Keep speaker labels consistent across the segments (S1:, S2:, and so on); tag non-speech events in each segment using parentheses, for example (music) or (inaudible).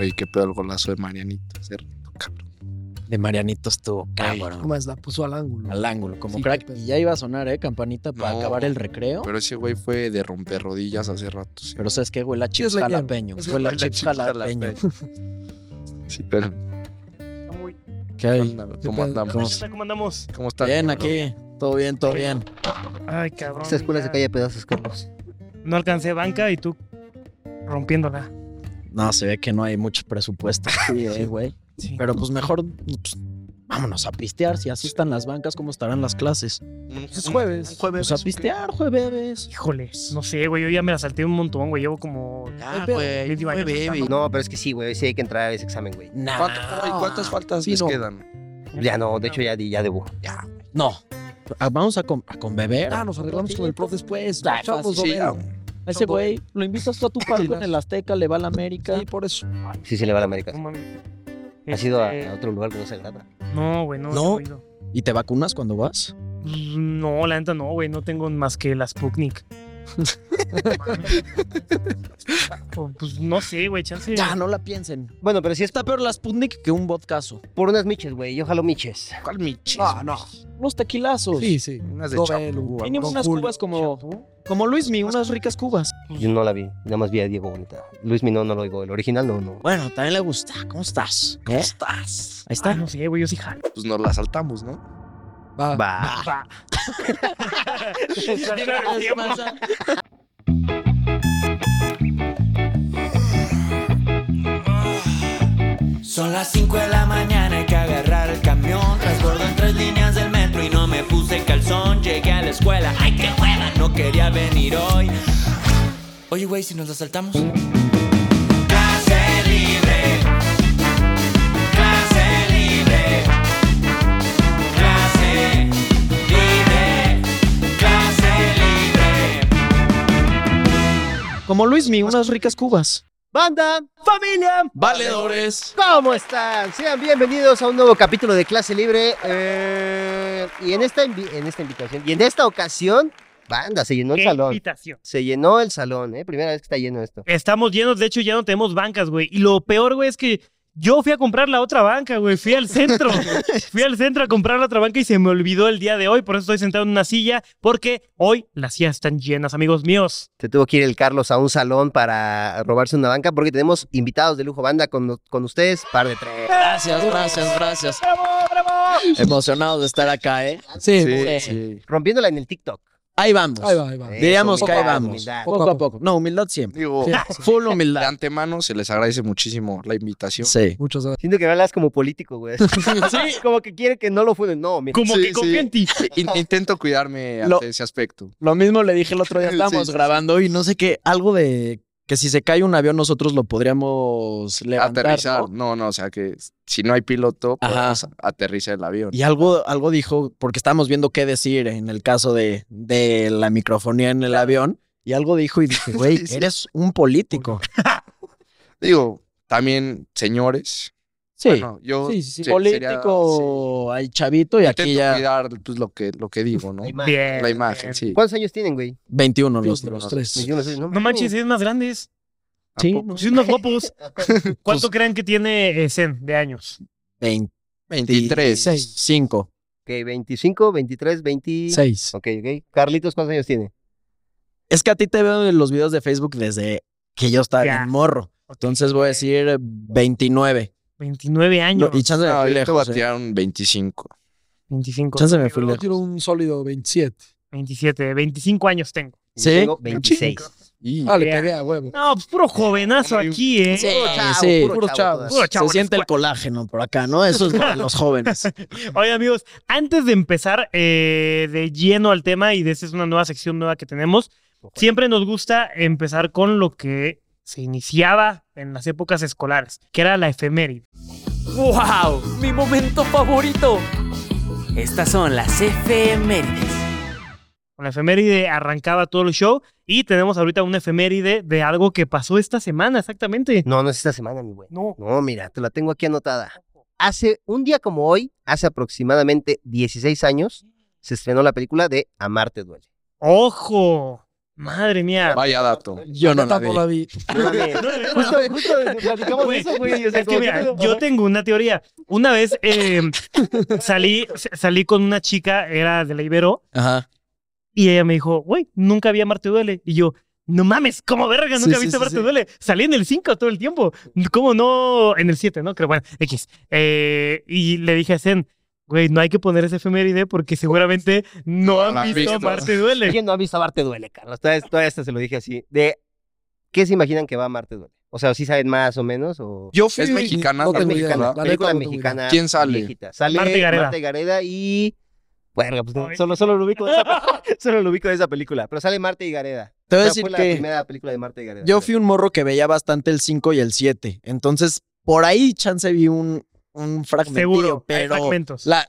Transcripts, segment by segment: S1: Oye, qué pedo el golazo de Marianito. Se rindo, cabrón.
S2: De Marianito estuvo cabrón.
S3: Más Ah, la puso al ángulo.
S2: Al ángulo, como
S3: Sí,
S2: crack.
S3: qué pedo.
S2: Y ya iba a sonar, ¿eh? Campanita para
S1: No.
S2: acabar el recreo.
S1: Pero ese güey fue de romper rodillas hace rato. Sí,
S2: Pero ¿sabes qué? Huele a chips
S3: es leñero.
S2: jalapeño.
S3: Es
S1: Huele
S2: Huele a
S1: a
S2: chips
S1: chip jalapeño.
S2: jalapeño.
S1: sí pero
S2: ¿Qué hay?
S1: anda- ¿cómo andamos?
S4: ¿Cómo andamos?
S1: ¿Cómo están?
S2: Bien,
S1: cabrón?
S2: aquí. Todo bien, todo bien.
S4: Ay, cabrón.
S5: Esta escuela se
S4: ya.
S5: cae a pedazos, capos.
S4: No alcancé banca y tú rompiéndola.
S2: No, se ve que no hay mucho
S3: (laughs)
S2: presupuesto. Sí, eh, güey.
S4: Sí.
S2: Pero pues mejor pues, vámonos a pistear. Si así están las bancas, ¿cómo estarán las clases?
S3: Es jueves.
S2: Pues a pistear, jueves.
S4: Híjole, no sé, güey. Yo ya me la salté un montón, güey. Llevo como.
S3: Ah,
S2: Ya,
S4: güey,
S2: güey.
S4: jueves,
S2: Bebe.
S5: No, pero es que sí, güey, sí hay que entrar a ese examen, güey.
S2: Nah.
S1: ¿Cuánto- ay, ¿Cuántas faltas
S2: Sí,
S1: les
S2: no.
S1: quedan?
S5: Ya no, de hecho ya, di- ya debo.
S2: No. Ah, Vamos a, con- a conbeber.
S3: Ah, nos arreglamos con el profe después.
S2: Ah,
S3: Pues, Chavos,
S2: fácil,
S3: doble.
S2: A ese güey lo invitas tú a tu palco en el Azteca, le va a la América.
S3: Sí, por eso.
S5: Sí se le va a la América.
S4: No mames.
S5: Ha sido a,
S4: Este,
S5: a otro lugar que no se agrada.
S4: No, güey, no.
S2: ¿No?
S4: he ido.
S2: ¿Y te vacunas cuando vas?
S4: No, la neta no, güey. No tengo más que
S2: (laughs)
S4: las Sputnik. pues, pues, no sé, güey. Chance.
S2: Ya, no la piensen.
S5: Bueno, pero sí es
S2: Está peor la Sputnik que un vodkazo.
S5: por unas miches, güey. Yo jalo miches.
S1: ¿Cuál michis?
S3: Ah, no.
S2: Unos tequilazos.
S3: Sí, sí.
S1: Unas de
S3: Doble,
S1: champú,
S3: Lugo,
S2: Mínimo
S3: Don
S2: unas
S3: Julio.
S2: cubas como, como Luismi, unas ricas cubas.
S5: Yo no la vi, nada más vi a Diego Bonita. Luis Minón no lo oigo, el original no, no.
S2: Bueno, también le gusta. ¿Cómo estás? ¿Cómo estás? Ahí
S4: Ah,
S2: está.
S4: no sé, güey. Yo
S2: (laughs)
S4: sí jalo.
S1: pues nos la saltamos, ¿no?
S3: Va.
S5: Va.
S6: Son las 5 de la mañana, hay que agarrar el camión. Transbordo en tres líneas del metro y no me puse calzón. Llegué a la escuela, ¡ay qué hueva! No quería venir hoy. Oye, güey, si nos la saltamos. Clase libre. Clase libre. Clase libre. Clase libre.
S2: Como Luismi, unas ricas cubas.
S5: Banda, familia,
S2: Valedores.
S5: ¿cómo están? Sean bienvenidos a un nuevo capítulo de Clase Libre. Eh, y en esta, invi- en esta invitación, y en esta ocasión, banda, se llenó el
S4: Qué
S5: salón.
S4: invitación.
S5: Se llenó el salón, ¿eh? Primera vez que está lleno esto.
S4: Estamos llenos, de hecho ya no tenemos bancas, güey. Y lo peor, güey, es que yo fui a comprar la otra banca, güey. Fui
S1: (laughs)
S4: al centro. fui al centro a comprar la otra banca y se me olvidó el día de hoy. Por eso estoy sentado en una silla, porque hoy las sillas están llenas, amigos míos.
S5: Se tuvo que ir el Carlos a un salón para robarse una banca porque tenemos invitados de lujo banda con, con ustedes, par de tres.
S2: Gracias, gracias, gracias.
S4: ¡Bravo, bravo!
S2: Emocionado de estar acá, ¿eh?
S3: Sí. pues,
S2: Sí.
S5: Rompiéndola en el TikTok.
S2: Ahí vamos.
S3: Ahí va, ahí va.
S5: Eh,
S2: Diríamos
S5: Eso,
S2: que ahí
S5: humildad,
S2: vamos.
S5: humildad.
S2: Poco a poco. No, humildad siempre.
S1: Digo,
S3: Sí,
S1: (laughs)
S2: Full
S1: de
S2: humildad.
S1: antemano se les agradece muchísimo la invitación.
S2: Sí.
S3: Muchas gracias.
S5: Siento que me hablas como político, güey. (laughs) como que quiere que no lo funen. No, mira.
S4: Como
S1: Sí,
S4: que confío
S1: sí.
S4: en ti.
S1: In- intento cuidarme ante
S2: Lo-
S1: ese aspecto.
S2: Lo mismo le dije el otro
S1: (laughs)
S2: día,
S1: Sí,
S2: estábamos
S1: sí, sí.
S2: grabando y no sé qué, algo de que si se cae un avión nosotros lo podríamos levantar.
S1: aterrizar.
S2: ¿no?
S1: ¿no? no, o sea que si no hay piloto,
S2: Ajá.
S1: pues aterriza el avión.
S2: Y algo, algo dijo, porque estábamos viendo qué decir en el caso de, de la microfonía en el avión, y algo dijo
S1: (laughs)
S2: y dije, güey,
S1: Sí, sí.
S2: eres un político.
S1: Digo, también señores.
S2: Sí,
S1: Bueno, yo
S2: sí, sí, sí.
S1: se- sería- sí,
S2: político al chavito y aquí
S1: intento
S2: ya
S1: cuidar pues, lo que lo que digo, ¿no?
S4: Bien.
S1: La imagen, sí.
S2: Pues,
S5: ¿Cuántos años tienen, güey?
S2: 21 los
S3: Los
S2: dos.
S5: Me
S3: tres.
S5: dijeron así,
S4: No manches, es más grandes.
S2: Sí,
S1: Tampoco.
S2: ¿no?
S4: Sí,
S1: (laughs)
S4: unos guapos. ¿Cuánto creen que tiene eh, Zen de años?
S1: 23.
S2: 5.
S5: Ok, 25, 23, 20.
S3: 6.
S5: Ok, ok. Carlitos, ¿cuántos años tiene?
S2: Es que a ti te veo en los videos de Facebook desde que yo estaba
S4: Ya.
S2: en morro. Entonces voy a decir 29.
S4: 29 años.
S2: No, y chance me
S1: No,
S2: fui
S1: yo te voy a
S2: lejos. eh.
S1: tirar un 25.
S4: 25.
S2: Chance me fui
S3: Yo
S2: lejos.
S3: tiro un sólido 27.
S4: 27. 25 años tengo.
S5: Yo
S2: ¿Sí?
S5: Tengo 26.
S1: Y
S3: Ah, le
S4: Yeah.
S3: pegué a huevo.
S4: No, pues puro jovenazo aquí, ¿eh?
S2: Sí,
S5: Puro chavo,
S2: sí.
S5: puro
S3: Puro chavo.
S5: chavo. todas.
S4: Puro chavo
S2: Se
S4: en
S2: siente
S4: la
S2: el colágeno por acá, ¿no? Eso es para
S4: (laughs)
S2: los jóvenes.
S4: Oye, amigos, antes de empezar eh, de lleno al tema, y de esta es una nueva sección nueva que tenemos, siempre nos gusta empezar con lo que se iniciaba en las épocas escolares, que era la efeméride.
S6: ¡Wow! ¡Mi momento favorito! Estas son las efemérides.
S4: Con la efeméride arrancaba todo el show y tenemos ahorita una efeméride de algo que pasó esta semana, exactamente.
S5: No, no es esta semana, mi güey.
S4: No.
S5: No, mira, te la tengo aquí anotada. Hace un día como hoy, hace aproximadamente 16 años, se estrenó la película de Amarte Duele.
S4: ¡Ojo! Madre mía.
S1: Vaya dato.
S2: Yo no la vi.
S3: Tampoco la vi.
S4: (laughs)
S5: Justo, justo platicamos de
S4: Güey,
S5: eso, güey. o sea,
S4: es que
S5: como
S4: mira,
S5: pedo.
S4: yo tengo una teoría. Una vez eh, salí, salí con una chica, era de la Ibero,
S2: Ajá.
S4: y ella me dijo, güey, nunca vi a Marte Duele. Y yo, no mames, ¿cómo verga?
S3: Sí,
S4: Nunca
S3: sí,
S4: viste
S3: sí,
S4: a Marte
S3: sí.
S4: Duele. Salí en el 5 todo el tiempo. ¿Cómo no? En el 7, ¿no? Creo, bueno, X. Eh, y le dije a Zen, güey, no hay que poner ese efeméride porque seguramente no han
S1: la has
S4: visto, a
S1: visto.
S4: Marte
S2: (laughs)
S4: Duele.
S5: ¿Quién no ha visto a Marte Duele, Carlos? Todavía, todavía hasta se lo dije así. De, ¿Qué se imaginan que va a Marte Duele? O sea, ¿sí saben más o menos? O...
S3: Yo fui.
S1: Es mexicana,
S3: No
S1: la
S5: Es
S3: tengo idea.
S1: película,
S5: mexicana,
S3: la neta
S5: película
S3: no tengo
S5: mexicana.
S1: idea. ¿Quién sale?
S5: viejita. Sale
S4: Marte
S5: Marte
S4: Gareda.
S5: Gareda. y... Bueno, pues no,
S4: Ay.
S5: solo, solo, lo ubico de esa, (laughs) solo lo ubico de esa película. Pero sale Marte y Gareda.
S2: Te voy a
S5: Esa
S2: decir
S5: fue la
S2: que
S5: primera película de Marte y Gareda.
S2: yo fui un morro que veía bastante el 5 y el 7. Entonces, por ahí chance vi un, un fragmentillo,
S4: Seguro, hay
S2: pero
S4: fragmentos.
S2: la,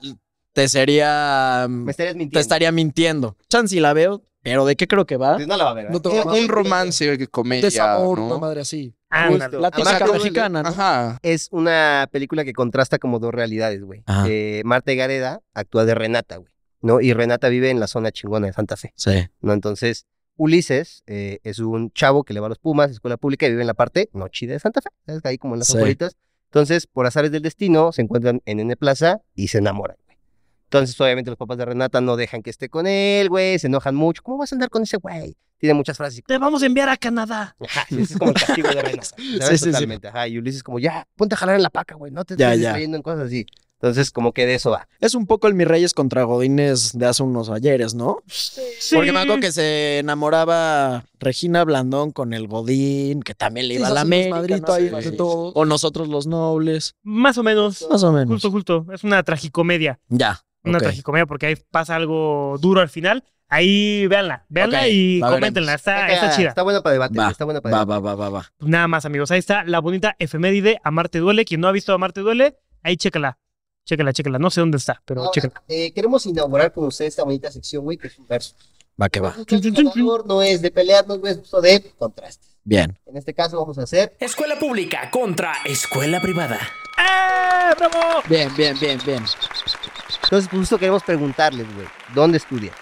S2: te sería...
S5: Me estarías
S2: Te
S5: mintiendo.
S2: estaría mintiendo. Chance y la veo, pero ¿de qué creo que va?
S5: Pues no la va a ver.
S3: No te
S5: ¿verdad?
S3: va a
S1: Un, un romance, que comedia,
S3: De sabor,
S1: ¿no?
S3: una madre así.
S4: Ándale.
S5: Justo.
S2: La
S5: Además,
S2: típica
S5: Marte Duele-
S2: mexicana, ¿no?
S1: Ajá.
S5: es una película que contrasta como dos realidades, güey.
S2: Ajá.
S5: Eh, Marta Gareda actúa de Renata, güey, ¿no? Y Renata vive en la zona chingona de Santa Fe,
S2: Sí.
S5: ¿no? Entonces, Ulises eh, es un chavo que le va a los Pumas, escuela pública, y vive en la parte no chida de Santa Fe, ¿sabes? Ahí como en las
S2: Sí.
S5: afueritas. Entonces, por azares del destino, se encuentran en N Plaza y se enamoran, güey. Entonces, obviamente, los papás de Renata no dejan que esté con él, güey, se enojan mucho. ¿Cómo vas a andar con ese güey? Tiene muchas frases
S4: Te vamos a enviar a Canadá.
S5: Ajá,
S2: (laughs)
S5: sí, ese es como el castigo de Renata.
S2: Sí, sí,
S5: ¿sabes?
S2: sí.
S5: Totalmente. Ajá, y Ulises como, ya, ponte a jalar en la paca, güey, no te
S2: Ya,
S5: estés
S2: ya.
S5: distrayendo en cosas así. Entonces, como que de eso va.
S2: Es un poco el Mis Reyes contra Godines de hace unos ayeres, ¿no?
S4: Sí.
S2: Porque me acuerdo que se enamoraba Regina Blandón con el Godín, que también le iba a la América.
S3: Madrid
S2: no sé,
S3: ahí,
S2: güey.
S3: de todo.
S2: O nosotros los nobles.
S4: Más o menos.
S2: Más o menos.
S4: Justo, justo. Es una tragicomedia.
S2: Ya.
S4: una
S2: ok.
S4: tragicomedia porque ahí pasa algo duro al final. Ahí véanla, véanla
S2: Ok,
S4: y
S2: la veremos.
S4: coméntenla, está, Ah, está
S5: cagada,
S4: chida.
S5: Está buena para debate,
S2: Va,
S5: güey, está buena para
S2: Va,
S5: debate.
S2: va, va, va, va.
S4: Pues Nada más, amigos, ahí está la bonita efeméride Amarte Duele. Quien no ha visto Amarte Duele, ahí chécala. Chécala, chécala. No sé dónde está, pero
S5: Ahora,
S4: chécala.
S5: eh, queremos inaugurar con ustedes esta bonita sección, güey, que es un verso.
S2: Va que va.
S4: Chun, chun, chun, chun.
S5: No es de pelearnos, güey, es justo de contraste.
S2: Bien.
S5: En este caso vamos a hacer
S6: Escuela pública contra escuela privada.
S4: ¡Eh! ¡Bravo!
S2: Bien, bien, bien, bien.
S5: Entonces, pues, justo queremos preguntarles, güey, ¿dónde estudian?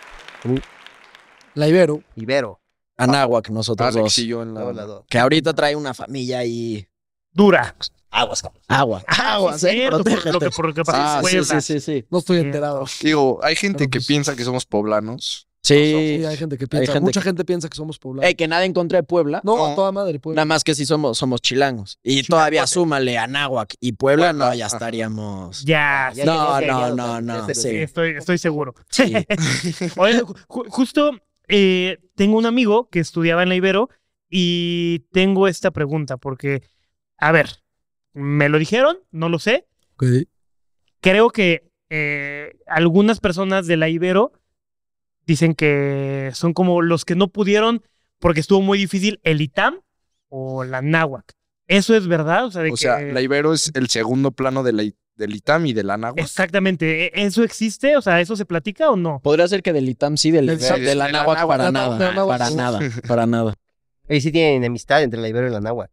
S3: La Ibero.
S5: Ibero,
S2: Anáhuac, nosotros
S1: Alex
S2: dos.
S1: y yo en
S5: no,
S1: la...
S5: la dos.
S2: Que ahorita trae una familia ahí.
S4: Dura.
S5: Aguas, cabrón. Ah,
S2: Agua. Agua,
S4: Ah,
S5: eh,
S4: Sí,
S2: sí,
S4: cierto, por lo que,
S2: protégete.
S4: por lo que pasó
S1: Ah,
S4: en
S2: Ah, Sí,
S4: Puebla.
S2: sí, sí, sí.
S3: No estoy
S4: Bien.
S3: enterado.
S1: Digo, hay gente
S3: Pero
S1: que
S3: pues-
S1: piensa que somos poblanos.
S2: Sí.
S3: Sí, hay gente que piensa.
S2: gente
S3: mucha
S2: que-
S3: gente piensa que somos poblados.
S2: Ey, que nada en contra de Puebla.
S3: no,
S1: no.
S3: a toda madre, pues.
S2: Nada más que si somos, somos chilangos. Y todavía súmale Anáhuac y Puebla, no, ya estaríamos.
S4: Ya,
S5: Ah, Ya
S4: sí,
S2: no,
S5: sería,
S2: no,
S5: ya
S2: no,
S5: sería,
S2: no.
S5: ya
S2: Sí.
S5: sería.
S4: Estoy, estoy seguro.
S2: sí.
S4: (laughs) Oye, ju- justo eh, tengo un amigo que estudiaba en la Ibero y tengo esta pregunta porque, a ver, me lo dijeron, no lo sé.
S3: Ok.
S4: Creo que eh, algunas personas de la Ibero dicen que son como los que no pudieron porque estuvo muy difícil el ITAM o la náhuac. ¿Eso es verdad? O sea, de
S1: O
S4: que-
S1: sea, la Ibero es el segundo plano de la, I- del ITAM y del Anáhuac.
S4: Exactamente. ¿E- ¿Eso existe? O sea, ¿eso se platica o no?
S2: Podría ser que del ITAM sí, del,
S3: Del-
S2: de, del
S1: del
S2: Anáhuac
S1: Anáhuac,
S2: para
S3: del
S2: nada.
S3: Anáhuac.
S2: Para nada,
S3: (laughs)
S2: para nada.
S5: Y sí tienen enemistad entre la Ibero y la Nahua.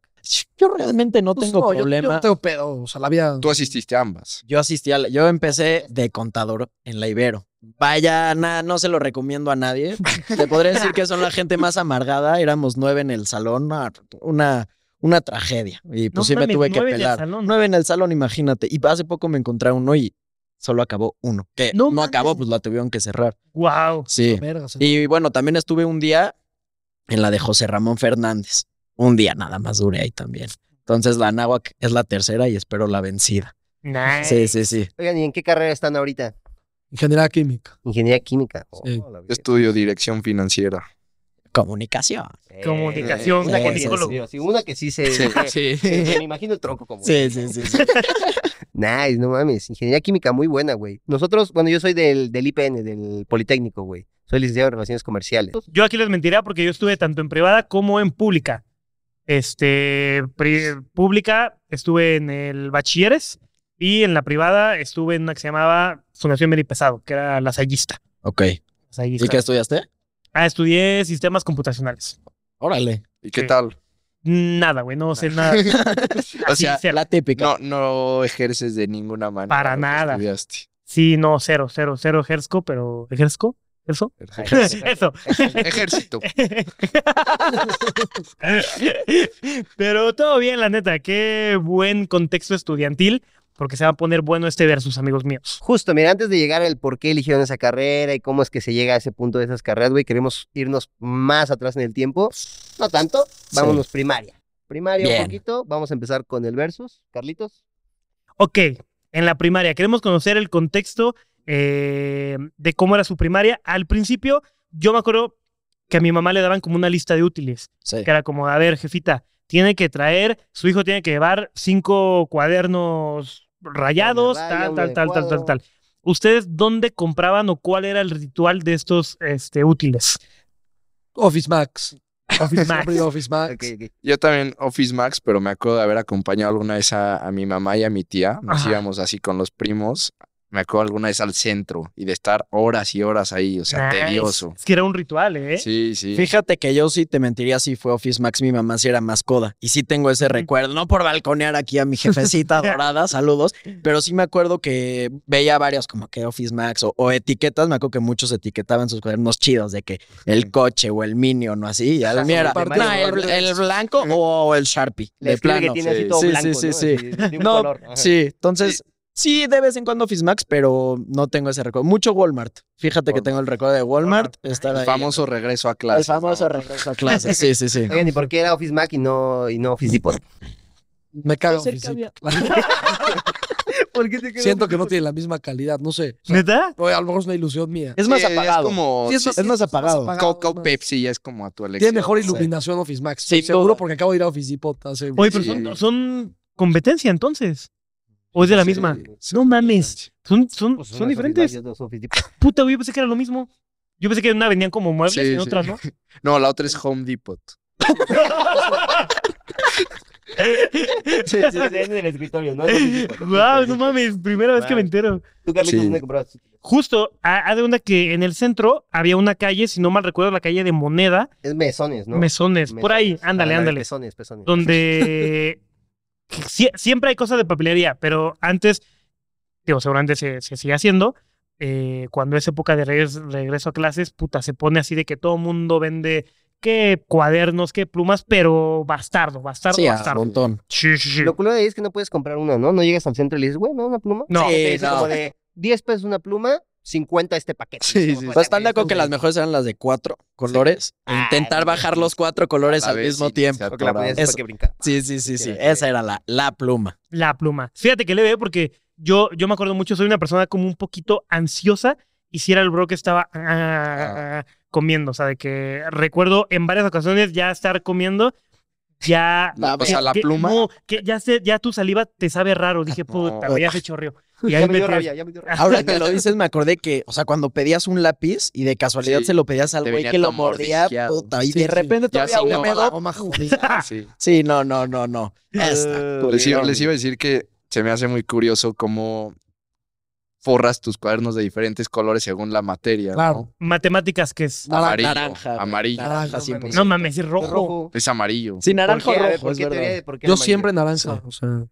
S2: Yo realmente no tengo
S3: Pues no, yo- Yo,
S2: problema.
S3: no tengo pedo. O sea, la vida.
S1: Tú asististe a ambas.
S2: Yo asistí a la- yo empecé de contador en la Ibero. Vaya, na- no se lo recomiendo a nadie. Te podría decir que son la gente más amargada. Éramos nueve en el salón, no, una, una tragedia. Y pues
S4: No
S2: sí me
S4: mames,
S2: tuve que
S4: nueve en el
S2: pelar.
S4: salón.
S2: Nueve en el salón, imagínate. Y hace poco me encontré uno y solo acabó uno. Que
S4: No
S2: no,
S4: mames.
S2: acabó, pues la tuvieron que cerrar.
S4: ¡Wow!
S2: Sí.
S3: Verga, se-
S2: Y bueno, también estuve un día en la de José Ramón Fernández. Un día nada más duré ahí también. Entonces la Anáhuac es la tercera y espero la vencida. Sí, sí, sí.
S5: Oigan, ¿y en qué carrera están ahorita?
S3: Ingeniería química.
S5: Ingeniería química. Oh,
S3: Sí.
S5: la verga.
S1: Yo estudio dirección financiera.
S2: Comunicación.
S5: Eh,
S4: Comunicación
S5: una,
S2: con
S5: que sí,
S4: psicólogos.
S5: sí, una que Ah, sí se...
S2: (laughs)
S5: que-
S2: Sí.
S5: que me imagino el tronco como...
S2: Sí, sí, sí. sí.
S5: Nice, no mames. Ingeniería química muy buena, güey. Nosotros, bueno, yo soy del, del IPN, del Politécnico, güey. Soy licenciado en Relaciones Comerciales.
S2: (laughs)
S4: Yo aquí les mentiré porque yo estuve tanto en privada como en pública. Este, pri- pública estuve en el bachilleres y en la privada estuve en una que se llamaba Fundación Meri Pesado, que era la sayista.
S2: Ok. ¿Y qué estudiaste?
S4: Ah, estudié sistemas computacionales.
S2: Órale.
S1: ¿Y qué
S4: Sí.
S1: tal?
S4: Nada, güey, no sé nada.
S1: O
S4: Así
S1: sea,
S4: sea.
S2: La típica.
S1: No, no ejerces de ninguna manera.
S4: Para
S1: lo que
S4: nada.
S1: Estudiaste.
S4: Sí, no, cero, cero, cero Herzco, pero. ¿Herzco? (laughs) ¿Eso?
S1: Ejército.
S4: Eso.
S1: Ejército.
S4: (laughs) Pero todo bien, la neta. Qué buen contexto estudiantil. Porque se va a poner bueno este versus, amigos míos.
S5: Justo, mira, antes de llegar al por qué eligieron esa carrera y cómo es que se llega a ese punto de esas carreras, güey, queremos irnos más atrás en el tiempo. No tanto, vámonos primaria. Primaria
S2: Bien.
S5: un poquito, vamos a empezar con el versus, Carlitos.
S4: Ok, en la primaria. Queremos conocer el contexto eh, de cómo era su primaria. Al principio, yo me acuerdo que a mi mamá le daban como una lista de útiles.
S2: Sí.
S4: que era como, a ver, jefita, tiene que traer, su hijo tiene que llevar cinco cuadernos rayados,
S5: raya,
S4: tal,
S5: uno
S4: tal,
S5: de
S4: tal, tal, tal,
S5: cuadro.
S4: tal. ¿Ustedes dónde compraban o cuál era el ritual de estos este,
S5: (laughs)
S4: útiles?
S3: Office Max.
S4: Office Max.
S3: Siempre iba a Office
S2: Ah,
S3: Max.
S5: Ok, ok.
S1: Yo también Office Max, pero me acuerdo de haber acompañado alguna vez a, a mi mamá y a mi tía. Nos
S4: Ajá.
S1: íbamos así con los primos. Me acuerdo alguna vez al centro y de estar horas y horas ahí, o sea,
S4: Nice.
S1: tedioso.
S4: Es que era un ritual, ¿eh?
S1: Sí, sí.
S2: Fíjate que yo sí te mentiría si fue Office Max, mi mamá sí era más coda. Y sí tengo ese recuerdo, no por balconear aquí a mi
S5: (laughs)
S2: jefecita dorada, saludos, pero sí me acuerdo que veía varios como que Office Max o, o etiquetas, me acuerdo que muchos etiquetaban sus cuadernos chidos de que el coche o el Minion o así, y
S5: Ajá,
S2: al mío era,
S5: aparte
S2: "No,
S5: de-
S2: el, el blanco o el Sharpie,
S5: La
S2: de
S5: esquina que
S2: plano.
S5: tiene
S1: sí.
S5: así todo
S2: Sí, sí,
S5: blanco,
S2: sí,
S5: ¿no?
S2: sí.
S5: Así, de un
S2: No,
S5: color. Ajá.
S2: Sí, entonces sí, de vez en cuando Office Max, pero no tengo ese recuerdo. Mucho Walmart. Fíjate que
S1: Walmart.
S2: tengo el recuerdo de Walmart. estar
S1: El
S2: ahí.
S1: famoso regreso a clase.
S2: El famoso regreso a clase. Sí,
S1: (laughs)
S2: sí, sí.
S5: Oigan, ¿y por qué era Office Mac y no, y no
S4: (laughs)
S5: Office Depot?
S3: Me caga
S2: Cerca
S3: Office
S2: había-
S3: Depot.
S5: ¿Por qué te
S3: Siento que no tiene la misma calidad, no sé. O sea,
S4: ¿Neta?
S3: oye, a lo mejor es una ilusión mía.
S2: Es más
S1: Sí,
S2: apagado.
S1: Eh, Es como
S3: Sí, es
S1: sí,
S3: más-
S2: es más apagado.
S1: Coco
S3: es más-
S1: Pepsi, ya es como a tu elección.
S3: Tiene mejor
S2: sí.
S3: iluminación Office Max.
S2: Sin
S3: seguro
S2: duda.
S3: porque acabo de ir a Office Depot hace.
S4: Oye, pero
S1: Sí.
S4: son, son competencia entonces. ¿O es de la
S1: Sí.
S4: misma? No mames. Son, son,
S5: Pues,
S4: son
S5: unas
S4: diferentes.
S5: Office Mac y otras
S4: (laughs)
S5: Office Depot.
S4: Puta, güey, yo pensé que era lo mismo. Yo pensé que en una vendían como muebles
S1: Sí,
S4: y
S1: (laughs)
S4: en
S1: sí.
S4: otra no.
S1: No, la otra es Home Depot.
S5: Sí, sí, sí, en el escritorio, ¿no? Es
S4: (laughs)
S5: Office Depot.
S4: Wow, no mames, primera vez que me
S5: Wow.
S4: entero.
S5: ¿Tú, Carlitos,
S1: Sí.
S5: dónde comprabas?
S4: Justo, ha ha de una que en el centro había una calle, si no mal recuerdo, la calle de Moneda,
S5: Es mesones, ¿no?
S4: Mesones, por ahí,
S5: Mesones.
S4: ándale,
S5: Ah,
S4: ándale,
S5: Pezones, pezones.
S4: donde sie- siempre hay cosas de papelería, pero antes, digo, seguramente se, se sigue haciendo, eh, cuando es época de regres- regreso a clases, puta, se pone así de que todo mundo vende qué cuadernos, qué plumas, pero bastardo, bastardo,
S2: Sí, ah, a
S4: bastardo.
S2: montón.
S4: Sí, sí, sí.
S5: Lo culo de ahí es que no puedes comprar una, ¿no? No llegas al centro y le dices, güey, ¿me da una pluma?
S4: No,
S5: Te
S2: sí,
S5: dice
S2: no.
S5: como de 10 pesos una pluma, 50 este paquete.
S1: (laughs) Sí,
S5: Como,
S1: sí, sí.
S5: joder,
S2: Pues están de
S5: güey,
S2: acuerdo que
S5: entonces-
S2: las mejores eran las de cuatro colores. e
S5: Ah,
S2: intentar
S5: no,
S2: bajar
S5: sí.
S2: los cuatro colores
S1: A la
S2: Pues al
S1: vez
S2: mismo
S1: sí,
S2: tiempo.
S1: se
S5: Porque la ponías
S2: Eso.
S5: para que brincar.
S2: Sí, sí, sí, sí.
S5: Sí,
S2: Esa era la, la
S1: (laughs)
S2: pluma.
S4: La pluma. Fíjate que le veo porque yo, yo me acuerdo mucho, soy una persona como un poquito ansiosa y si era el bro que estaba ah, ah, ah, comiendo, o sea, de que recuerdo en varias ocasiones ya estar comiendo, ya...
S1: No, o sea, la
S4: que-
S1: pluma.
S4: No, que ya, se, ya tu saliva te sabe raro. Dije, puta, güey, ya se chorrió. Y ahí
S5: Ya me dio
S4: metías-
S5: rabia, ya me dio rabia.
S2: Ahora que
S5: (laughs)
S2: lo dices, me acordé que, o sea, cuando pedías un lápiz y de casualidad
S1: Sí,
S2: se lo pedías al
S1: te
S2: güey
S1: venía
S2: que lo
S1: todo
S2: mordía,
S1: mordisqueado.
S2: puta, y
S3: Sí,
S2: de
S3: sí.
S2: repente
S1: Ya
S2: todavía
S1: sí, no,
S2: húmedo.
S3: Goma jodida.
S1: Sí.
S2: Sí, no, no, no, no. Esta.
S5: Eh,
S1: Les iba,
S2: culero.
S1: les iba a decir que se me hace muy curioso cómo forras tus cuadernos de diferentes colores según la materia. ¿no?
S3: Claro.
S4: Matemáticas que es...
S3: Nara-
S1: Amarillo.
S2: naranja, güey.
S1: amarillo.
S2: Naranja,
S5: No mames.
S2: 100%.
S4: No mames, es rojo.
S5: Es rojo.
S1: Es amarillo.
S2: Sí, naranja o
S5: ¿Por qué? A ver,
S2: rojo,
S5: ¿por
S2: es
S5: qué teoría
S2: verdad.
S5: de por qué
S3: Yo
S5: amarillo?
S3: siempre naranja. O sea,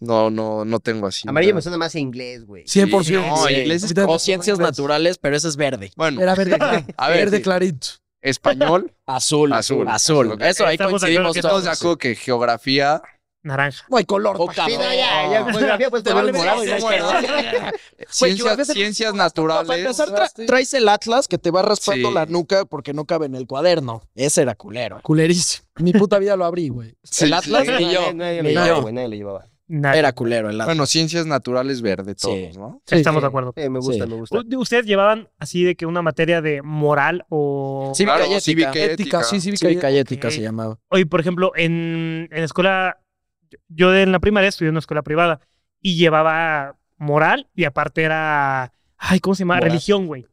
S1: No, no, no tengo así.
S5: Amarillo me
S1: ¿verdad?
S5: suena más a inglés, güey.
S3: 100%.
S1: No,
S2: Sí.
S1: inglés es-
S2: O "Oh, ciencias naturales, pero eso es verde.
S1: Bueno,
S3: Era verde, claro.
S1: a ver,
S3: verde
S1: sí,
S3: clarito.
S2: (laughs)
S1: español.
S2: Azul.
S1: Azul.
S2: Azul. azul.
S1: Azul.
S2: Eso, ahí
S4: Estamos de
S2: coincidimos
S4: acuerdo que
S1: Todos
S2: todos.
S1: de acuerdo que geografía
S4: Naranja.
S3: No hay color.
S2: Oh,
S3: pa-
S5: Sí, no,
S2: cabrón.
S5: ya, ya, geografía, pues,
S2: Te vuelves
S5: probablemente-
S2: morado y ya
S1: Ciencias,
S2: geografía-
S1: ciencias
S2: Para
S1: naturales.
S2: empezar, tra- traes el Atlas que te va raspando
S1: Sí.
S2: la nuca porque no cabe en el cuaderno. Ese era culero.
S3: Culerísimo. Mi puta vida lo abrí, güey.
S1: Sí,
S2: el
S1: sí.
S2: Atlas
S5: Nadie-
S2: y yo.
S5: nadie lo
S2: ni
S5: llevaba,
S2: yo.
S5: güey, nadie lo llevaba.
S4: Nada.
S2: Era culero el Atlas.
S1: Bueno, ciencias naturales verde, todos,
S2: Sí.
S1: ¿no?
S3: Sí,
S4: Estamos
S3: sí.
S4: de acuerdo.
S5: Eh, me gusta,
S2: Sí.
S5: me gusta.
S4: U- ¿Ustedes llevaban así de que una materia de moral o...?
S2: Cívica y ética.
S3: Ética, sí, sí,
S2: Cívica y ética
S4: Ok.
S2: se llamaba.
S4: Oye, por ejemplo, en, en escuela, yo en la primaria estudié en una escuela privada y llevaba moral y aparte era, ay, ¿cómo se llama?
S2: Moral.
S4: Religión, güey.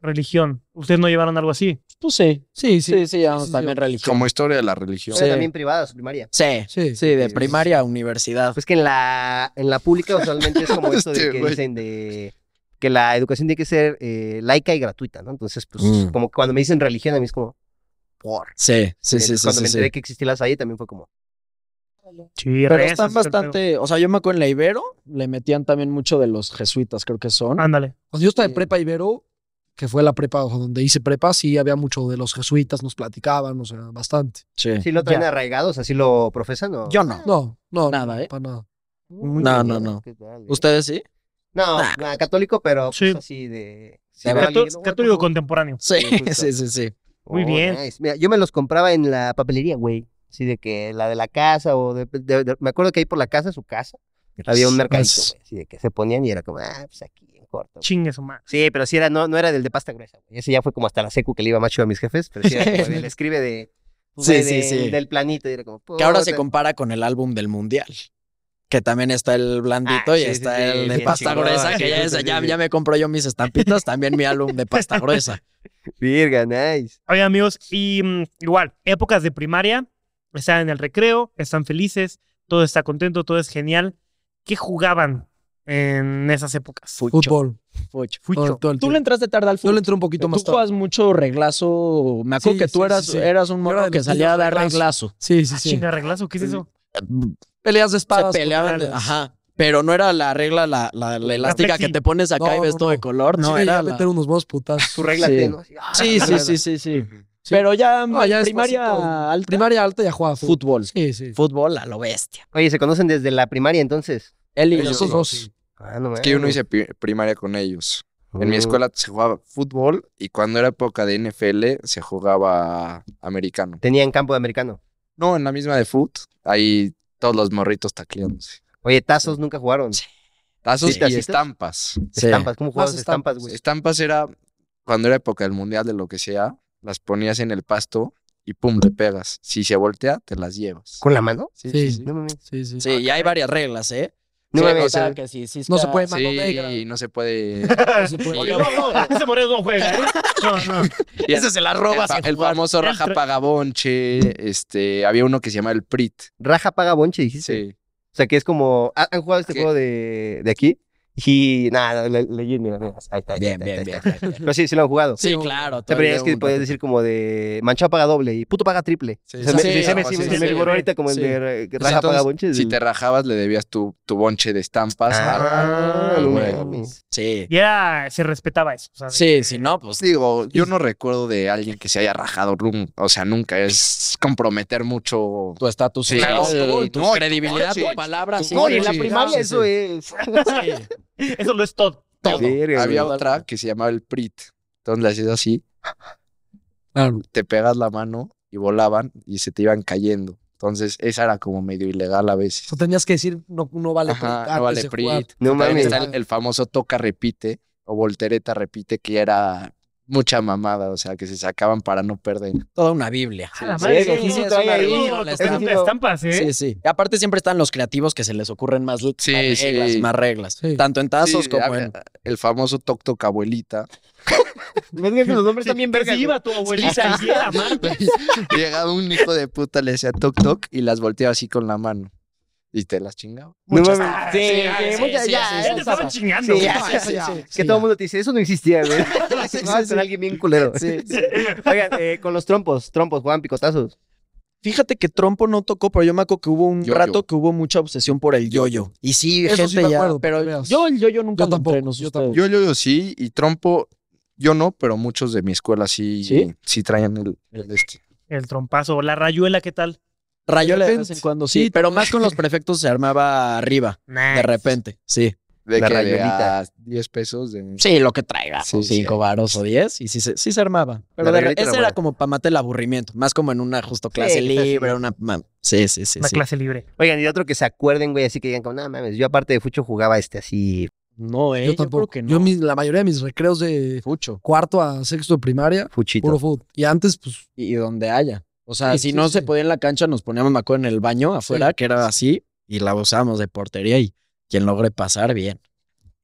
S4: Religión. ¿Ustedes no llevaron algo así?
S2: Pues sí.
S3: Sí, sí.
S2: Sí, sí, llevamos
S3: Sí, sí,
S2: también
S3: sí.
S2: religión.
S1: Como historia de la religión.
S5: Era
S2: Sí.
S5: también privada su primaria.
S2: Sí.
S3: Sí.
S2: Sí, de
S1: Sí,
S2: primaria a universidad.
S5: Pues que en la, en la (laughs) pública usualmente es como esto de
S1: Este
S5: que
S1: güey.
S5: dicen de que la educación tiene que ser eh, laica y gratuita, ¿no? Entonces, pues,
S2: Mm.
S5: como que cuando me dicen religión, a mí es como, por.
S2: Sí, sí,
S5: Eh,
S2: sí, sí,
S5: Cuando
S2: sí.
S5: me
S2: sí.
S5: enteré que existía la SAI, también fue como,
S4: Sí,
S2: Pero
S4: rezas,
S2: están
S4: todo el pedo.
S2: bastante, o sea, yo me acuerdo en la Ibero, le metían también mucho de los jesuitas, creo que son.
S5: Ah,
S4: Ándale.
S3: Cuando yo estaba en
S2: Sí.
S3: prepa Ibero, que fue la prepa, o sea, donde hice prepa, sí había mucho de los jesuitas, nos platicaban, o sea, bastante.
S2: Sí.
S5: ¿Sí lo traen
S2: Ya.
S5: arraigados? ¿Así lo profesan o...?
S2: Yo no.
S3: No, no,
S2: Ah. Nada, ¿eh?
S3: para nada.
S5: Muy
S2: No,
S5: bien,
S2: no, no.
S5: ¿qué tal, eh?
S2: ¿Ustedes sí?
S5: No,
S2: Nah.
S5: nada, católico, pero pues,
S4: Sí.
S5: así de... si
S2: De
S5: veo a
S4: Cató-
S5: alguien, "Oye, por
S4: Católico
S5: favor".
S4: contemporáneo.
S2: Sí,
S5: Sí, justo.
S2: sí, sí, sí.
S4: Muy
S5: Oh,
S4: bien.
S5: nice. Mira, yo me los compraba en la papelería, güey. Así de que la de la casa o de, de- de- Me acuerdo que ahí por la casa, su casa, había un mercadito,
S2: pues.
S3: Gracias.
S5: güey. Así de que se ponían y era como, ah, pues aquí, en corto. güey.
S4: Chingue su madre.
S5: Sí, pero sí era, no, no era del de pasta gruesa, güey. Ese ya fue como hasta la secu que le iba más chido a mis jefes. Pero sí era como
S2: (laughs)
S5: del escribe de... pues,
S2: Sí,
S5: güey,
S2: sí,
S5: de-
S2: sí.
S5: Del planito. Y era como,
S2: Que ahora se
S5: puta.
S2: compara con el álbum del Mundial. Que también está el blandito
S5: Ah,
S2: y
S5: sí, sí,
S2: está
S5: sí,
S2: el de
S5: bien
S2: pasta
S5: chingón,
S2: gruesa,
S5: sí,
S2: que ya, es-
S5: justo, sí,
S2: ya,
S5: sí.
S2: ya me compro yo mis estampitas, también mi álbum de pasta (laughs) gruesa.
S5: Virga, nice.
S4: Oye, amigos, y mm, igual, épocas de primaria, están en el recreo, están felices, todo está contento, todo es genial. ¿Qué jugaban en esas épocas?
S3: Fútbol.
S2: Fucho.
S3: Todo,
S4: Fucho.
S3: todo el
S2: Tú
S3: tiempo.
S2: le entraste tarde al
S3: Yo le
S2: fútbol.
S3: entré un poquito
S2: Tú
S3: más tarde.
S2: jugabas mucho reglazo. Me acuerdo
S3: Sí,
S2: que tú
S3: sí,
S2: eras,
S3: sí, sí.
S2: eras un
S3: Yo era
S2: morro
S3: de
S2: que
S3: los
S2: salía a
S3: niños
S2: dar
S3: reglazo.
S2: reglazo.
S3: Sí, sí,
S4: Ah,
S3: sí.
S4: chinga, reglazo, ¿qué es eso?
S3: Peleas de
S2: Se
S3: espadas.
S2: peleaban. de-
S3: con-
S2: ajá. Pero no era la regla, la, la, la elástica
S4: flexi.
S2: que te pones acá
S3: No,
S2: y ves
S3: no,
S2: todo de
S3: no.
S2: color. No,
S3: sí,
S2: era.
S3: era
S2: la-
S3: meter unos buenos putas.
S5: Tú réglate,
S2: Sí.
S5: ¿no? Así, ah,
S2: Sí, sí, sí, sí, sí. Pero ya,
S3: No, ya después sí,
S2: primaria
S3: todo.
S2: alta.
S3: Primaria alta ya jugaba fútbol.
S2: Fútbol.
S3: Sí, sí.
S2: Fútbol a lo bestia.
S5: Oye, ¿se conocen desde la primaria entonces?
S2: Él y
S1: Ellos
S2: nosotros.
S3: Esos dos.
S5: Ah, no
S1: Es que yo no
S5: mames.
S1: hice pi- primaria con ellos. En mi
S5: Oh.
S1: escuela se jugaba fútbol y cuando era época de NFL se jugaba americano.
S5: Tenían campo de americano.
S1: No, en la misma de foot, ahí todos los morritos tacleándose.
S5: Oye, tazos nunca jugaron.
S1: Tazos
S5: ¿Sí,
S1: y
S5: tacitos?
S1: estampas.
S2: Sí.
S5: Estampas, ¿cómo jugabas
S3: Más
S5: estampas,
S3: estampas.
S5: güey?
S1: Estampas era cuando era época del mundial de lo que sea, las ponías en el pasto y pum, le pegas. Si se voltea, te las llevas.
S5: ¿Con la mano?
S1: Sí,
S3: Sí.
S1: sí, sí.
S5: No mames.
S3: Sí, sí.
S2: Sí, y hay varias reglas, ¿eh?
S5: No
S2: Sí,
S5: mames.
S2: o sea,
S5: o sea,
S2: que sí, sí
S3: No
S2: está-
S3: se puede
S1: Sí,
S3: mano negra.
S1: y no se
S5: (laughs)
S1: puede.
S3: No se puede.
S1: Sí.
S4: Oye, no, (laughs) no, ese Moreno no juega, ¿eh? No, no.
S1: Y el,
S2: Ese se la robas.
S1: fa-
S2: sin
S1: el
S2: jugar.
S1: famoso raja
S4: tra-
S1: pagabonche, este, había uno que se llamaba el Prit.
S5: raja paga bonche, dijiste.
S1: Sí.
S5: O sea, que es como. ¿ha- ¿Han jugado este
S1: ¿Qué?
S5: juego de, de aquí? Y nada, le, leí, mira, mira. Ahí está. ahí está,
S2: Bien,
S5: ahí está,
S2: bien,
S5: ahí
S2: bien.
S5: está. Pero sí, sí lo han jugado.
S2: Sí, claro.
S5: O sea, pero ya es que
S2: todavía
S5: podías
S2: un-
S5: decir como de manchado paga doble y puto paga triple.
S1: Sí,
S5: O sea, me-
S2: sí,
S5: me- se me,
S1: sí,
S5: se me-
S1: sí,
S5: se me
S1: sí.
S5: figuró ahorita como el
S1: Sí. Pues
S5: de eh, raja
S1: Entonces,
S5: paga bonche.
S1: Si te rajabas, le debías tu, tu bonche de estampas.
S5: Ah,
S1: Ah,
S5: no
S1: güey.
S5: mames.
S2: Sí.
S4: Y era, se respetaba eso. o sea, de
S2: Sí,
S4: que-
S2: sí, no, pues.
S1: Digo, yo no recuerdo de alguien que se haya rajado, nun- o sea, nunca es comprometer mucho.
S2: Tu estatus
S1: Sí,
S2: social,
S1: claro.
S2: tu
S1: No, y-
S2: credibilidad,
S1: sí.
S2: tu palabra. sí,
S5: No, y en la
S2: sí,
S5: primaria
S2: sí,
S5: eso
S2: sí.
S5: es.
S4: Eso lo es todo.
S2: Todo.
S5: Verga,
S1: Había
S5: güey.
S1: otra que se llamaba el Prit. Entonces le hacías así,
S3: Claro.
S1: te pegas la mano y volaban y se te iban cayendo. Entonces, esa era como medio ilegal a veces.
S3: O sea, tenías que decir, no, no vale
S1: Ajá,
S3: Prit,
S1: no vale
S3: antes de
S1: Prit.
S3: jugar.
S5: No
S1: También
S5: mames.
S1: está el, el famoso toca repite o voltereta repite, que ya era mucha mamada, o sea, que se sacaban para no perder.
S2: Toda una Biblia.
S4: A la
S5: sí,
S4: madre,
S5: sí,
S4: eso
S5: sí,
S4: sí
S5: sí,
S4: es
S5: trae
S4: una
S5: ahí,
S4: regla,
S2: no,
S4: la
S2: es
S4: estampa-
S5: tipo-
S4: estampas, ¿eh?
S2: Sí, sí. Y aparte siempre están los creativos que se les ocurren más, más
S1: Sí,
S2: reglas,
S1: sí.
S2: más reglas.
S3: Sí.
S2: Tanto en tazos
S1: Sí,
S2: como
S1: había-
S2: en...
S1: El famoso toc toc abuelita.
S5: Verga, que los nombres
S4: Sí,
S5: también
S4: que
S5: verga.
S4: si iba tu abuelita y era mal.
S1: (laughs) Llegaba un hijo de puta, le decía toc toc y las volteaba así con la mano. Y te las chingaba.
S5: No
S4: Muchas-
S5: mames.
S4: Ah,
S5: Sí,
S4: sí,
S5: sí,
S4: sí,
S5: muchas-
S2: sí,
S5: ya,
S2: sí,
S4: Ya
S5: ya
S4: te
S5: te
S4: estaban
S5: sabes.
S4: chingando.
S5: Sí,
S4: güey.
S5: ya,
S3: Sí, sí, sí,
S5: Que
S3: sí,
S5: todo
S3: ya.
S5: el mundo te dice, eso no existía,
S3: (laughs)
S5: güey. (laughs)
S3: sí,
S5: No,
S3: sí.
S5: con alguien bien culero.
S3: Sí, sí.
S5: (laughs) Oigan, eh, con los trompos, trompos, juegan picotazos.
S2: Fíjate que Trompo no tocó, pero yo me acuerdo que hubo un
S1: Yo-yo.
S2: rato que hubo mucha obsesión por el yoyo. Y sí,
S3: Eso sí
S2: gente
S3: me
S2: ya...
S3: acuerdo,
S2: pero
S3: veas.
S2: yo el yoyo nunca
S3: Yo
S2: lo
S3: tampoco,
S2: entré, no sé
S3: yo
S2: ustedes.
S1: Yo, yo, yo sí, y trompo, yo no, pero muchos de mi escuela sí,
S2: ¿Sí?
S1: sí, traían el, el este.
S4: El trompazo, la rayuela, ¿qué tal?
S2: Rayola de vez
S3: repente.
S2: en cuando, sí,
S3: Sí,
S2: pero más con los prefectos se armaba arriba, de repente, sí.
S1: De
S5: La
S1: que de
S5: rayuelita.
S1: a 10 pesos de...
S2: Sí, lo que traiga, pues,
S1: Sí, sí.
S2: cinco varos o diez, y sí, se- sí se armaba. Pero
S5: La
S2: de re-
S5: regleta era
S2: ese era
S5: buena.
S2: como para matar el aburrimiento, más como en una justo clase
S5: clase
S2: libre,
S5: libre.
S2: una... ma- Sí, sí, sí.
S4: Una
S2: sí.
S4: clase libre.
S5: Oigan, y otro que se acuerden, güey, así que digan como, no mames, yo aparte de Fucho jugaba este así.
S2: No, eh,
S3: Yo
S2: yo,
S3: tampoco.
S2: creo que no.
S3: Yo mis- la mayoría de mis recreos de
S2: Fucho.
S3: cuarto a sexto de primaria,
S5: Fuchito.
S3: puro fútbol. Y antes, pues,
S2: Y, y donde haya. O sea,
S3: Sí,
S2: si
S3: sí,
S2: no
S3: sí.
S2: se podía en la cancha, nos poníamos, me acuerdo, en el baño afuera,
S3: Sí.
S2: que era así, y la usábamos de portería y quien logre pasar, bien.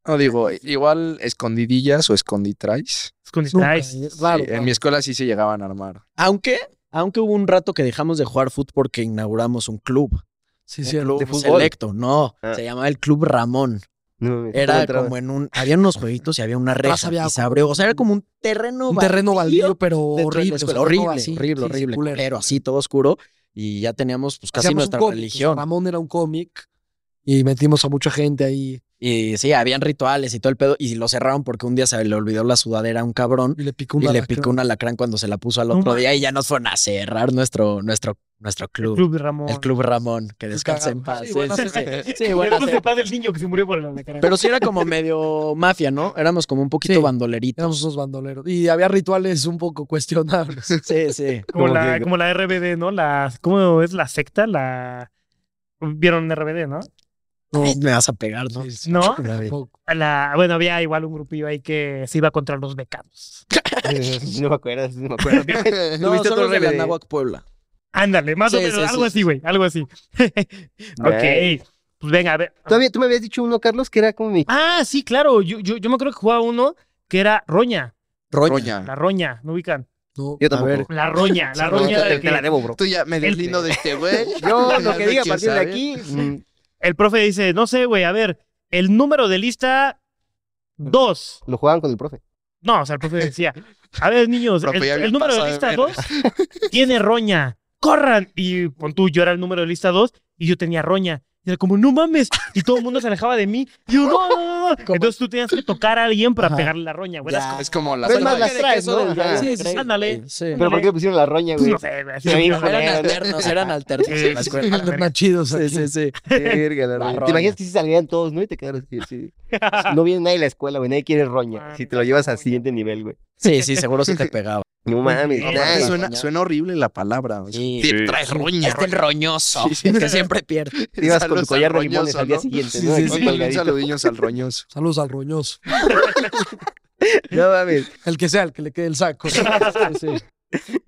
S1: No digo, igual escondidillas o esconditrais.
S3: nunca,
S4: Esconditais.
S3: eh, raro.
S1: Sí, en mi escuela sí se llegaban a
S5: (laughs)
S1: armar. (laughs)
S2: Aunque, aunque hubo un rato que dejamos de jugar fútbol porque inauguramos un club.
S3: Sí,
S2: un
S3: sí.
S2: club
S5: de fútbol.
S2: selecto, no.
S5: Ah.
S2: Se llamaba el Club Ramón.
S5: No mames, ¿cómo
S2: Era
S5: entraba?
S2: como en un... Había unos jueguitos y había una reja
S3: había-
S2: y se abrió. O sea, era como un terreno
S3: Un terreno baldío, pero
S2: dentro de la
S3: horrible. o sea,
S2: escuela.
S3: todo
S2: horrible,
S3: así,
S2: horrible,
S3: sí, sí,
S2: horrible,
S3: culero.
S2: culero, así, todo oscuro. Y ya teníamos pues casi
S3: Hacíamos un
S2: nuestra
S3: cómic, o sea,
S2: religión.
S3: Ramón era un cómic y metimos a mucha gente ahí
S2: Y sí, habían rituales y todo el pedo. Y lo cerraron porque un día se le olvidó la sudadera a un cabrón.
S3: y le picó un
S2: y le
S3: alacrán.
S2: picó un alacrán cuando se la puso al
S4: No
S2: otro día y ya nos fueron a cerrar nuestro, nuestro, nuestro club.
S4: Club de Ramón.
S2: El Club Ramón, que descanse en
S3: cagado.
S2: paz.
S3: Sí,
S2: Sí,
S3: buena
S2: sí,
S3: cepa.
S2: sí. Sí, buena
S4: Pero no se
S2: cepa.
S4: pasa el niño que se murió por la cara.
S2: Pero sí era como medio mafia, ¿no? Éramos como un poquito
S3: Sí.
S2: bandoleritos.
S3: Éramos unos bandoleros. Y había rituales un poco cuestionables.
S2: Sí, sí.
S4: como,
S5: como
S4: la,
S5: que-
S4: como la RBD, ¿no? La, ¿Cómo es la secta? La... ¿Vieron RBD, no?
S2: Ay, Me vas a pegar, ¿no?
S3: Sí, sí,
S4: ¿No?
S3: un poco.
S4: La, bueno, había igual un grupillo ahí que se iba contra los becados. (laughs)
S5: (laughs) No me acuerdo, no me acuerdo.
S2: No,
S5: ¿Tuviste
S2: son
S5: otro
S2: los de la
S5: RBD?
S2: Anáhuac, Puebla.
S4: Ándale, más o
S2: Sí,
S4: menos,
S2: sí,
S4: algo
S2: sí,
S4: así, güey, algo así. (laughs) ok, pues venga, a ver.
S5: Todavía tú me habías dicho uno, Carlos, que era como mi.
S4: Ah, sí, claro, yo, yo, yo me acuerdo que jugaba uno que era Roña,
S2: Roña.
S1: (laughs) Roña.
S4: la Roña, ¿no ubican?
S3: No,
S5: Yo
S3: a
S5: tampoco.
S3: ver,
S4: La Roña,
S5: (laughs)
S4: la
S5: Ah. No,
S4: Roña era
S5: te,
S4: de
S5: te la
S4: que
S5: debo,
S4: (laughs)
S5: bro.
S1: Tú ya me deslindo
S4: El-
S1: de este güey.
S5: (laughs) Yo lo
S1: Ya
S5: que
S1: no
S5: diga
S1: quiero
S5: a partir de
S1: saber.
S5: aquí. mm,
S4: el profe dice, no sé, güey, a ver, el número de lista
S5: Mm.
S4: dos.
S5: Lo jugaban con el profe.
S4: No, o sea, el profe decía, a ver, niños,
S1: Profe,
S4: el,
S1: ya
S4: el
S1: bien
S4: número de
S1: pasado de
S4: lista
S1: verga.
S4: 2 tiene roña, corran. Y pon tú, yo era el número de lista 2 y yo tenía roña. Y era como, no mames. Y todo el mundo se alejaba de mí. Y yo, no, no, no, no. Entonces tú tenías que tocar a alguien para
S2: Ajá.
S4: pegarle la roña, güey. Era
S2: Ya.
S1: Es como la Eh,
S5: Ves Pues
S1: (laughs)
S5: más
S1: salva.
S5: las traes, ¿no? Ajá.
S2: Sí,
S4: sí, sí. Ándale.
S2: Sí.
S5: Pero ¿por qué le pusieron la roña,
S4: como,
S5: güey?
S4: no sé, güey. así
S5: Sí,
S4: me iba a
S5: hijo,
S4: joder.
S2: Eran
S5: Joder.
S2: alternos, eran alternos
S4: Sí,
S2: en la
S4: sí,
S2: escuela.
S4: sí.
S3: más chidos.
S2: Sí,
S3: aquí.
S2: sí, sí.
S5: Verga, la
S2: La
S5: roña.
S2: roña.
S5: Te imaginas que si salieran todos, ¿no? Y te quedaras así. así. No viene nadie a la escuela, güey. Nadie quiere roña.
S1: Ah,
S4: Mames,
S5: Si te lo llevas al
S4: roña.
S5: siguiente nivel, güey.
S2: Sí, sí, seguro se te pegaba.
S5: No mames,
S4: no,
S1: Aparte
S5: nadie.
S1: Suena, suena horrible la palabra. o sea,
S2: Sí.
S1: Te traes roña.
S2: Este roñoso,
S1: Sí, sí.
S2: que siempre pierde.
S5: Te ibas con
S1: Saludos
S5: tu collar
S1: al
S5: de limones
S1: roñoso,
S5: al día
S1: ¿no?
S5: siguiente,
S1: Sí,
S5: ¿no?
S1: sí,
S5: Aquí
S1: sí,
S5: colgadito.
S1: Saludiños al roñoso.
S3: Saludos al roñoso.
S5: No mames.
S3: El que sea, el que le quede el saco. Sí, sí.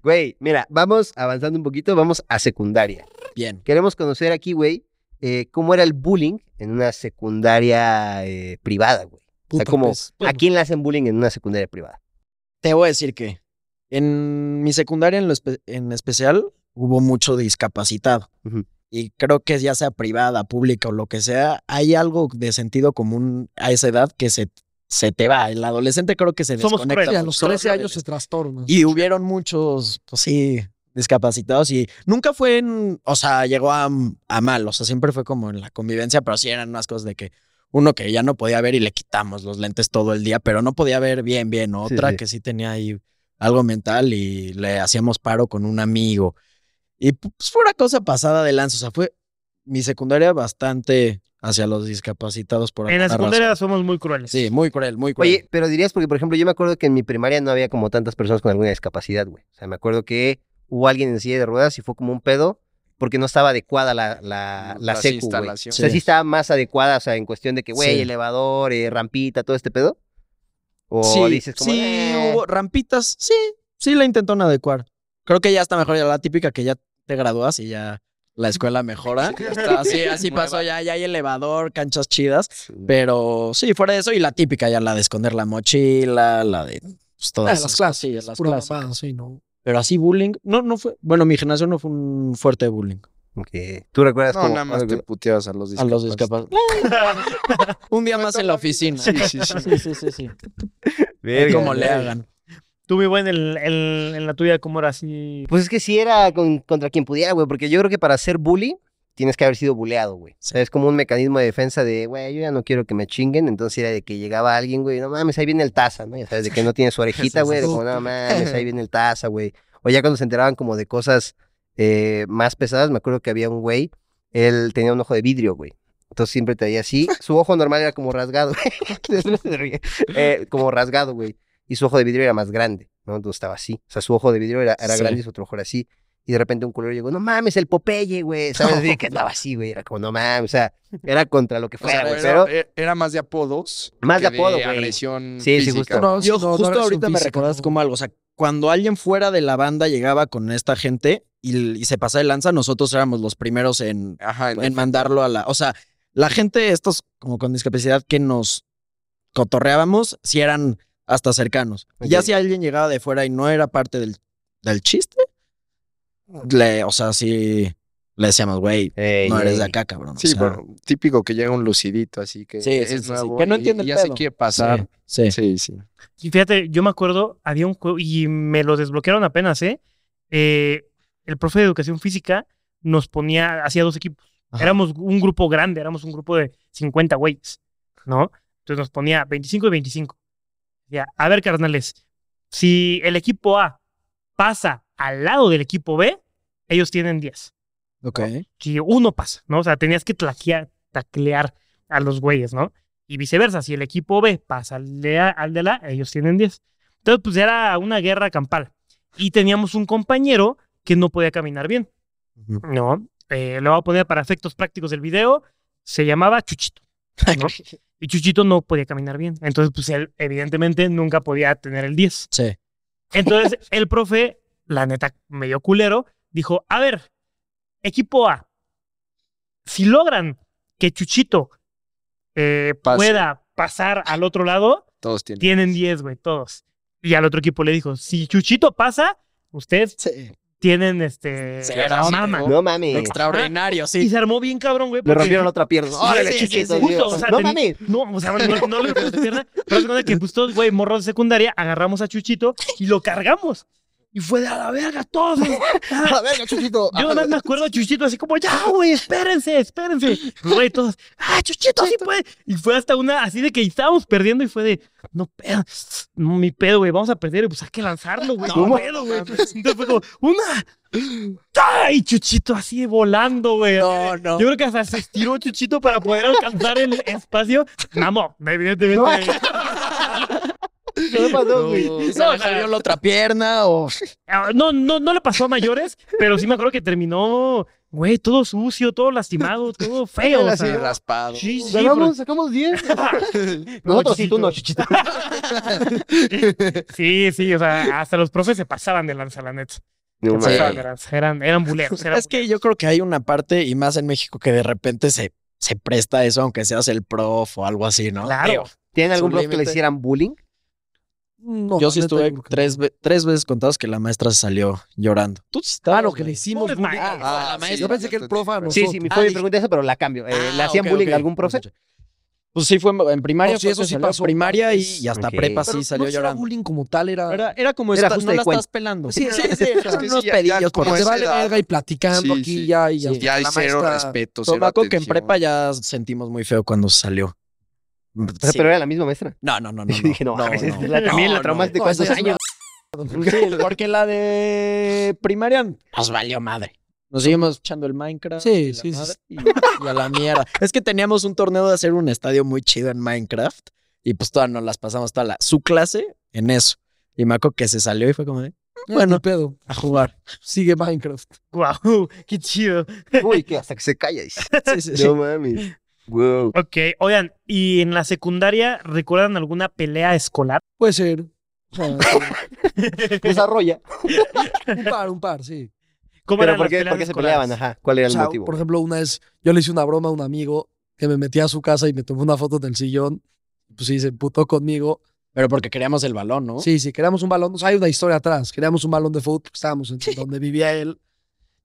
S5: Güey, mira, vamos avanzando un poquito, vamos a secundaria.
S2: Bien.
S5: Queremos conocer aquí, güey, eh, cómo era el bullying en una secundaria eh, privada, güey. O sea,
S3: Puta,
S5: como,
S3: pues,
S5: ¿a quién le hacen bullying en una secundaria privada?
S2: Te voy a decir que en mi secundaria en, lo espe- en especial hubo mucho discapacitado.
S5: Ujú.
S2: Y creo que ya sea privada, pública o lo que sea, hay algo de sentido común a esa edad que se, se te va. El adolescente creo que se
S4: Somos
S2: desconecta.
S4: crueles.
S3: sí, a los 13 años se trastorna.
S2: Y hubieron muchos, pues sí, discapacitados y nunca fue en, o sea, llegó a, a mal, o sea, siempre fue como en la convivencia, pero sí eran unas cosas de que uno que ya no podía ver y le quitamos los lentes todo el día, pero no podía ver bien, bien,
S5: Sí,
S2: otra
S5: sí.
S2: que sí tenía ahí algo mental y le hacíamos paro con un amigo. Y pues fue una cosa pasada de lanza, o sea, fue mi secundaria bastante hacia los discapacitados por
S4: En la
S2: alguna razón.
S4: secundaria somos muy crueles.
S2: Sí, muy cruel, muy cruel.
S5: Oye, pero dirías, porque por ejemplo, yo me acuerdo que en mi primaria no había como tantas personas con alguna discapacidad, güey. O sea, me acuerdo que hubo alguien en silla de ruedas y fue como un pedo porque no estaba adecuada la, la, la
S1: Las
S5: secu, güey. O
S1: instalaciones.
S5: sea, sí
S2: Sí.
S5: estaba más adecuada, o sea, en cuestión de que, güey,
S2: Sí.
S5: elevador, eh, rampita, todo este pedo. O dices como,
S2: sí,
S5: "Eh".
S2: hubo rampitas. Sí, sí la intentaron adecuar. Creo que ya está mejor, ya la típica que ya te gradúas y ya la escuela mejora. Está así así
S1: Nueva.
S2: pasó, ya, ya hay elevador, canchas chidas.
S5: pues,
S2: Pero sí, fuera de eso, y la típica ya la de esconder la mochila, la de pues,
S3: Ah,
S2: todas
S3: las
S2: esas
S3: clases,
S2: cosillas, las
S3: pura
S2: clases.
S3: mamada, sí, ¿no?
S2: Pero así bullying, no, no fue, bueno, mi generación no fue un fuerte bullying
S5: Ok. ¿Tú recuerdas
S1: No,
S5: como-
S1: nada más te puteabas a los
S2: a los
S1: discapacitados.
S2: discapacitados. un día más en la oficina. Sí, sí, sí. (laughs) sí, sí,
S5: Verga,
S2: Como le
S5: verga.
S2: hagan.
S4: Tú, mi buen, el- el- en la tuya, ¿cómo era así?
S5: Pues es que sí era con- contra quien pudiera, güey, porque yo creo que para ser bully tienes que haber sido buleado, güey. O sea, es como un mecanismo de defensa de, güey, yo ya no quiero que me chinguen, entonces era de que llegaba alguien, güey, no mames, ahí viene el taza, ¿no? Ya sabes, de que no tiene su orejita, güey, de como, no mames, ahí viene el taza, güey. O ya cuando se enteraban como de cosas eh, más pesadas, me acuerdo que había un güey, él tenía un ojo de vidrio, güey. Entonces siempre traía así, su ojo normal era como rasgado, (laughs) güey. Eh, como rasgado, güey. Y su ojo de vidrio era más grande, ¿no? Entonces estaba así. O sea, su ojo de vidrio era, era
S2: Sí.
S5: grande y su otro ojo era así. Y de repente un culero llegó, no mames, el Popeye, güey. ¿Sabes?
S2: (laughs)
S5: Y que andaba así, güey. Era como, no mames. O sea, era contra lo que
S1: O sea,
S5: fuera, güey.
S1: era, e-,
S5: Pero
S1: era- era más de apodos.
S5: Más de
S1: que
S5: apodo, güey.
S1: agresión
S5: Sí, sí,
S1: física.
S5: justo.
S2: Yo
S3: Oh, no, no
S2: justo
S3: eres un
S2: ahorita me
S3: físico,
S2: recordaste
S3: no.
S2: como algo, o sea, cuando alguien fuera de la banda llegaba con esta gente y, y se pasaba de lanza, nosotros éramos los primeros en,
S1: Ajá, en-
S2: en mandarlo a la... O sea, la gente, estos como con discapacidad que nos cotorreábamos, si eran hasta cercanos. Y Ya
S5: Ok.
S2: si alguien llegaba de fuera y no era parte del, del chiste, le, o sea, sí le decíamos, güey, eh,
S5: Ey,
S2: no eres de
S5: ey.
S2: acá, cabrón. o
S1: Sí,
S2: sea,
S1: bueno, típico que llega un lucidito, así que
S2: Sí, sí, sí,
S1: es
S2: sí,
S1: nuevo.
S2: que no
S1: y-
S2: entiende
S1: y
S2: el
S1: ya se
S2: pedo.
S1: quiere
S2: sí,
S1: pasar.
S2: sí.
S1: Sí, sí.
S4: Y fíjate, yo me acuerdo, había un juego y me lo desbloquearon apenas, ¿eh? Eh, El profe de educación física nos ponía, hacía dos equipos.
S2: Ajá.
S4: Éramos un grupo grande, éramos un grupo de 50 güeyes, ¿no? Entonces nos ponía 25 y 25. Ya, a ver, carnales, si el equipo A pasa al lado del equipo B, ellos tienen 10.
S2: Ok.
S4: Si uno pasa, ¿no? O sea, tenías que tlaquear- taclear a los güeyes, ¿no? Y viceversa, si el equipo B pasa al de, A- al de la, ellos tienen 10. Entonces, pues era una guerra campal. Y teníamos un compañero que no podía caminar bien.
S2: Ujú.
S4: No, eh, lo voy a poner para efectos prácticos del video. Se llamaba Chuchito. ¿no? y Chuchito no podía caminar bien. Entonces, pues él evidentemente nunca podía tener el 10.
S2: Sí. (laughs)
S4: Entonces, el profe, la neta, medio culero, dijo, a ver, equipo A, si logran que Chuchito eh,
S1: Pase.
S4: pueda pasar al otro lado,
S1: Todos tienen.
S4: tienen 10, güey, todos. Y al otro equipo le dijo, si Chuchito pasa, ustedes
S2: Sí.
S4: tienen este...
S2: Será
S4: la
S2: un-
S4: mama.
S5: No mames.
S2: Extraordinario,
S4: Y (laughs)
S2: sí.
S4: se armó bien cabrón, güey.
S5: Le
S4: porque-
S5: rompieron la otra pierna.
S2: Sí,
S5: Órale,
S2: sí, sí,
S5: chiquito,
S2: sí,
S5: Dios.
S4: justo, o sea,
S5: no
S4: teni-
S5: mames.
S4: No, o sea, no, no le rompieron la pierna. Pero es que pues todos, güey, morros de secundaria, agarramos a Chuchito y lo cargamos. Y fue de a la verga todos.
S5: (laughs)
S4: Ah,
S5: A la
S3: (laughs)
S5: verga, chiquito.
S4: Yo nada más me acuerdo a Chuchito así como, ya, güey, espérense, espérense. Güey, todos, ah, Chuchito, sí puede. Y fue hasta una, así de que estábamos perdiendo y fue de, no pedo, no, mi pedo, güey, vamos a perder, y pues hay que lanzarlo, güey. No, pedo, güey. Entonces fue como, una. ¡Ay, Chuchito! Así volando, güey.
S2: No, no.
S4: Yo creo que hasta se estiró Chuchito para poder alcanzar el espacio. Namo, evidentemente.
S5: No.
S4: eh,
S5: ¿Qué pasó, güey?
S2: Se le salió la otra pierna o.
S4: ah, No, no, no le pasó a mayores, pero sí me acuerdo que terminó, güey, todo sucio, todo lastimado, todo feo. o
S5: Así,
S1: Sí,
S4: sea.
S1: raspado.
S4: Sí, sí,
S5: Ganamos,
S4: (laughs)
S5: sacamos 10.
S4: pero-
S5: Nosotros sí, tú (laughs) no, chiquito.
S4: Sí, sí, o sea, hasta los profes se pasaban de lanza, la neta.
S5: No
S4: Se
S1: Sí.
S4: pasaban de lanza, eran, eran buleros. eran
S2: Es que yo creo que hay una parte, y más en México, que de repente se, se presta eso, aunque seas el prof o algo así, ¿no?
S4: Claro.
S5: ¿Tienen algún prof que le
S2: Sublímite.
S5: hicieran bullying?
S3: No,
S2: Yo sí
S3: la neta,
S2: estuve
S3: yo creo que
S2: tres, ve- tres veces contados que la maestra se salió llorando. Tú sí
S3: no.
S2: estabas,
S3: Ah, no, que le
S2: güey.
S3: hicimos
S4: Pobres
S3: bullying.
S4: maestros.
S3: Ah,
S1: Ah, la
S3: sí,
S1: maestra.
S3: Yo pensé que el profe a
S5: Sí,
S3: nosotros.
S5: sí, mi- fue mi
S2: Ah,
S5: pregunta esa, pero la cambio. Eh, ¿Le
S2: Ah,
S5: hacían
S2: ok,
S5: bullying
S2: ok.
S5: a algún profe?
S2: Pues sí, fue en primaria.
S3: No, sí,
S2: fue
S3: eso
S2: que
S3: sí
S2: salió.
S3: pasó.
S2: Primaria y, y hasta
S5: Ok.
S2: prepa
S3: Pero
S2: sí salió
S3: no era
S2: llorando.
S3: bullying como tal, era...
S2: Era, era como
S5: Era
S2: estás,
S5: justa
S2: no la
S5: de cuenta.
S2: estás pelando.
S3: Sí, sí, sí,
S2: (laughs) Son
S3: o sea,
S1: sí,
S2: unos
S1: ya- ya
S2: pedillos.
S1: como
S2: por
S3: Te
S1: esa
S3: vale
S1: edad.
S3: verga y platicando
S1: Sí,
S3: aquí
S1: sí.
S3: ya y ya.
S1: Ya hay
S3: La
S1: cero
S3: maestra-
S1: respeto, cero
S2: Tomaco que en
S1: atención.
S2: prepa ya sentimos muy feo cuando salió.
S5: O sea,
S2: Sí.
S5: Pero era la misma maestra.
S2: No, no, no, (laughs) no.
S5: Yo dije, no, a veces la- también la traumaste
S3: no,
S5: cuántos
S3: eso es una-
S5: años.
S2: Sí, porque la de primaria nos valió madre. Nos seguimos echando el Minecraft.
S3: Sí,
S2: y la
S3: sí, sí,
S2: madre, Y, y a la mierda. Es que teníamos un torneo de hacer un estadio muy chido en Minecraft. Y pues todas nos las pasamos toda la, su clase en eso. Y me acuerdo que se salió y fue como de,
S3: Bueno,
S2: bueno,
S3: eh, pedo.
S2: a jugar.
S3: Sigue Minecraft.
S4: Guau, (laughs) qué chido.
S5: Uy, que hasta que se calla. dice.
S2: Sí, sí, sí.
S5: No mames. Wow.
S4: Ok, oigan, ¿y en la secundaria recuerdan alguna pelea escolar?
S3: Puede ser. O sea,
S2: (laughs)
S5: Desarrolla.
S3: un par, un par, sí.
S4: ¿Cómo
S5: Pero
S4: eran
S5: ¿por
S4: las
S5: qué,
S4: peleas
S5: por qué se
S4: escolares?
S5: peleaban? Ajá. ¿Cuál era
S3: O
S5: el
S3: sea,
S5: motivo?
S3: por ejemplo, una vez yo le hice una broma a un amigo que me metía a su casa y me tomó una foto del sillón. Pues sí, se emputó conmigo.
S2: Pero porque queríamos el balón, ¿no?
S3: Sí, sí, queríamos un balón. O sea, hay una historia atrás. Queríamos un balón de fútbol porque estábamos en donde vivía él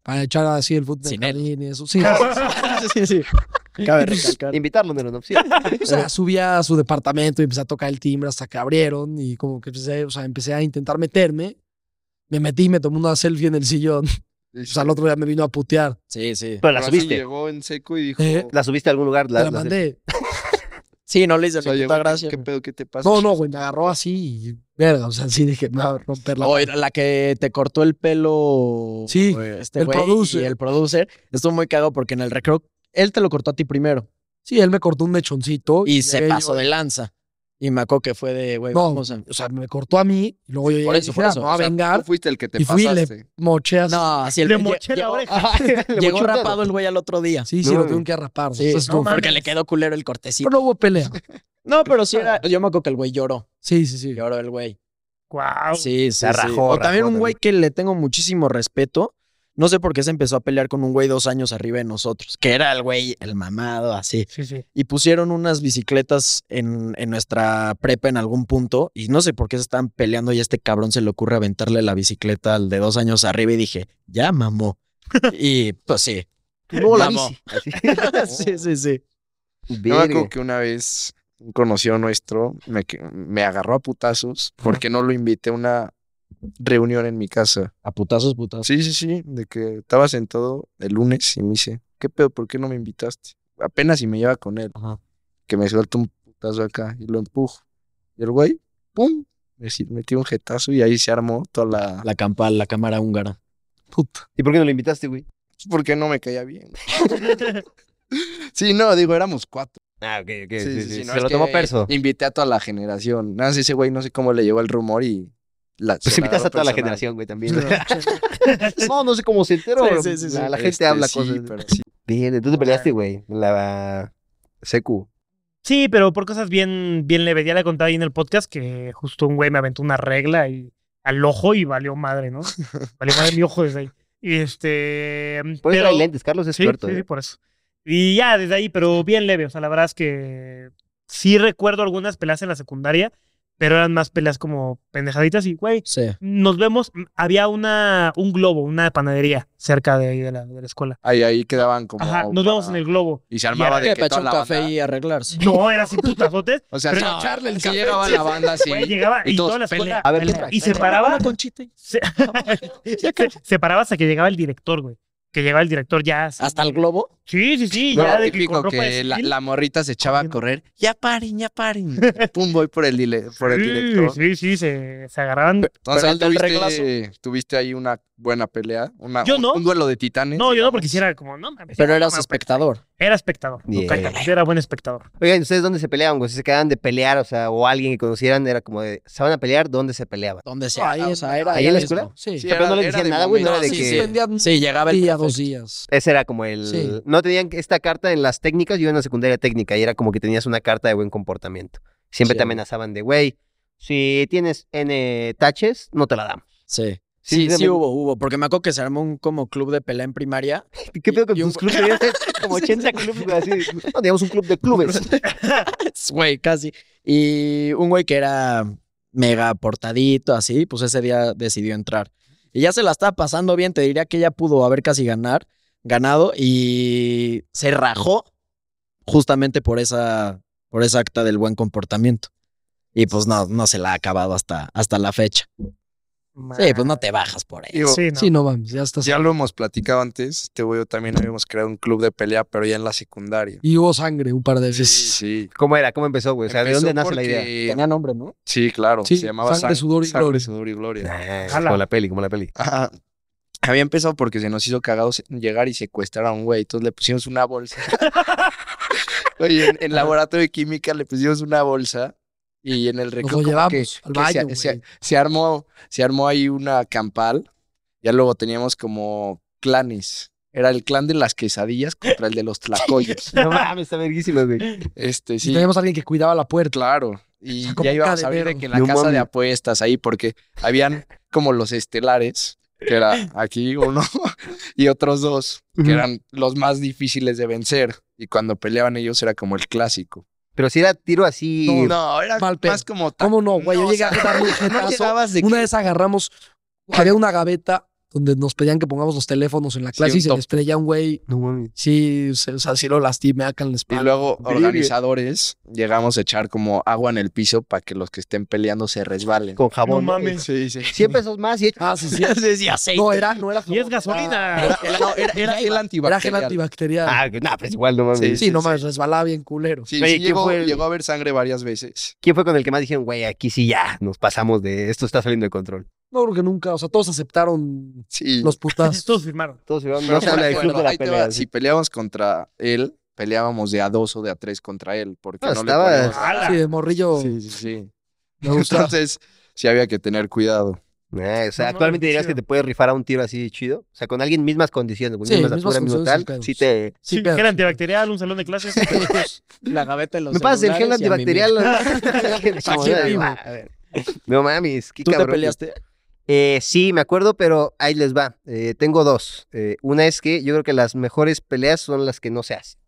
S3: para echar así el fútbol. en el
S2: Sin él.
S3: jardín y eso. Sí,
S2: sí, (laughs) sí. Cabe recalcar.
S5: Invitarlo, no era una opción.
S3: o sea, subía a su departamento y empecé a tocar el timbre hasta que abrieron y como que empecé, o sea, empecé a intentar meterme. Me metí y me tomé una selfie en el sillón.
S1: Sí,
S3: Pues
S1: sí.
S3: al otro día me vino a putear.
S2: Sí, sí.
S5: Pero
S1: Pero
S5: la
S1: así
S5: subiste.
S1: llegó en seco y dijo...
S3: Eh,
S5: La subiste a algún lugar.
S3: Te la
S5: la-
S3: mandé.
S2: Sí, no le hice
S1: o sea,
S2: ni
S1: llegó,
S2: puta gracia.
S1: ¿Qué pedo? ¿Qué te pasa?
S3: No, no, güey, me agarró así y verga, o sea, sí dije, me va a romper la...
S2: O era la que te cortó el pelo.
S3: Sí,
S2: eh, este
S3: el
S2: güey
S3: producer.
S2: Y el producer. Estuvo muy cagado porque en el recreo él te lo cortó a ti primero
S3: Sí, él me cortó un mechoncito.
S2: y se
S3: llegué
S2: pasó
S3: yo-
S2: de lanza. Y me acuerdo que fue de, güey,
S3: No,
S2: vamos a.
S3: O sea, me cortó a mí y luego yo llegué
S2: Por
S3: y
S2: eso,
S3: dije,
S2: por
S3: "Ah,
S2: eso,
S3: me va a
S1: O sea,
S3: vengar,
S1: Tú fuiste el que te
S3: y fui y le-
S1: pasaste.
S3: mocheas.
S2: No, así el
S4: Le
S2: lle-
S4: moché la
S2: llegó-
S4: oreja.
S2: Ajá,
S4: (laughs)
S5: Le
S2: Llegó
S5: moché un dedo.
S2: rapado el güey al otro día.
S3: Sí, sí,
S5: No,
S3: lo
S5: güey.
S3: tuvieron que rapar.
S2: Sí,
S3: Entonces, no,
S2: porque
S4: mames.
S2: le quedó culero el cortecito.
S3: pero no hubo pelea.
S2: No, pero sí era. Yo me acuerdo que el güey lloró.
S3: Sí, sí, sí.
S2: Lloró el güey.
S4: Guau.
S2: Sí, sí.
S5: La
S2: sí.
S5: rajó,
S2: o
S5: rajó
S2: también un güey
S5: también.
S2: que le tengo muchísimo respeto. No sé por qué se empezó a pelear con un güey dos años arriba de nosotros, que era el güey, el mamado, así.
S4: Sí, sí.
S2: y pusieron unas bicicletas en, en nuestra prepa en algún punto y no sé por qué se estaban peleando y a este cabrón se le ocurre aventarle la bicicleta al de dos años arriba y dije, ya (laughs) mamó. y pues sí.
S5: No, la
S2: Mamó.
S5: bici.
S2: (laughs)
S5: Así.
S2: sí, sí, sí.
S1: Yo me acuerdo
S5: Verga.
S1: que una vez un conocido nuestro me, que- me agarró a putazos porque no lo invité a una reunión en mi casa.
S2: A putazos, putazos.
S1: Sí, sí, sí, de que estaba sentado el lunes y me dice, ¿qué pedo? ¿Por qué no me invitaste? Apenas si me lleva con él.
S2: Ajá.
S1: Que me suelta un putazo acá y lo empujo. Y el güey, ¡pum! Me si- metí un jetazo y ahí se armó toda la...
S2: La campal, la cámara húngara.
S3: Puta.
S5: ¿Y por qué no lo invitaste, güey?
S1: ¿Por qué no me caía bien? (laughs)
S5: (laughs)
S1: sí, no, digo, éramos cuatro.
S5: Ah, ok, ok.
S1: Sí, sí, sí, no,
S5: se
S1: es
S5: lo tomó
S1: que
S5: perso. Pues
S1: Invité a toda la generación. Nada más ese güey no sé cómo le llegó el rumor y... La,
S5: Pues
S1: se la agarró
S5: invitaste a toda la
S1: personal.
S5: generación, güey, también.
S3: (laughs)
S5: (laughs) no, no sé cómo se enteró.
S2: Sí, sí, sí, sí.
S5: La, la gente
S1: Este,
S5: habla
S1: sí,
S5: cosas.
S1: pero sí.
S5: Bien, tú te peleaste, güey. en La secu.
S4: Sí, pero por cosas bien, bien leves. Ya le conté ahí en el podcast que justo un güey me aventó una regla y al ojo y valió madre,
S5: (laughs)
S4: ¿no? Valió madre mi ojo desde ahí. Y este.
S5: Puedes
S4: pero-
S5: traer lentes, Carlos es
S4: Sí,
S5: experto.
S4: sí, sí,
S5: eh.
S4: por eso. Y ya desde ahí, pero bien leve. O sea, la verdad es que sí recuerdo algunas peleas en la secundaria, pero eran más peleas como pendejaditas y, güey,
S2: Sí.
S4: nos vemos. Mm, Había una, un globo, una panadería cerca de ahí de la, de la escuela.
S1: Ahí, ahí quedaban como...
S4: Ajá, nos vemos en el globo.
S1: Y se armaba
S4: Y
S1: de
S2: Que
S1: que
S2: para
S1: toda
S2: echar
S1: la
S2: un café
S1: banda-
S2: y arreglarse.
S4: No, era así putazotes.
S1: O sea,
S4: Pero-
S1: sí,
S3: Echarle el
S1: sí
S3: café.
S1: llegaba la banda así.
S4: Güey, llegaba y,
S1: Y todos,
S4: toda la escuela.
S1: "Pelea".
S5: A ver,
S4: pelea.
S5: ¿qué traes?
S4: y se paraba.
S2: conchita.
S4: Se, se, se paraba hasta que llegaba el director, güey. Que llegaba el director ya. así.
S2: Hasta el globo.
S4: Sí, sí, sí.
S1: No,
S4: (laughs) ya de que
S1: típico
S4: con
S1: que,
S4: ropa de
S1: la,
S4: civil.
S1: la morrita se echaba a
S4: Corriendo.
S1: correr. Ya paren, ya
S2: (laughs)
S1: paren. Pum, voy por el, dile- por el
S4: Sí,
S1: director.
S4: Sí, sí, se, se agarraban.
S1: Entonces,
S2: Pero el del
S1: tuviste, tuviste ahí una buena pelea. Una,
S4: Yo
S1: un,
S4: no.
S1: un duelo de titanes.
S4: No, yo no, porque si era como, no mames.
S2: Pero
S4: no
S2: eras
S4: mames,
S2: espectador.
S4: Era espectador.
S5: Bien.
S4: exactamente, Era buen espectador.
S5: Oigan, ¿ustedes dónde se peleaban, güey? Si se quedaban de pelear, o sea, o alguien que conocieran era como de, ¿se van a pelear? ¿Dónde se peleaban?
S2: Donde sea.
S3: Ahí
S2: o
S3: en-
S2: sea, era
S5: ¿Ahí
S2: ya
S5: en la
S2: mismo.
S5: escuela?
S3: Sí.
S1: Sí,
S5: O sea, pero no le
S1: era- era
S5: decían
S1: de
S5: nada, güey, no era
S1: momento.
S5: de
S3: sí,
S5: que...
S3: sí, vendían
S2: Sí, llegaba
S3: un
S2: el
S3: día,
S2: profe.
S3: dos días.
S5: Ese era como el...
S3: Sí.
S5: No tenían esta carta en las técnicas, yo en la secundaria técnica, y era como que tenías una carta de buen comportamiento. Siempre
S2: Sí, güey.
S5: te amenazaban de, güey, si tienes N taches, no te la damos.
S2: Sí.
S5: Sí,
S2: Sí, sí,
S5: también.
S2: hubo, hubo. Porque me acuerdo que se armó un como club de pelea en primaria.
S5: (laughs) ¿Qué pedo con
S2: Y un-
S5: tus clubes? Debían ser como 80 clubes, güey, así. No, teníamos un club de clubes.
S2: (laughs) Güey, casi. Y un güey que era mega portadito, así, pues ese día decidió entrar. Y ya se la estaba pasando bien, te diría que ya pudo haber casi ganar, ganado, y se rajó justamente por esa, por esa acta del buen comportamiento. Y pues no, no se la ha acabado hasta, hasta la fecha. Sí, pues no te bajas por eso.
S1: Digo,
S4: Sí, no.
S3: Sí, no mames, ya estás.
S1: Ya lo hemos platicado antes. Este güey yo también habíamos creado un club de pelea, pero ya en la secundaria.
S3: Y hubo sangre un par de
S1: Sí,
S3: veces.
S1: sí.
S5: ¿Cómo era? ¿Cómo empezó, güey? O sea, pues, ¿de
S1: Empezó
S5: dónde nace la
S1: (laughs)
S5: idea?
S1: porque-
S2: Tenía nombre, ¿no?
S1: Sí, claro.
S3: Sí,
S1: se llamaba
S3: Sangre, Sudor y
S1: Sangre,
S3: Gloria.
S1: Sudor y Gloria.
S5: Ah,
S4: Jala.
S5: como la peli, como la peli.
S1: Ajá. Había empezado porque se nos hizo cagados llegar y secuestrar a un güey. Entonces le pusimos una bolsa. (laughs) Oye, en, en laboratorio de química le pusimos una bolsa y en el
S3: Nos
S1: recreo
S3: lo
S1: como
S3: llevamos
S1: que,
S3: al
S1: que
S3: baño,
S1: se, se-
S3: güey.
S1: se armó, se armó ahí una campal. Ya luego teníamos como clanes. Era el clan de las quesadillas contra el de
S3: (laughs)
S1: los tlacoyos.
S5: No mames, está verguísima, güey.
S1: Este,
S3: Y
S1: sí.
S3: teníamos a alguien que cuidaba la puerta.
S1: Claro. Y
S3: sea, como
S1: ya
S3: un
S1: íbamos a ver de
S3: cadenero.
S1: que en la
S5: No
S1: casa de
S5: mames.
S1: apuestas ahí, porque habían como los estelares, que era aquí uno, (laughs) y otros dos, que eran los más difíciles de vencer. Y cuando peleaban ellos era como el clásico.
S5: Pero si era tiro así.
S1: No, era
S3: Mal pedo.
S1: más como... ta-
S3: ¿Cómo no, güey?
S1: No,
S3: Yo llegué
S1: o sea,
S3: a
S1: (laughs)
S3: darle un
S1: No
S3: jetazo.
S1: llegabas de
S3: Una
S1: que-
S3: vez agarramos, había una gaveta donde nos pedían que pongamos los teléfonos en la
S1: Sí,
S3: clase
S1: un
S3: y se
S1: top.
S3: les traía un güey.
S5: No mames.
S3: Sí, se- o sea, sí lo lastimé acá en
S1: Y
S3: la espalda.
S1: luego
S5: Virgen.
S1: organizadores llegamos a echar como agua en el piso para que los que estén peleando se resbalen.
S5: Con jabón.
S4: No
S5: ¿no?
S4: mames.
S1: Sí, sí.
S5: Cien pesos más y hecho.
S3: Ah, sí, sí.
S2: Entonces, y aceite.
S3: No, era, no era.
S4: Y es
S3: jabón,
S4: (laughs) gasolina.
S1: Era, era- (laughs) no, era- era gel
S3: Era gel
S1: antibacterial.
S3: antibacterial.
S5: Ah, que- nah, pues igual, no mames.
S1: Sí.
S3: sí, no mames, resbalaba bien culero.
S1: Sí,
S5: Oye,
S1: sí
S5: ¿quién
S1: llegó,
S5: fue el-
S1: llegó a haber sangre varias veces.
S5: ¿Quién fue con el que más dijeron, güey, aquí sí ya nos pasamos de esto, está saliendo de control?
S3: No creo que nunca, o sea, todos aceptaron
S1: Sí.
S3: los putazos.
S4: (laughs) Todos firmaron.
S5: Todos se van,
S1: Pero
S5: no se habla del
S1: bueno,
S5: club de la
S1: ahí te va.
S5: pelea.
S1: Si
S5: sí.
S1: peleábamos contra él, peleábamos de a dos o de a tres contra él, porque
S5: Ah,
S1: no
S5: estaba-
S1: le poníamos-
S4: ¡Hala!
S3: Sí, de morrillo
S1: Sí, sí, sí. (laughs)
S3: me gustaba.
S1: Entonces, sí había que tener cuidado.
S5: Ah, o sea,
S4: No, no,
S5: actualmente
S4: qué
S5: dirías
S4: chido.
S5: que te puedes rifar a un tiro así chido. O sea, con alguien mismas condiciones, con
S3: Sí,
S5: misma
S3: mismas
S5: altura, mismo
S3: condiciones,
S5: tal.
S3: sin pedos.
S5: Sí te.
S4: Sí,
S3: pero-
S4: era antibacterial, un salón de clases.
S2: La gaveta de los
S5: Me pasas el gel
S2: celulares y a mimir.
S5: antibacterial. (laughs)
S3: Aquí vivo.
S5: No mames, qué
S2: ¿Tú te
S5: cabrón.
S2: peleaste?
S5: Eh, sí, me acuerdo, pero ahí les va. Eh, tengo dos. Eh, una es que yo creo que las mejores peleas son las que no se hacen.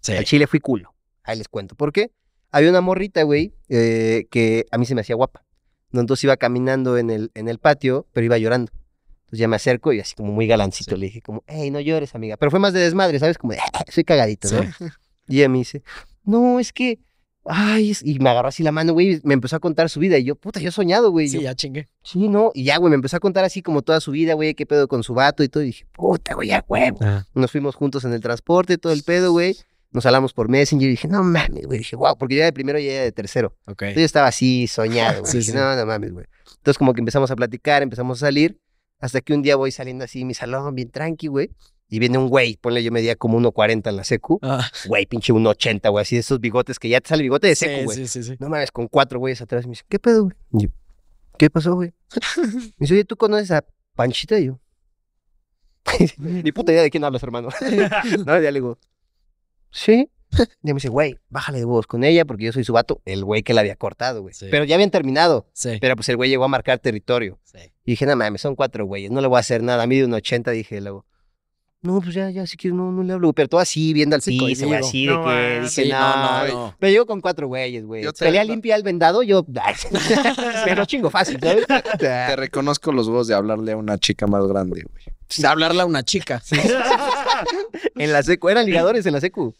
S2: Sí.
S5: A Chile fui culo. Ahí les cuento. ¿Por qué? Había una morrita, güey, eh, que a mí se me hacía guapa. ¿no? Entonces iba caminando en el, en el patio, pero iba llorando. Entonces ya me acerco y así como muy galancito le dije como, hey, no llores, "Ah, amiga. Pero fue más de desmadre, ¿sabes? Como, de, soy cagadito, ¿no? Y ella me dice, no, es que ay, es- y me agarró así la mano, güey, y me empezó a contar su vida. Y yo, puta, yo he soñado, güey. Yo,
S2: Sí, ya chingué.
S5: Sí, no. Y ya, güey, me empezó a contar así como toda su vida, güey, qué pedo con su vato y todo. Y dije, puta, güey, ya huevo.
S2: Ajá.
S5: Nos fuimos juntos en el transporte, todo el pedo, güey. Nos hablamos por Messenger y dije, no mames, güey. Dije, wow, porque yo era de primero y ella era de tercero.
S2: Ok.
S5: Entonces yo estaba así, soñado, güey.
S2: Sí,
S5: dije,
S2: sí.
S5: no, no mames, güey. Entonces como que empezamos a platicar, empezamos a salir. Hasta que un día voy saliendo así de mi salón, bien tranqui, güey. Y viene un güey, ponle yo medía como 1.40 en la secu.
S2: Ah,
S5: Güey, pinche 1.80, güey, así de esos bigotes que ya te sale bigote de
S2: sí,
S5: secu, güey
S2: sí, sí, sí.
S5: no mames, con cuatro güeyes atrás. Me dice, ¿qué pedo, güey? Y yo, ¿qué
S2: (laughs)
S5: pasó, güey? Me dice, oye, ¿tú conoces a Panchita? Y yo, (laughs) ni puta idea de quién hablas, hermano. (laughs) no, ya le digo, ¿sí? Y me dice, güey, bájale de voz con ella porque yo soy su vato. El güey que la había cortado, güey.
S2: Sí.
S5: Pero ya habían terminado.
S2: Sí.
S5: Pero pues el güey llegó a marcar territorio.
S2: sí.
S5: Y dije, no mames, son cuatro güeyes, no le voy a hacer nada. A mí de un 80 dije, luego, no, pues ya, ya, si quieres, no, no le hablo. güey. Pero todo así, viendo al
S2: Sí,
S5: piso,
S2: cohibido.
S5: güey, así
S4: No,
S5: de que
S4: ah,
S5: dije,
S2: Sí,
S5: no,
S2: no, no,
S1: güey.
S2: no.
S5: pero yo con cuatro güeyes, güey.
S1: Yo te-
S5: Pelea limpia al vendado, yo. (laughs) Ay, me lo chingo fácil, ¿sabes?
S1: Te reconozco los huevos de hablarle a una chica más grande, güey.
S2: De hablarle a una chica.
S5: en la secu, eran ligadores en la secu.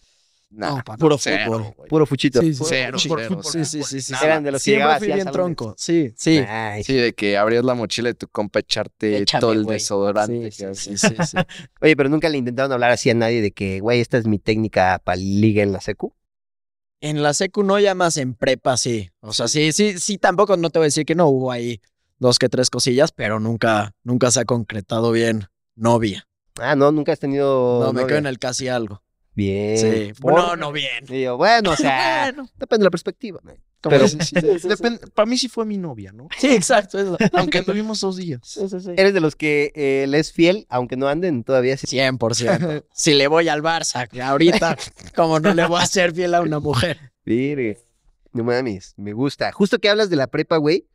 S1: Nah,
S3: No, pa'
S2: Puro
S1: cero,
S2: fútbol.
S1: güey.
S5: Puro fuchito.
S3: Sí, sí, sí.
S1: Cero,
S3: Por
S1: cero,
S3: fútbol.
S1: cero.
S2: Sí, sí, sí, sí.
S5: Eran de los que
S2: Siempre
S5: llegabas
S2: fui
S5: así al
S2: bien
S5: salón.
S2: tronco. Sí, sí.
S5: Ay,
S1: Sí, de que abrías la mochila de tu compa, echarte
S5: Échame,
S1: todo el
S5: güey.
S1: desodorante.
S2: Sí,
S1: que-
S2: sí, sí, sí.
S5: Oye, pero nunca le intentaron hablar así a nadie de que, güey, esta es mi técnica para liga en la secu.
S2: En la secu no llamas, en prepa sí. O sea, sí, sí, sí, tampoco no te voy a decir que no hubo ahí dos que tres cosillas, pero nunca, nunca se ha concretado bien novia.
S5: Ah, no, nunca has tenido.
S2: no, me
S5: novia?
S2: quedo en el casi algo.
S5: Bien.
S2: Sí.
S5: ¿Por?
S2: No, no bien.
S5: Y yo,
S2: (laughs)
S5: bueno, o sea,
S2: Bueno.
S5: depende de la perspectiva. man.
S1: Pero
S5: Pero-
S1: para mí sí fue mi novia, ¿no?
S2: (laughs)
S1: (laughs)
S2: Sí, exacto. eso.
S1: Aunque anduvimos dos
S2: (laughs)
S1: días.
S5: Eres de los que eh, le es fiel, aunque no anden todavía. sí.
S2: 100%. Si le voy al Barça ahorita, como no le voy a ser fiel a una mujer.
S5: Virgue. No mames, me gusta. Justo que hablas de la prepa, güey.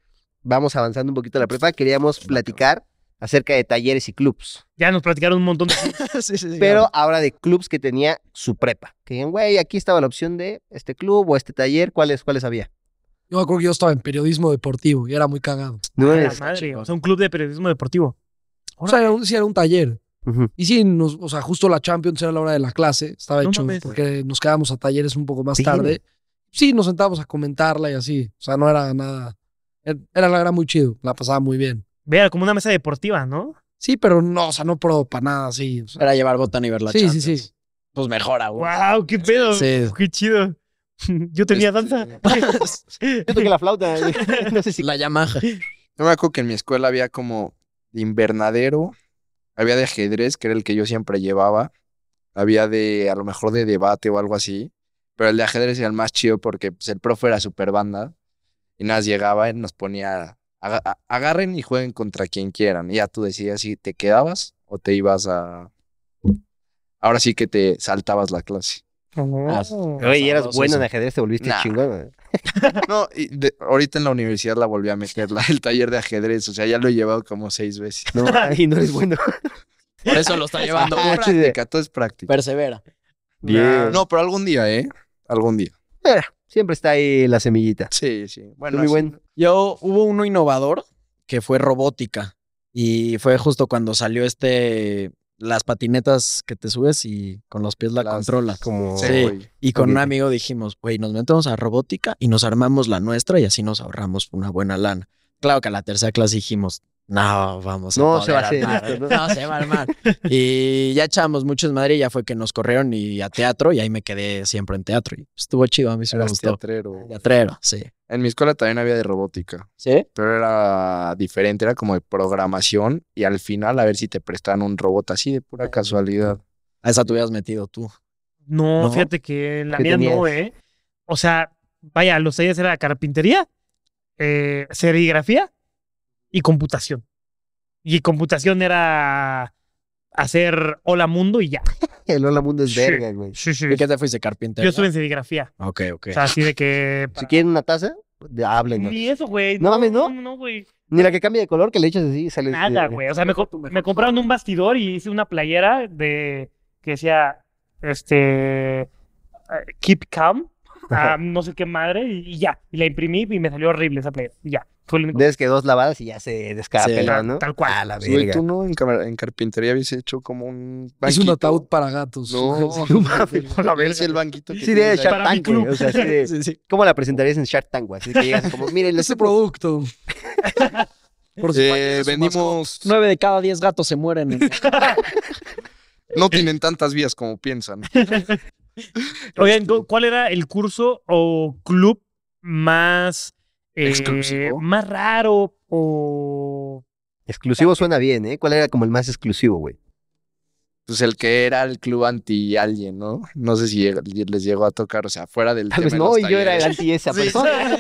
S5: Vamos avanzando un poquito a la prepa. Queríamos platicar acerca de talleres y clubs.
S4: ya nos platicaron un montón. de-
S2: Sí, sí, sí.
S5: Pero ahora de clubs que tenía su prepa. Que digan, güey, aquí estaba la opción de este club o este taller. ¿Cuáles, cuáles había?
S3: Yo me acuerdo que yo estaba en periodismo deportivo y era muy cagado.
S5: No
S4: A Ah, la
S5: mames.
S4: madre, o sea, un club de periodismo deportivo.
S3: O sea, era un, sí, era un taller.
S5: Ujú.
S3: Y sí, nos- o sea, justo la Champions era la hora de la clase. Estaba
S4: No
S3: hecho
S4: mames.
S3: porque nos quedábamos a talleres un poco más
S5: Sí.
S3: tarde. Sí, nos sentábamos a comentarla y así. O sea, no era nada. e-, Era, era, era muy chido. La pasaba muy bien.
S4: Vea, como una mesa deportiva, ¿no?
S3: Sí, pero no, o sea, no pro para nada así. o sea.
S2: Para llevar botán y ver la
S3: Sí, sí,
S2: Champions.
S3: sí.
S2: Pues mejor aún.
S4: ¡Wow! ¡Qué pedo!
S2: Sí.
S4: Pues Qué chido. (laughs) Yo tenía
S5: Este,
S4: danza. (laughs)
S5: Yo (laughs) toqué la flauta. no sé si.
S2: La Yamaha.
S1: Yo me acuerdo que en mi escuela había como de invernadero, había de ajedrez, que era el que yo siempre llevaba, había de a lo mejor de debate o algo así, pero el de ajedrez era el más chido porque pues, el profe era super banda y nada, más llegaba y nos ponía, "Aga- a- agarren y jueguen contra quien quieran, y ya tú decías si te quedabas o te ibas a... Ahora sí que te saltabas la clase.
S5: Ah, Oye, eras
S2: Sabroso
S5: bueno
S2: eso.
S5: en ajedrez, te volviste
S1: Nah.
S5: chingón. güey.
S1: No, y de- ahorita en la universidad la volví a meter, la- el taller de ajedrez, o sea, ya lo he llevado como seis veces.
S5: No, ay, no eres bueno.
S2: Por eso lo está llevando.
S5: Ah, sí, de-
S1: Práctica, todo es práctica.
S2: Persevera.
S5: Bien.
S1: No, pero algún día, ¿eh? Algún día.
S5: Siempre está ahí la semillita.
S1: Sí, sí.
S5: Tú,
S1: Bueno,
S5: mi
S1: así-
S5: buen.
S2: Yo hubo uno innovador que fue robótica. Y fue justo cuando salió este. Las patinetas que te subes y con los pies la
S1: Las-
S2: controlas.
S5: Como.
S1: Sí,
S2: Sí.
S1: güey.
S2: Y con un
S5: Ok.
S2: amigo dijimos, güey, nos metemos a robótica y nos armamos la nuestra y así nos ahorramos una buena lana. Claro que a la tercera clase dijimos, no, vamos a
S5: No se va a
S2: poder
S5: hacer (laughs)
S2: armar,
S5: esto,
S2: ¿eh? (laughs) ¿no? se va a armar. y ya echamos muchos madre y ya fue que nos corrieron y a teatro y ahí me quedé siempre en teatro. Y estuvo chido, a mí sí me
S1: Eras
S2: gustó.
S1: teatrero.
S2: Teatrero, sí.
S1: En mi escuela también había de robótica,
S2: ¿Sí?
S1: pero era diferente, era como de programación y al final a ver si te prestan un robot así de pura casualidad.
S2: A esa te hubieras metido tú.
S4: No,
S2: ¿No?
S4: fíjate que la
S5: ¿Qué
S4: mía no,
S5: tenías?
S4: ¿eh? O sea, vaya, los talleres era carpintería, eh, serigrafía y computación. Y computación era hacer hola mundo y ya.
S5: El Hola Mundo es
S4: Sí.
S5: verga, güey.
S4: Sí, sí.
S2: ¿Y qué te fuiste carpintero?
S4: Yo estuve en serigrafía.
S2: Ok, ok.
S4: O sea, así de que.
S5: Si quieren una taza, háblenos.
S4: Ni eso, güey.
S5: No mames, ¿no?
S4: No, güey.
S5: Ni la que cambia de color, que le echas así y sale. este,
S4: Nada, güey. O sea, me, co- me compraron un bastidor y hice una playera de que decía, este, eh, keep calm. a no sé qué madre y, y ya. Y la imprimí y me salió horrible esa playera. Y ya. Fue el único.
S5: Desde que dos lavadas y ya se descarapela,
S4: Tal-
S5: ¿no?
S4: Ah, tal cual.
S5: A la
S1: Güey,
S5: verga. (laughs)
S1: tú no en, car- en carpintería habías hecho como un
S3: Es
S1: banquito.
S3: un ataúd para gatos. (laughs)
S1: No,
S5: No
S4: (laughs)
S5: mames.
S1: a ver si el banquito que
S5: Sí, de
S1: tienes ahí.
S5: Shark
S4: Para mi
S5: Tank, güey.
S4: club.
S5: O sea,
S4: (laughs)
S5: sí de- ¿Cómo la presentarías en Shark Tank, güey? Así que llegas como, miren,
S3: Este
S5: este
S3: producto. Por si
S1: Eh, vendimos.
S2: Nueve de cada diez gatos se mueren. en-
S1: No tienen tantas vías como piensan.
S4: Oigan, ¿cu- ¿cuál era el curso o club más. eh,
S1: Exclusivo.
S4: Más raro o.
S5: Exclusivo suena bien, ¿eh? ¿Cuál era como el más exclusivo, güey?
S1: Pues el que era el club anti alguien, ¿no? No sé si lleg- les llegó a tocar, o sea, fuera del
S5: Tal
S1: tema
S5: vez
S1: de
S5: no,
S1: los
S5: y yo era
S1: talleres.
S5: anti esa
S1: Sí.
S4: (laughs)
S5: persona.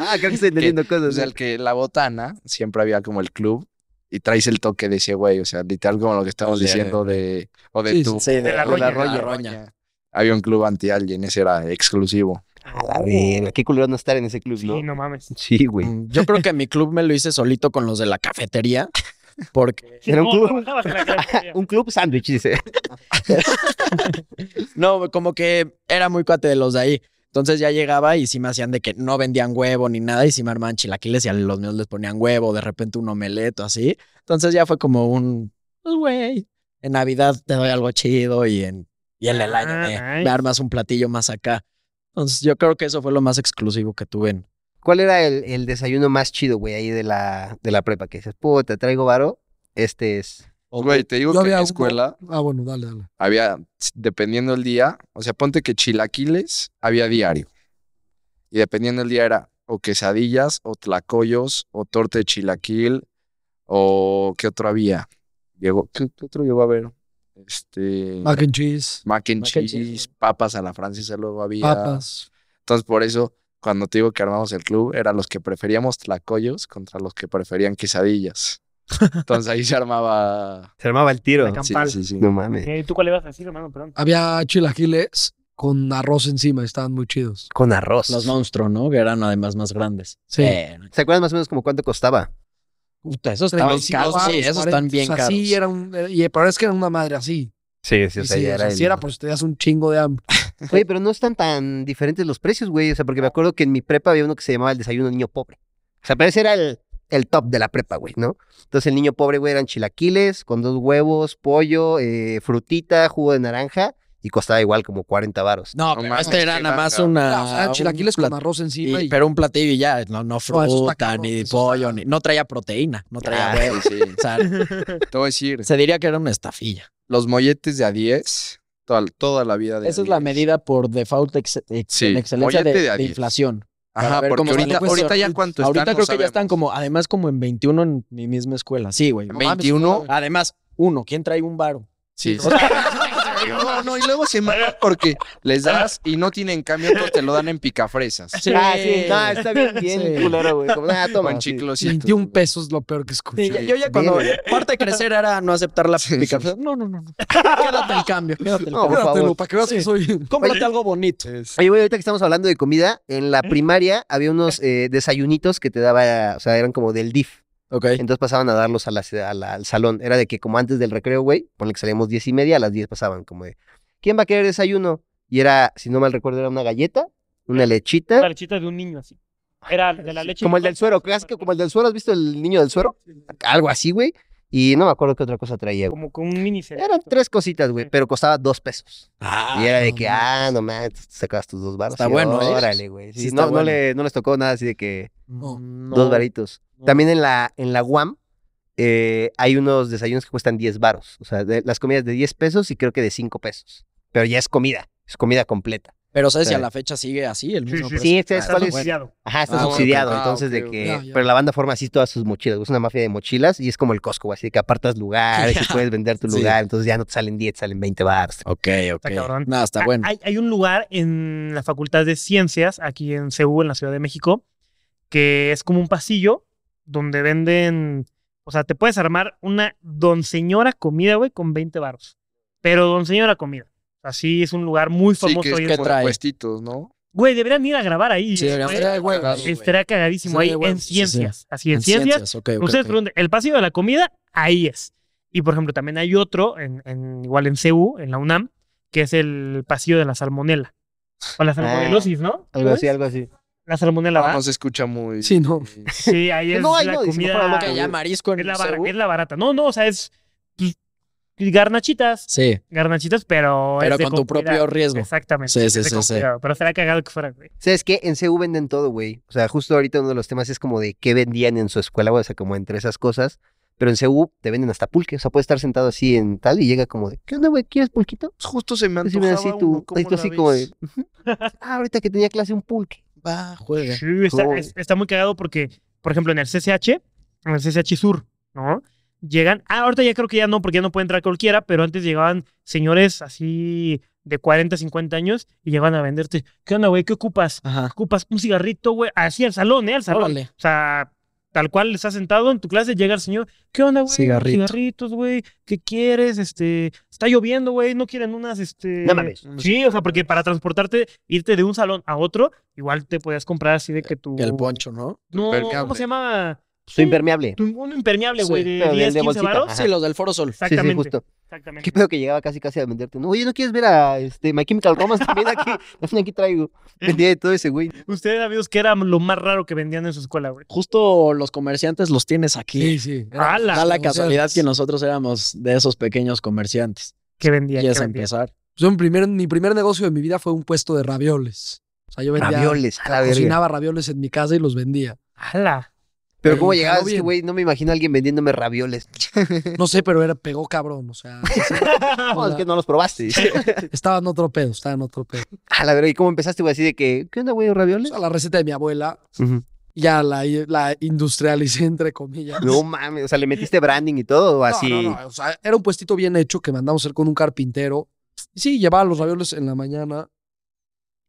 S5: ah, creo que estoy entendiendo
S1: O
S5: cosas.
S1: sea, el que la botana, siempre había como el club y traes el toque de ese güey, o sea, literal como lo que estamos
S2: Sí,
S1: diciendo de o de
S3: Sí,
S1: tu
S2: sí, de,
S4: la roña.
S2: roña.
S1: Había un club anti alguien, ese era exclusivo.
S5: A la verga, qué culero no estar en ese club,
S4: Sí,
S5: ¿no?
S4: no mames.
S5: Sí, güey.
S2: Mm, Yo creo que mi club me lo hice solito con los de la cafetería. Porque,
S4: Sí,
S5: (laughs) Era un
S4: no,
S5: club.
S4: trabajabas en la
S5: (laughs)
S4: cafetería.
S5: Un club sándwich, dice.
S2: no, como que era muy cuate de los de ahí. Entonces ya llegaba y sí me hacían de que no vendían huevo ni nada y sí me armaban chilaquiles y a los míos les ponían huevo, de repente un omeleto así. Entonces ya fue como un, pues güey, en Navidad te doy algo chido y en, y en el año eh,
S4: Ah,
S2: me,
S4: nice.
S2: me armas un platillo más acá. Entonces yo creo que eso fue lo más exclusivo que tuve. en-
S5: ¿Cuál era el, el desayuno más chido, güey, ahí de la, de la prepa? Que dices, puta, traigo varo. Este es.
S1: Güey, te digo
S3: Yo
S1: que en
S3: había
S1: la
S3: uno-
S1: escuela
S3: Ah, bueno, dale, dale.
S1: había, dependiendo el día, o sea, ponte que chilaquiles había diario. Y dependiendo el día era o quesadillas, o tlacoyos, o torte de chilaquil, o qué otro había. Llegó, ¿qué, qué otro llegó a ver? Este...
S3: Mac and cheese,
S1: mac and
S2: Mac and
S1: cheese,
S2: cheese,
S1: papas a la francesa luego había.
S3: papas.
S1: Entonces, por eso, cuando te digo que armamos el club, eran los que preferíamos tlacoyos contra los que preferían quesadillas. Entonces ahí se armaba.
S5: Se armaba el tiro.
S4: La cam-
S1: Sí,
S4: Campal.
S1: sí, sí.
S5: No mames.
S4: Eh, ¿Tú cuál ibas a decir, hermano? Perdón.
S3: Había chilaquiles con arroz encima, estaban muy chidos.
S5: Con arroz.
S2: Los monstruos, ¿no? Que eran además más grandes.
S3: Sí.
S2: Eh,
S5: ¿Se acuerdan más o menos como cuánto costaba?
S2: Puta, esos estaban caros. Sí, esos están bien
S3: así
S2: caros.
S3: era un, era- y, pero es que era una madre así.
S5: Sí,
S3: Y Sí, o sea,
S5: (laughs)
S3: sí era por si te das un chingo de hambre.
S5: Oye, pero no están tan diferentes los precios, güey. O sea, porque me acuerdo que en mi prepa había uno que se llamaba el desayuno niño pobre. O sea, pero ese era el, el top de la prepa, güey, ¿no? Entonces el niño pobre, güey, eran chilaquiles con dos huevos, pollo, eh, frutita, jugo de naranja y costaba igual como
S2: (laughs)
S5: 40 varos.
S2: No,
S1: No
S2: pero
S1: mames,
S2: este era
S1: qué
S2: nada más
S1: vaca.
S2: una.
S3: Ah, (laughs) o sea,
S2: un
S3: chilaquiles con
S2: plat-
S3: arroz encima
S2: y-
S3: y,
S2: pero un platillo y ya, no, no
S3: eso está
S2: fruta,
S3: cabrón,
S2: ni
S3: eso está-
S2: pollo, ni, no traía proteína, no traía
S1: Ah,
S2: huevo.
S1: sí, sí.
S2: O sea,
S1: Te voy a decir,
S2: se diría que era una estafilla.
S1: (laughs) los molletes de a 10, toda, toda la vida de a
S2: Esa es la
S1: 10.
S2: medida por default ex- ex-
S1: Sí,
S2: en excelencia de,
S1: mollete de a
S2: de
S1: 10.
S2: inflación. para
S1: Ajá,
S2: ver
S1: porque
S2: cómo sale,
S1: ahorita,
S2: pues,
S1: ahorita ya cuánto
S2: Ahorita
S1: están, no
S2: creo que ya están
S1: sabemos.
S2: como, además como en 21 en mi misma escuela. Sí, güey.
S1: En
S2: Ve-
S1: 21.
S2: Además, uno, ¿quién trae un varo?
S1: Sí. sí. No, no, y luego se mata porque les das y no tienen cambio, entonces te lo dan en picafresas.
S5: Ah, sí, no, está bien, bien
S2: Sí.
S5: culero, güey. Como, nada,
S1: Con
S5: toma. sí.
S3: 21 pesos lo peor que escuché.
S2: Sí,
S3: (laughs)
S2: ya- Yo ya cuando parte de crecer era no aceptar la
S1: Sí, sí.
S2: picafresas. No, no, no, no. Quédate el cambio, quédate el
S5: No, por
S2: cambio.
S5: favor.
S3: para que veas que soy.
S2: Cómprate algo bonito.
S5: Oye, güey, ahorita que estamos hablando de comida, en la primaria había unos eh, desayunitos que te daba, o sea, eran como del DIF.
S2: Ok.
S5: Entonces pasaban a darlos a la, a la- al salón. Era de que como antes del recreo, güey, ponle que salíamos diez y media, a las 10 pasaban como de, ¿quién va a querer desayuno? Y era, si no mal recuerdo, era una galleta, una
S4: La
S5: lechita.
S4: lechita de un niño así. Era de la leche.
S5: ¿Eh? Como el del suero, clásico, como el del suero. ¿Has visto el niño del suero? Algo así, güey. Y no me acuerdo qué otra cosa traía, güey.
S4: Como con un mini
S5: Eran tres cositas, güey, pero costaba dos pesos. y era de
S3: no
S5: que,
S3: mames.
S5: ah, no mames, tú te sacabas tus dos baros.
S2: Está
S5: y
S2: bueno, ¿eh?
S5: Órale, güey. Sí,
S2: Sí está
S5: no, no,
S2: bueno.
S5: le, no les tocó nada así de que
S3: No,
S5: dos varitos.
S2: no.
S5: También en la, en la UAM eh, hay unos desayunos que cuestan 10 varos. O sea, de- las comidas de 10 pesos y creo que de 5 pesos. Pero ya es comida, es comida completa.
S2: Pero ¿sabes si a
S5: Sí.
S2: la fecha sigue así el
S4: Sí,
S2: mismo
S4: sí,
S2: precio?
S5: Sí, este es
S4: Está
S5: cuál es.
S4: subsidiado.
S5: Ajá, está
S1: Ah, bueno,
S5: subsidiado.
S1: ok, ok.
S5: entonces,
S1: Ah, ok,
S5: de que.
S3: ok. Ya, ya.
S5: Pero la banda forma así todas sus mochilas. güey, Es una mafia de mochilas y es como el Costco, güey, así que apartas lugares y puedes vender tu
S2: Sí.
S5: lugar. Entonces ya no te salen 10, salen 20 baros.
S2: Ok, ok.
S4: cabrón.
S2: No, está
S4: Ah,
S2: bueno.
S4: Hay, hay un lugar en la Facultad de Ciencias, aquí en Seúl, en la Ciudad de México, que es como un pasillo donde venden. O sea, te puedes armar una don señora comida, güey, con 20 baros. Pero don señora comida. Así es un lugar muy
S1: Sí,
S4: famoso.
S1: que es
S4: ahí en-
S1: como
S2: ¿Qué trae?
S1: puestitos, ¿no?
S4: Güey, deberían ir a grabar ahí.
S2: Sí, deberíamos-
S4: Güey, Estará cagadísimo ahí
S3: Estaría de
S4: en
S3: huevos,
S2: sí, sí.
S4: ciencias. Así
S2: En
S4: en, ciencias
S2: ok, ok,
S4: Ustedes
S2: ok.
S4: pregunten, el pasillo de la comida, ahí es. Y por ejemplo, también hay otro, en, en- igual en CU, en la UNAM, que es el pasillo de la salmonela. O la salmonelosis, ¿no?
S2: Ah,
S5: Algo así, algo así.
S4: La salmonela,
S1: No,
S4: ¿va?
S1: se escucha muy. eh, pues
S3: Sí, no.
S4: Sí,
S2: (laughs)
S4: ahí es
S5: No, ahí
S4: la
S5: no, dice,
S4: comida.
S5: mejor algo
S2: Que ya marisco en
S4: es, la bar-
S2: Cebú.
S4: es la barata. No, no, o sea, es pues, garnachitas.
S2: Sí,
S4: Garnachitas, pero. es
S2: pero
S4: de
S2: con tu
S4: cuidado.
S2: propio riesgo.
S4: Exactamente.
S2: Sí, sí,
S4: es de
S2: sí,
S4: con
S2: sí.
S4: cuidado, Pero será cagado que fuera, güey.
S5: ¿Sabes qué? En CU venden todo, güey. O sea, justo ahorita uno de los temas es como de qué vendían en su escuela, güey. O sea, como entre esas cosas. Pero en CU te venden hasta pulque. O sea, puedes estar sentado así en tal y llega como de, ¿qué onda, güey? ¿Quieres pulquito?
S1: Justo se me
S5: Así me
S1: antojaba
S5: así
S1: uno,
S5: tú,
S1: ¿cómo
S5: ahí tú
S1: la
S5: así como de,
S1: ves?
S5: (laughs) ah, ahorita que tenía clase un pulque.
S2: Va, juega.
S4: Sí, está,
S5: Uy.
S4: es- está muy cagado porque, por ejemplo, en el CCH, en el CCH Sur, ¿no? Llegan, ah, ahorita ya creo que ya no, porque ya no puede entrar cualquiera, pero antes llegaban señores así de 40, 50 años y llegaban a venderte. ¿Qué onda, güey? ¿Qué ocupas?
S2: Ajá.
S4: ¿Ocupas un cigarrito, güey? Así al salón, ¿eh? Al salón.
S2: Órale.
S4: O sea, tal cual estás sentado en tu clase, llega el señor, ¿qué onda, güey?
S2: Cigarrito.
S4: Cigarritos, güey, ¿qué quieres? Este, está lloviendo, güey, no quieren unas, este...
S5: No mames.
S4: Sí, o sea, porque para transportarte, irte de un salón a otro, igual te podías comprar así de que tu...
S2: Que el poncho, ¿no?
S4: No, ¿cómo
S1: Impermeable.
S4: se llama?
S5: Soy impermeable.
S4: Tu- Un impermeable,
S2: Sí,
S4: güey,
S5: pero
S4: de
S5: del
S4: 10,
S5: de
S4: 15
S5: bolsita,
S4: varos.
S5: ajá.
S2: Sí, los del Foro Sol.
S5: Sí, sí,
S4: Exactamente,
S5: justo.
S4: exactamente.
S5: ¿Qué pedo que llegaba casi casi a venderte? No, oye, ¿no quieres ver a este, My Chemical Romance también (laughs) aquí? También aquí traigo. Vendía de todo ese, güey.
S4: Ustedes, amigos, ¿qué era lo más raro que vendían en su escuela, güey?
S2: Justo los comerciantes los tienes aquí.
S3: Sí, sí. Era-
S2: Da
S4: ¡Hala!
S2: la
S3: comerciantes.
S2: casualidad que nosotros éramos de esos pequeños comerciantes.
S4: ¿Qué vendían?
S2: ¿Quieres
S4: ¿Qué vendían?
S2: empezar?
S3: Yo mi primer, mi primer negocio de mi vida fue un puesto de ravioles. O sea, yo vendía,
S5: Ravioles, Pues a la Ah, verga.
S3: cocinaba ravioles en mi casa y los vendía.
S4: ¡Hala!
S5: Pero cómo
S3: Pero
S5: llegabas,
S3: jaló
S5: es que,
S3: bien.
S5: güey, no me imagino a alguien vendiéndome ravioles. (laughs)
S3: No sé, pero era, pegó cabrón. O sea, (laughs)
S5: No, es que no los probaste.
S3: estaba en otro pedo, estaba en otro pedo.
S5: A la verga, ¿y cómo empezaste, güey? Así de que, ¿qué onda, güey,
S3: O (laughs)
S5: ravioles?
S3: sea, la receta de mi abuela,
S5: Ujú.
S3: ya la, la industrialicé, entre comillas.
S5: No mames, o sea, le metiste branding y todo, o
S3: No,
S5: así.
S3: no, no, o sea, era un puestito bien hecho que mandamos a hacer con un carpintero. Y sí, llevaba los ravioles en la mañana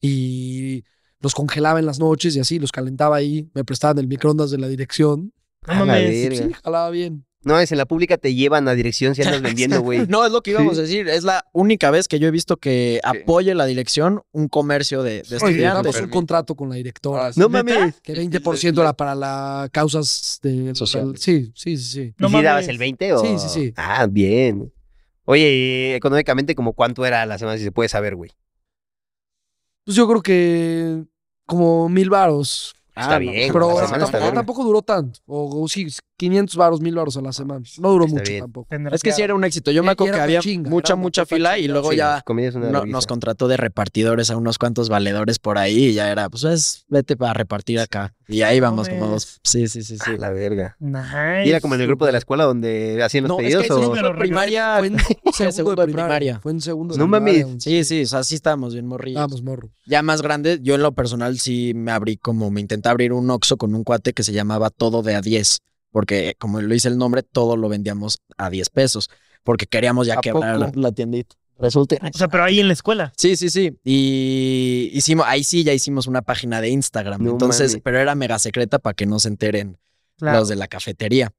S3: y los congelaba en las noches y así, los calentaba ahí. Me prestaban el microondas de la dirección.
S4: No
S5: A la
S4: mames.
S5: verga.
S3: Sí, jalaba bien.
S5: No, es en la pública te llevan a dirección si andas vendiendo,
S2: (laughs)
S5: güey.
S2: No, es lo que íbamos a decir. Es la única vez que yo he visto que apoye la dirección un comercio de, de
S1: Oye,
S2: estudiantes.
S3: Hagamos un contrato con la directora.
S1: Ah, sí.
S5: No
S4: ¿Neta?
S5: mames.
S3: Que 20% era para las causas de,
S2: Sociales.
S3: Sí, sí, sí, sí.
S5: ¿Y
S4: No
S5: si
S4: mames.
S5: dabas el 20 o...?
S3: Sí, sí, sí.
S5: Ah, bien. Oye, y económicamente, como cuánto era a la semana, si se puede saber, güey?
S3: Pues yo creo que como mil varos.
S5: Está bien,
S3: Pero
S5: güey, la
S3: tampoco,
S5: semana está verga.
S3: tampoco duró tanto. O, o sí, 500 varos, mil varos a la semana. No duró
S5: Está
S3: mucho
S5: bien.
S3: tampoco.
S2: Es que sí era un éxito. Yo
S3: Y-
S2: me
S3: y
S2: acuerdo que
S3: era
S2: había
S3: pachinga,
S2: mucha,
S3: era
S2: mucha
S3: mucha
S2: fila y
S3: pachinga.
S2: luego
S5: Sí,
S2: ya
S5: comida es una
S2: no-
S5: vergüenza.
S2: nos contrató de repartidores a unos cuantos valedores por ahí y ya era, pues es, vete para repartir acá. Y ahí vamos como
S4: mames.
S2: dos. Sí, sí, sí, sí.
S5: Ah, La verga.
S4: Nice.
S5: ¿Y era como en el grupo de la escuela donde hacían los
S2: No, es
S5: pedidos
S2: que
S5: o...?
S2: sí,
S4: de
S2: fue
S4: los
S2: primaria.
S3: Fue (laughs) en segundo de primaria. Fue en segundo de
S5: No
S3: primaria,
S5: mames.
S3: güey.
S2: Sí, sí, o sea, sí estábamos bien morrillos.
S3: Vamos, morro.
S2: Ya más grande, yo en lo personal sí me abrí como me intenté abrir un Oxxo con un cuate que se llamaba Todo de a 10, porque como lo dice el nombre, todo lo vendíamos a 10 pesos, porque queríamos ya
S1: ¿A
S2: quebrar la,
S1: poco?
S2: la tiendita. Resulta.
S4: O sea, pero ahí en la escuela.
S2: Sí, sí, sí. Y hicimos, ahí sí ya hicimos una página de Instagram.
S5: No
S2: entonces,
S5: mames.
S2: pero era mega secreta para que no se enteren
S4: Claro.
S2: los de la cafetería.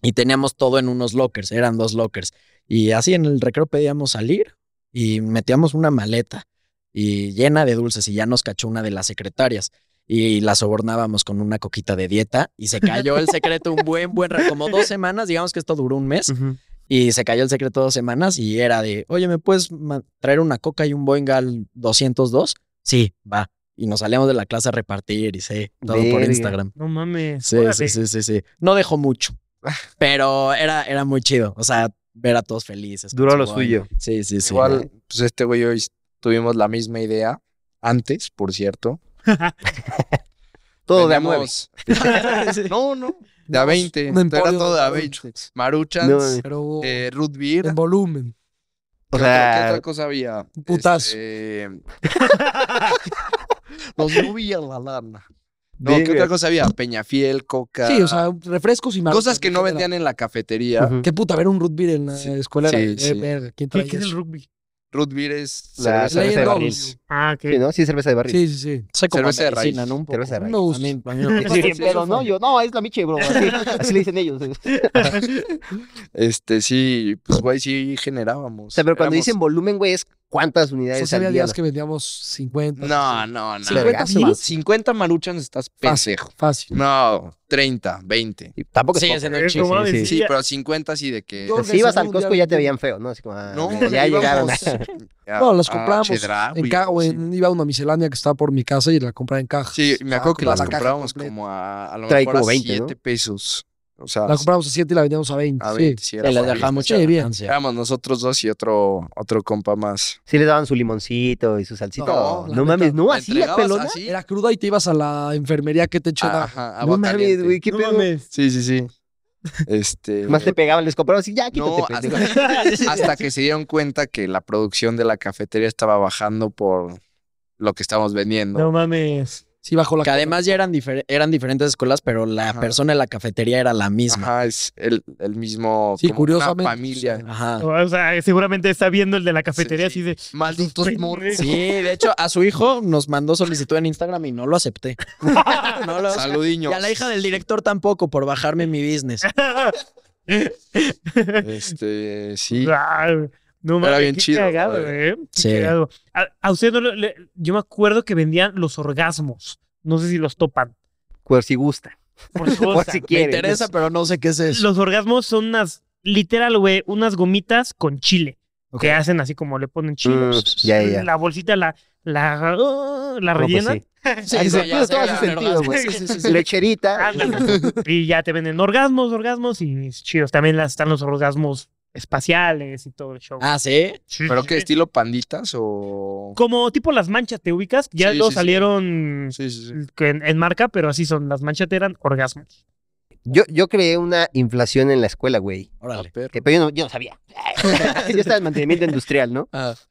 S2: Y teníamos todo en unos lockers, eran dos lockers. Y así en el recreo pedíamos salir y metíamos una maleta y llena de dulces y ya nos cachó una de las secretarias y la sobornábamos con una coquita de dieta y se cayó el secreto un buen, buen, ra- como dos semanas, digamos que esto duró un mes
S5: Ujú.
S2: y se cayó el secreto dos semanas y era de, oye, ¿me puedes ma- traer una coca y un Boeing al 202? Sí, va. Y nos salíamos de la clase a repartir y sí, todo por
S5: Verga.
S2: Instagram.
S4: No (laughs) mames.
S2: Sí,
S4: órale.
S2: sí, sí, sí, sí. No dejó mucho, pero era, era muy chido. O sea, ver a todos felices. con
S5: Duró
S2: su
S5: lo
S2: boing.
S5: suyo.
S2: Sí, sí, sí.
S1: Igual, pues este güey y yo is- tuvimos la misma idea antes, por cierto.
S5: Todo de a nueve.
S1: Vendíamos-
S4: (laughs)
S1: no, no. De a 20.
S3: Un
S1: Era
S3: emporio
S1: todo de
S3: de
S1: a
S3: ravioles.
S1: 20. Maruchans,
S5: No, eh.
S3: Pero
S1: eh, root beer.
S3: en volumen.
S5: O
S1: ¿Qué otra, qué
S5: sea,
S1: otra cosa había?
S3: un putazo.
S5: (laughs)
S1: Este, Los lluvia la lana. No, ¿qué
S5: verga.
S1: otra cosa había? Peñafiel, coca.
S3: Sí, o sea, refrescos y más.
S1: cosas que no vendían en la cafetería.
S5: Ujú.
S3: Qué puta, ver un root beer en la
S1: Sí,
S3: escuela.
S1: sí,
S3: era, eh,
S1: sí.
S3: verga, ¿quién
S4: ¿Qué,
S3: traía
S4: qué es el
S3: eso?
S4: rugby?
S1: Root beer es cerveza.
S5: La cerveza de
S3: Leyendo.
S5: barril.
S4: Ah, ok. (laughs)
S5: Sí, ¿no? Sí, cerveza de barril.
S3: Sí, sí, sí.
S2: Soy como
S1: Cerveza de
S2: medicina,
S1: raíz.
S2: ¿no? Un poco.
S5: Cerveza de raíz.
S3: Me
S2: A
S3: gusta.
S2: mí- a mí (laughs) no me gusta.
S5: Sí, bien
S1: Sí,
S5: pedo,
S1: eso
S5: ¿no?
S1: fue.
S5: Yo, no, es la miche, bro. (laughs) Así, así le dicen ellos. eh.
S1: Este, sí, pues, güey, sí generábamos.
S5: O sea, pero cuando
S1: Éramos-
S5: dicen volumen, güey, es cuántas
S3: O sea,
S5: unidades
S3: sí había
S5: al día.
S3: días que vendíamos 50.
S1: No, no, no.
S3: 50
S5: Vergazo,
S3: mil.
S5: ¿no?
S1: 50 maruchans estás
S3: Fácil,
S1: pendejo.
S3: fácil.
S1: No, 30, 20.
S5: Y Tampoco
S2: Sigue
S5: poco,
S2: siendo
S5: ¿eh?
S2: un
S4: Es como
S5: sí,
S4: decir,
S5: sí.
S1: Sí,
S4: ya-
S1: pero 50 sí de que...
S3: Yo-
S5: Si ibas al
S3: un
S5: Costco
S3: día-
S5: ya te veían feo, ¿no? Así como, ah,
S1: No,
S5: ya
S1: íbamos
S5: llegaron.
S1: a-
S3: No, las
S1: a
S3: compramos en
S1: Ah, Chedraui,
S3: caja, güey.
S1: sí.
S3: Iba a una miscelánea que estaba por mi casa y la compraba en caja.
S1: Sí,
S5: Ah,
S1: me acuerdo que las
S3: La caja
S1: comprábamos
S3: completa.
S1: como a, a lo
S5: Trae
S1: mejor a
S5: como 20,
S1: 7
S5: ¿no?
S1: pesos. O sea,
S3: La compramos a 7 y la vendíamos a 20.
S1: a
S3: sí.
S1: 20. Sí, era
S2: Se les
S1: por ahí.
S2: dejaba mucha
S3: Sí, bien.
S2: ganancia.
S1: Éramos nosotros dos y otro, otro compa más.
S5: Sí les daban su limoncito y su salsita.
S1: No,
S5: No,
S3: la
S5: mames,
S3: neta,
S5: no,
S1: ¿La
S5: así la
S1: entregabas
S5: pelona.
S1: así?
S3: Era cruda y te ibas a la enfermería que te echaba.
S1: Ajá,
S5: No
S1: agua
S5: mames,
S1: caliente.
S5: güey, qué
S4: No
S5: pedo.
S4: mames.
S1: Sí, sí,
S5: (laughs)
S1: sí. Este...
S5: Más te pegaban, les compraban así, ya quítate.
S1: No,
S5: pendejo.
S1: hasta, hasta que se dieron cuenta que la producción de la cafetería estaba bajando por lo que estábamos vendiendo.
S4: No mames.
S3: Sí, bajo la
S2: Que además ya eran, difer- eran diferentes escuelas, pero la
S1: Ajá.
S2: persona en la cafetería era la misma.
S1: Ajá, es el, el mismo.
S3: Sí,
S1: como
S3: curiosamente,
S1: Una familia.
S2: Ajá.
S4: O sea, seguramente está viendo el de la cafetería
S1: Sí,
S4: así de.
S1: Malditos morros.
S2: Sí, de hecho, a su hijo nos mandó solicitud en Instagram y no lo acepté. No lo-
S1: Saludiños.
S2: y a la hija del director tampoco, por bajarme mi business.
S1: Este, sí.
S4: Ah, No
S1: Era
S4: mames,
S1: bien
S4: qué
S1: chido,
S4: cagado,
S1: güey.
S4: ¿eh? Qué
S2: Sí.
S4: cagado. A, a usted no le- le- yo me acuerdo que vendían los orgasmos. No sé si los topan.
S5: (laughs) Por si gusta.
S4: Por favor,
S5: Por si
S2: Me
S5: quieres.
S2: interesa, pero no sé qué es eso.
S4: Los orgasmos son unas, literal, güey, unas gomitas con chile.
S2: Ok.
S4: Que hacen así como le ponen chile.
S5: Mm, ya, ya, ya.
S4: La bolsita la, la, ah, la
S5: No, pues
S4: rellenan.
S5: sí. Ay,
S2: sí,
S5: no,
S2: ya
S5: tiene todo
S2: sé,
S5: su
S2: la
S5: sentido,
S2: verdad.
S5: güey.
S4: Sí, sí, sí,
S5: Lecherita.
S4: Ándale. y ya te venden orgasmos, orgasmos y chidos. También las- están los orgasmos espaciales y todo el show.
S2: Ah, sí.
S4: Sí,
S1: ¿Pero
S4: sí,
S1: qué
S4: sí.
S1: estilo panditas o.?
S4: Como tipo las manchas, ¿te ubicas? Ya
S1: Sí,
S4: no
S1: sí, sí.
S4: salieron
S1: Sí, sí, sí.
S4: que en, en marca, pero así son. Las manchas eran orgasmos.
S5: Yo, yo creé una inflación en la escuela, güey.
S2: Órale.
S5: Que, pero yo no, yo no sabía. yo estaba en mantenimiento industrial, ¿no?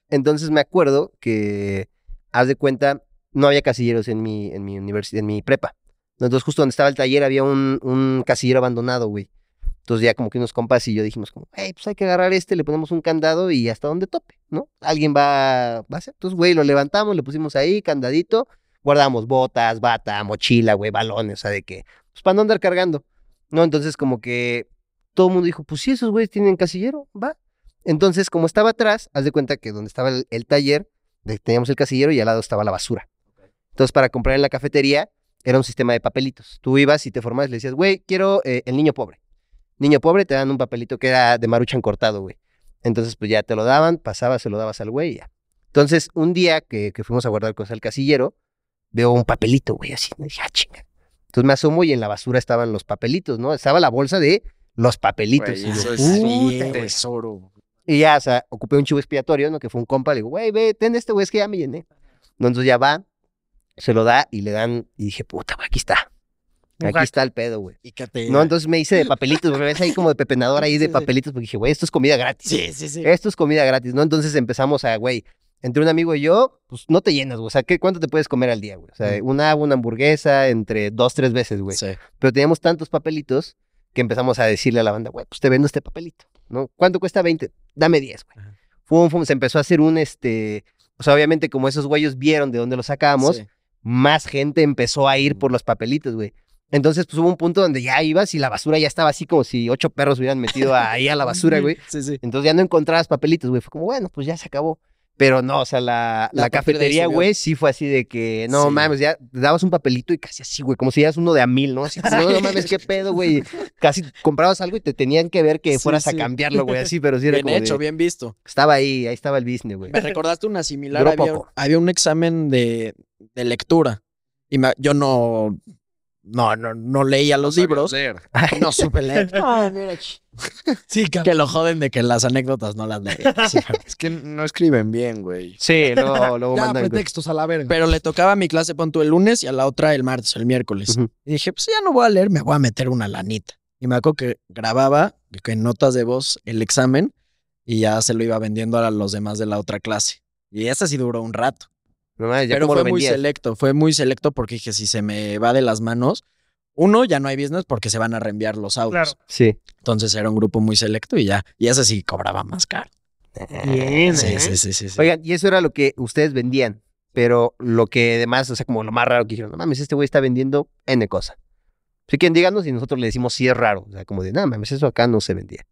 S5: Entonces me acuerdo que, haz de cuenta, no había casilleros en mi, en mi universidad, en mi prepa. Entonces, justo donde estaba el taller había un, un casillero abandonado, güey. Entonces ya como que unos compas y yo dijimos como, hey, pues hay que agarrar este, le ponemos un candado y hasta donde tope, ¿no? Alguien va, va a hacer. Entonces, güey, lo levantamos, le pusimos ahí, candadito, guardamos botas, bata, mochila, güey, balones, o sea, de que, pues para no andar cargando, ¿no? Entonces como que todo el mundo dijo, pues sí, esos güeyes tienen casillero, va. Entonces, como estaba atrás, haz de cuenta que donde estaba el, el taller, de- teníamos el casillero y al lado estaba la basura. Entonces, para comprar en la cafetería, era un sistema de papelitos. Tú ibas y te formabas, le decías, güey, quiero eh, el niño pobre. Niño pobre, te dan un papelito que era de maruchan cortado, güey. Entonces, pues ya te lo daban, pasabas, se lo dabas al güey y ya. Entonces, un día que, que fuimos a guardar cosas al casillero, veo un papelito, güey, así. Me dije, ah, chinga. Entonces me asomo y en la basura estaban los papelitos, ¿no? Estaba la bolsa de los papelitos.
S1: Güey,
S5: Y yo,
S1: eso es
S5: "Puta,
S1: un
S5: güey".
S1: tesoro.
S5: Y ya, o sea, ocupé un chivo expiatorio, ¿no? Que fue un compa, le digo, güey, ve, ten este, güey, es que ya me llené. No, Entonces ya va, se lo da y le dan, y dije, puta, güey, aquí está.
S4: Un
S5: Aquí
S4: hack.
S5: está el pedo, güey.
S2: ¿Y qué te-
S5: No, entonces me hice de papelitos, porque ves ahí como de pepenador ahí
S2: Sí,
S5: de
S2: sí.
S5: papelitos, porque dije, güey, esto es comida gratis.
S2: Sí, sí, sí.
S5: Esto es comida gratis, ¿no? Entonces empezamos a, güey, entre un amigo y yo, pues no te llenas, güey. O sea, ¿qué, ¿cuánto te puedes comer al día, güey? O sea, un agua, una hamburguesa, entre dos, tres veces, güey.
S2: Sí.
S5: Pero teníamos tantos papelitos que empezamos a decirle a la banda, güey, pues te vendo este papelito, ¿no? ¿Cuánto cuesta 20? Dame 10, güey.
S2: Ajá.
S5: Fum, fum, se empezó a hacer un, este, o sea, obviamente como esos güeyos vieron de dónde lo sacábamos,
S2: Sí.
S5: más gente empezó a ir por los papelitos, güey. Entonces, pues hubo un punto donde ya ibas y la basura ya estaba así como si ocho perros hubieran metido ahí a la basura, güey.
S2: Sí, sí.
S5: Entonces ya no encontrabas papelitos, güey. Fue como, bueno, pues ya se acabó. Pero no, o sea, la,
S2: La
S5: la
S2: partida
S5: cafetería,
S2: subió.
S5: güey, sí fue así de que, no
S2: Sí.
S5: mames, ya te dabas un papelito y casi así, güey, como si eras uno de a mil, ¿no? Así, como, no, no
S2: (laughs)
S5: mames, qué pedo, güey. Casi comprabas algo y te tenían que ver que
S2: Sí,
S5: fueras
S2: sí.
S5: a cambiarlo, güey, así, pero sí era
S2: Bien
S5: como de-
S2: hecho, bien visto.
S5: Estaba ahí, ahí estaba el business, güey.
S2: Me recordaste una similar.
S5: Duró
S2: Había,
S5: poco.
S2: había un examen de, de lectura. Y me- yo no, no, no, no leía los libros.
S1: Sabías leer.
S2: (laughs) No supe leer. sí, que lo joden de que las anécdotas no las leía. Sí.
S1: Es que no escriben bien, güey.
S5: Sí, luego, (laughs) luego
S3: Ya,
S5: mandan-
S3: pretextos a la verga.
S2: Pero le tocaba a mi clase, pon tú el lunes y a la otra el martes, el miércoles.
S5: Ujú.
S2: Y dije, pues ya no voy a leer, me voy a meter una lanita. Y me acuerdo que grababa que en notas de voz el examen y ya se lo iba vendiendo a los demás de la otra clase. Y esa sí duró un rato.
S5: No mames, ya
S2: Pero
S5: cómo lo
S2: fue muy
S5: vendías.
S2: selecto, fue muy selecto porque dije, si se me va de las manos, uno, ya no hay business porque se van a reenviar los autos.
S4: Claro.
S5: Sí.
S2: Entonces era un grupo muy selecto y ya, y ese sí cobraba más caro.
S4: Bien,
S2: Sí,
S4: ¿eh? (laughs)
S2: sí, sí, sí. sí.
S5: Oigan, y eso era lo que ustedes vendían. Pero lo que además, o sea, como lo más raro que dijeron, no mames, este güey está vendiendo N cosa. Si quieren, díganos y nosotros le decimos si es raro. O sea, como de, nada mames, eso acá no se vendía.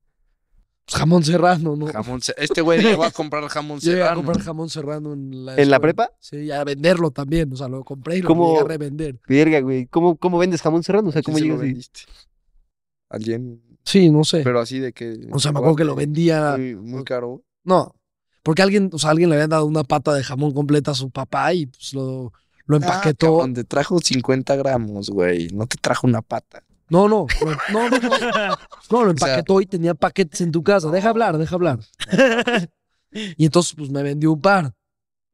S3: Pues jamón serrano, ¿no?
S1: Jamón se- Este güey llegó a comprar
S3: (laughs)
S1: jamón
S3: Yo llegué a
S1: serrano.
S3: comprar jamón serrano en la,
S5: ¿En la
S3: escuela.
S5: prepa?
S3: Sí, y a venderlo también. O sea, lo compré y lo
S5: ¿Cómo?
S3: llegué a revender.
S5: Verga, güey. ¿Cómo, cómo vendes jamón serrano? O sea,
S1: ¿A
S5: ¿cómo
S1: quién se lo
S5: llegas y-
S1: vendiste? Alguien.
S3: Sí, no sé.
S1: Pero así de que.
S3: Eh. o sea, me acuerdo que lo vendía.
S1: Muy, muy caro.
S3: No. Porque alguien, o sea, alguien le habían dado una pata de jamón completa a su papá y pues lo, lo
S1: Ah,
S3: empaquetó.
S1: cabrón, te trajo 50 gramos, güey. No te trajo una pata.
S3: no, no, lo- no, no, no, no, lo
S1: sea-
S3: empaquetó y tenía paquetes en tu casa. Deja hablar, deja hablar. Y entonces, pues me vendió un par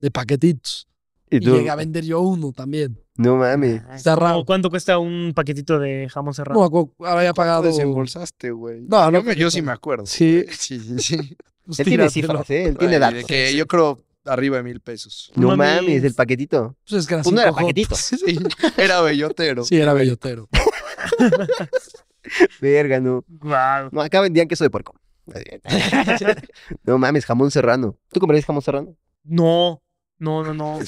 S3: de paquetitos.
S5: y
S3: Y
S5: tú?
S3: llegué a vender yo uno también.
S4: (laughs)
S5: No mames.
S3: Está raro.
S4: ¿O ¿Cuánto cuesta un paquetito de jamón
S3: No,
S4: serrano?
S3: me acuerdo, había
S1: Lo
S3: pagado.
S1: desembolsaste, güey.
S3: Ah, No, no,
S1: Yo, me- yo sí me acuerdo.
S3: Sí,
S1: Sí, sí, sí.
S3: pues,
S5: Él tiene
S3: tíratelo.
S5: cifras, ¿eh? Él tiene
S1: Ay, de
S5: datos.
S1: que yo creo arriba de mil pesos.
S5: No
S4: Mames.
S5: mames, el paquetito.
S3: Pues es que era
S5: Pues no era
S3: 5J.
S5: paquetito.
S1: Sí, (laughs) era bellotero.
S3: Sí, era bellotero.
S5: Verga, no.
S4: Guau.
S5: No, acá vendían queso de puerco. (laughs) no mames, jamón serrano. ¿Tú comprarías jamón serrano?
S4: No, no, no, no.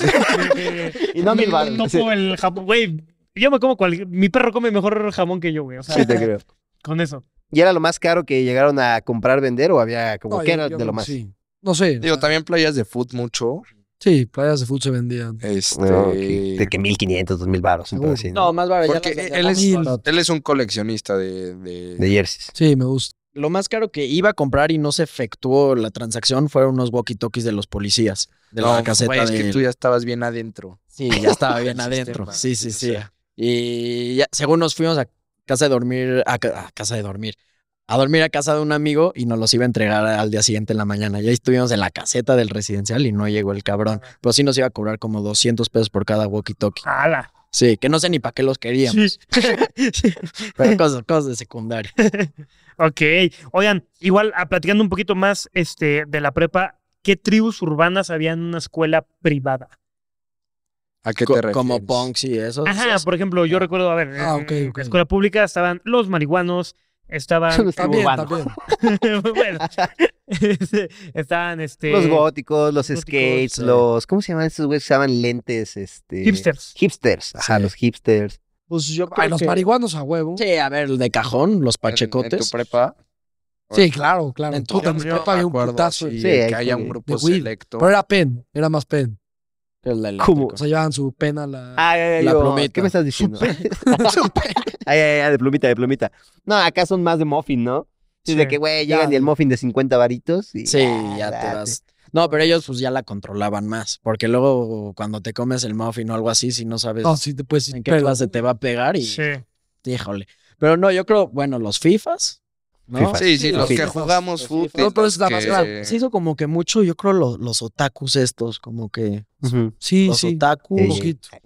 S4: Eh,
S5: Y no (laughs) mil baros.
S4: No
S5: Sí,
S4: como el jamón, güey. Yo me como cual... Mi perro come mejor jamón que yo, güey. O sea,
S5: sí, te creo.
S4: con eso.
S5: ¿Y era lo más caro que llegaron a comprar, vender o había como
S3: No,
S5: que
S3: yo-
S5: era
S3: yo
S5: de
S3: creo
S5: lo
S3: que
S5: más?
S3: Sí. No sé. o
S1: Digo,
S3: sea,
S1: también playas de foot mucho.
S3: Sí, playas de fútbol se vendían.
S1: Este.
S5: No, que- de que 1500, 2000 baros, un pedo
S3: Seguro.
S5: así, ¿no?
S2: No, más barato.
S1: Porque él es, él es un coleccionista de. de-
S5: De jerseys.
S3: Sí, me gusta.
S2: Lo más caro que iba a comprar y no se efectuó la transacción fueron unos walkie-talkies de los policías. De la
S1: No,
S2: caseta
S1: güey, es
S2: de...
S1: que tú ya estabas bien adentro.
S2: Sí,
S1: (laughs)
S2: ya estaba bien
S1: del
S2: adentro.
S1: sistema.
S2: Sí, sí,
S1: O
S2: sí.
S1: sea,
S2: Y ya, según nos fuimos a casa de dormir, a, ca- a casa de dormir, a dormir a casa de un amigo y nos los iba a entregar al día siguiente en la mañana. Y ahí estuvimos en la caseta del residencial y no llegó el cabrón. Pero sí nos iba a cobrar como 200 pesos por cada walkie-talkie.
S4: ¡Hala!
S2: Sí, que no sé ni para qué los queríamos.
S4: Sí.
S2: Pero cosas, cosas de secundaria.
S4: Ok. Oigan, igual, a- platicando un poquito más este, de la prepa, ¿qué tribus urbanas había en una escuela privada?
S1: ¿A qué te
S2: Co-
S1: refieres?
S2: como punks y eso.
S4: Ajá, por ejemplo, yo recuerdo, a ver,
S3: Ah,
S4: en
S3: ok, ok.
S4: la escuela pública estaban los marihuanos, estaban... (laughs)
S5: (laughs) Los
S3: También,
S5: urbanos.
S3: también.
S4: bueno, este, estaban este...
S5: Los góticos, los
S4: góticos,
S5: skates,
S2: sí.
S5: los. ¿Cómo se llaman estos güeyes que usaban lentes? Este.
S4: Hipsters.
S5: Hipsters. Ajá,
S2: Sí.
S5: los hipsters.
S2: pues yo creo
S3: Ay, los
S2: que-
S3: marihuanos a huevo. Sí,
S2: Sí, a ver, de cajón, los
S1: ¿En- En, tu
S2: pachecotes.
S1: prepa.
S3: claro, claro.
S2: En
S3: Puta,
S4: todo.
S3: en mi
S4: Yo
S3: prepa había un
S1: Acuerdo,
S3: putazo.
S1: así,
S5: Sí,
S1: de
S5: hay
S1: que haya
S5: como
S1: un
S5: de-
S1: grupo
S3: de weed.
S1: selecto.
S3: Pero era pen, era más pen.
S2: el eléctrico.
S5: ¿Cómo?
S3: O (laughs) sea, llevaban su pen a la...
S5: Ay, ay, ay,
S2: La
S5: yo,
S2: plumita.
S5: ¿Qué me estás diciendo? ay, ay, ay, de plumita, de plumita. No, acá son más de muffin, ¿no? Es de
S4: Sí.
S5: que, güey, llegan
S3: Ya,
S5: y
S3: de-
S5: el muffin de 50 varitos. Y,
S2: Sí,
S5: ah,
S2: ya te
S5: date.
S2: vas. No, pero ellos pues ya la controlaban más, porque luego cuando te comes el muffin o algo así, si no sabes
S3: No, sí, te puedes
S2: en
S3: ir,
S2: qué
S3: pero-
S2: clase te va a pegar y
S4: Sí.
S2: híjole. Pero no, yo creo, bueno, los FIFAs, ¿no?
S5: FIFA.
S1: Sí, sí,
S5: Los
S1: los que
S5: fifas.
S1: jugamos
S2: Los
S1: fútbol.
S2: fifas.
S3: No, pero es la más grave.
S2: Se hizo como que mucho, yo creo los, los otakus estos, como que
S3: (laughs)
S5: Ujú. (laughs)
S3: Sí,
S2: los
S3: sí.
S2: otakus.
S5: Ey,
S3: Un poquito.
S5: Ey,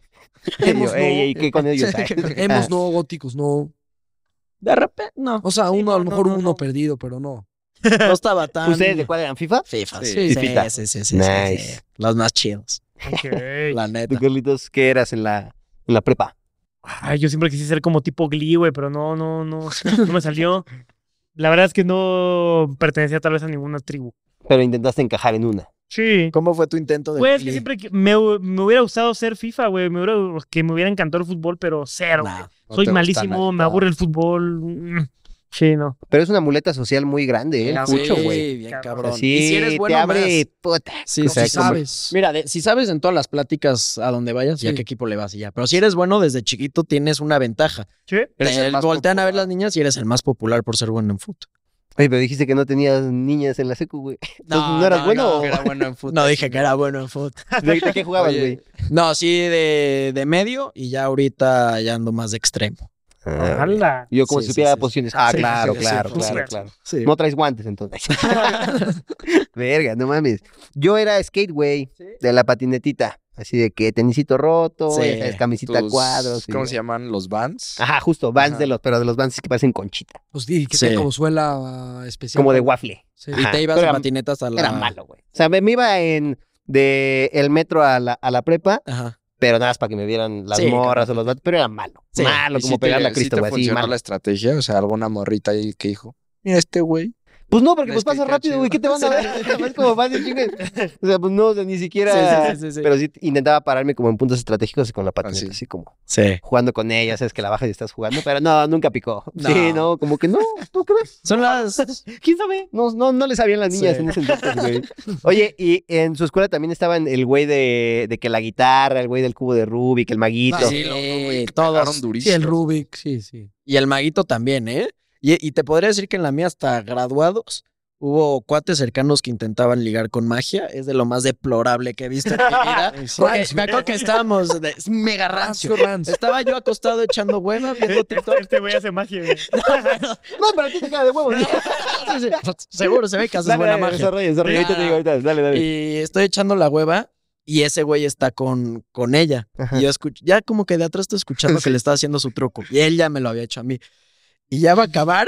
S3: Hemos
S5: yo, ey, ey, ¿qué con ellos?
S3: (laughs)
S5: Ah.
S3: Hemos no góticos, no.
S2: De repente, no,
S3: O sea,
S2: Sí,
S3: uno, a
S2: no,
S3: lo
S2: no,
S3: mejor
S2: no,
S3: uno
S2: no.
S3: perdido, pero no.
S2: no estaba tan...
S5: ¿Ustedes de cuál eran? ¿FIFA?
S2: FIFAs.
S1: Sí.
S2: Sí, sí,
S5: Fifita.
S2: sí, sí, sí,
S5: Nice.
S2: sí. Los más chidos,
S4: Ok.
S2: la
S5: ¿Tú,
S2: neta.
S5: Carlitos, qué eras en la, en la prepa?
S4: Ay, yo siempre quise ser como tipo Glee, güey, pero no, no, no, no me salió. La verdad es que no pertenecía tal vez a ninguna tribu.
S5: Pero intentaste encajar en una.
S4: Sí.
S2: ¿Cómo fue tu intento de...?
S4: Pues que
S2: Glee?
S4: siempre que- me, hu- me hubiera gustado ser FIFA, güey. Me hubiera, que me hubiera encantado el fútbol, pero cero.
S2: Nah.
S1: No
S4: Soy
S1: te gusta
S4: malísimo,
S1: nadie.
S4: me aburre el fútbol. mm, Sí, no.
S5: Pero es una muleta social muy grande, ¿eh? El
S2: Sí,
S5: fucho, güey.
S2: bien
S4: Cabrón.
S2: cabrón.
S5: Así
S2: Y si eres bueno,
S5: te abre,
S2: más.
S5: puta.
S2: Sí,
S3: No,
S5: sea,
S3: si
S5: sí, como-
S3: sabes.
S2: Mira, de- si sabes en todas las pláticas a donde vayas, ya
S3: Sí.
S2: qué equipo le vas y ya. Pero si eres bueno desde chiquito, tienes una ventaja.
S4: Sí.
S1: Eres el
S2: Te
S1: más
S2: voltean a ver
S1: popular.
S2: las niñas y eres el más popular por ser bueno en fútbol.
S5: Oye, pero dijiste que no tenías niñas en la secu,
S2: (laughs)
S5: güey. No, no eras
S2: no,
S5: bueno.
S2: no.
S1: Era bueno
S2: (laughs)
S1: en fútbol.
S2: No dije que era bueno en fútbol.
S5: (laughs) ¿De, de qué jugabas,
S1: Oye,
S5: güey?
S2: No, sí, de, de medio y ya ahorita ya ando más de extremo.
S5: Ah, güey.
S4: Ala.
S5: yo como
S2: Sí,
S5: si
S2: sí,
S5: supiera
S2: sí.
S5: posiciones. Ah,
S2: Sí,
S5: claro,
S2: sí, sí,
S5: claro,
S2: sí,
S5: claro,
S4: súper.
S5: claro.
S2: Sí.
S5: No traes guantes, entonces.
S2: (laughs)
S5: (laughs) Verga, no mames. Yo era skate, güey, de la patinetita. Así de que tenisito roto,
S2: Sí.
S5: ya sabes, camisita
S1: Tus-
S5: cuadros. y-
S1: ¿Cómo se llaman? ¿Los Vans?
S5: Ajá, justo, vans
S1: Ajá.
S5: de los, pero de los vans que parecen conchita.
S3: Pues sí, que
S2: Sí.
S3: tiene como suela ah, especial.
S5: Como de waffle.
S3: Sí.
S5: Ajá,
S2: Y te ibas
S5: pero
S2: en
S5: era-
S2: patinetas a la.
S5: Era malo, güey. O sea, me me iba en de el metro a la, a la prepa,
S2: Ajá.
S5: pero nada más para que me vieran las
S2: Sí,
S5: morras o los vatos, pero era malo.
S2: Sí.
S5: Malo,
S1: ¿Y
S5: como
S1: sí te-
S5: pegar la
S1: sí
S5: Cristo,
S1: te
S5: güey, así,
S1: funcionó
S5: malo.
S1: la estrategia? O sea, alguna morrita ahí que dijo, mira este güey.
S5: Pues no, porque pues
S1: Es que
S5: pasa
S1: qué
S5: rápido, güey. ¿Qué te van a ver?
S2: (laughs)
S5: (laughs) Es como fácil, chingue. O sea, pues no, o sea, ni siquiera.
S2: Sí, sí, sí, sí, sí.
S5: Pero sí intentaba pararme como en puntos estratégicos con la patineta,
S1: sí.
S5: así como (laughs)
S2: Sí.
S5: jugando con ella, sabes que la bajas y estás jugando, pero no, nunca picó.
S2: No.
S5: Sí, no, como que no, ¿tú crees?
S2: Son las.
S5: ¿Quién sabe? No, no, no le sabían las niñas
S2: Sí.
S5: en ese entonces, (laughs) güey. Oye, y en su escuela también estaban el güey de, de que la guitarra, el güey del cubo de Rubik, el maguito.
S1: Ah, sí,
S2: Sí,
S1: loco, güey,
S2: todos.
S1: cagaron
S3: Sí,
S1: durísimo.
S3: el Rubik, sí, sí.
S2: Y el maguito también, ¿eh? Y, y te podría decir que en la mía, hasta graduados, hubo cuates cercanos que intentaban ligar con magia. Es de lo más deplorable que he visto en mi vida. Porque me acuerdo que estábamos de, es mega rancio.
S3: Rancio, rancio.
S2: Estaba yo acostado echando hueva,
S4: (laughs)
S2: viendo
S4: Este
S2: TikTok.
S4: este güey hace magia, güey.
S5: (laughs) No, pero a ti te queda de huevos.
S2: Sí, sí. Seguro se ve que haces buena magia.
S5: desarrolla, desarrolla. Ahorita te digo, ahorita, dale, dale.
S2: Y estoy echando la hueva y ese güey está con, con ella.
S5: Ajá.
S2: Y yo escucho, ya como que de atrás estoy escuchando que le está haciendo su truco. Y él ya me lo había hecho a mí. Y ya va a acabar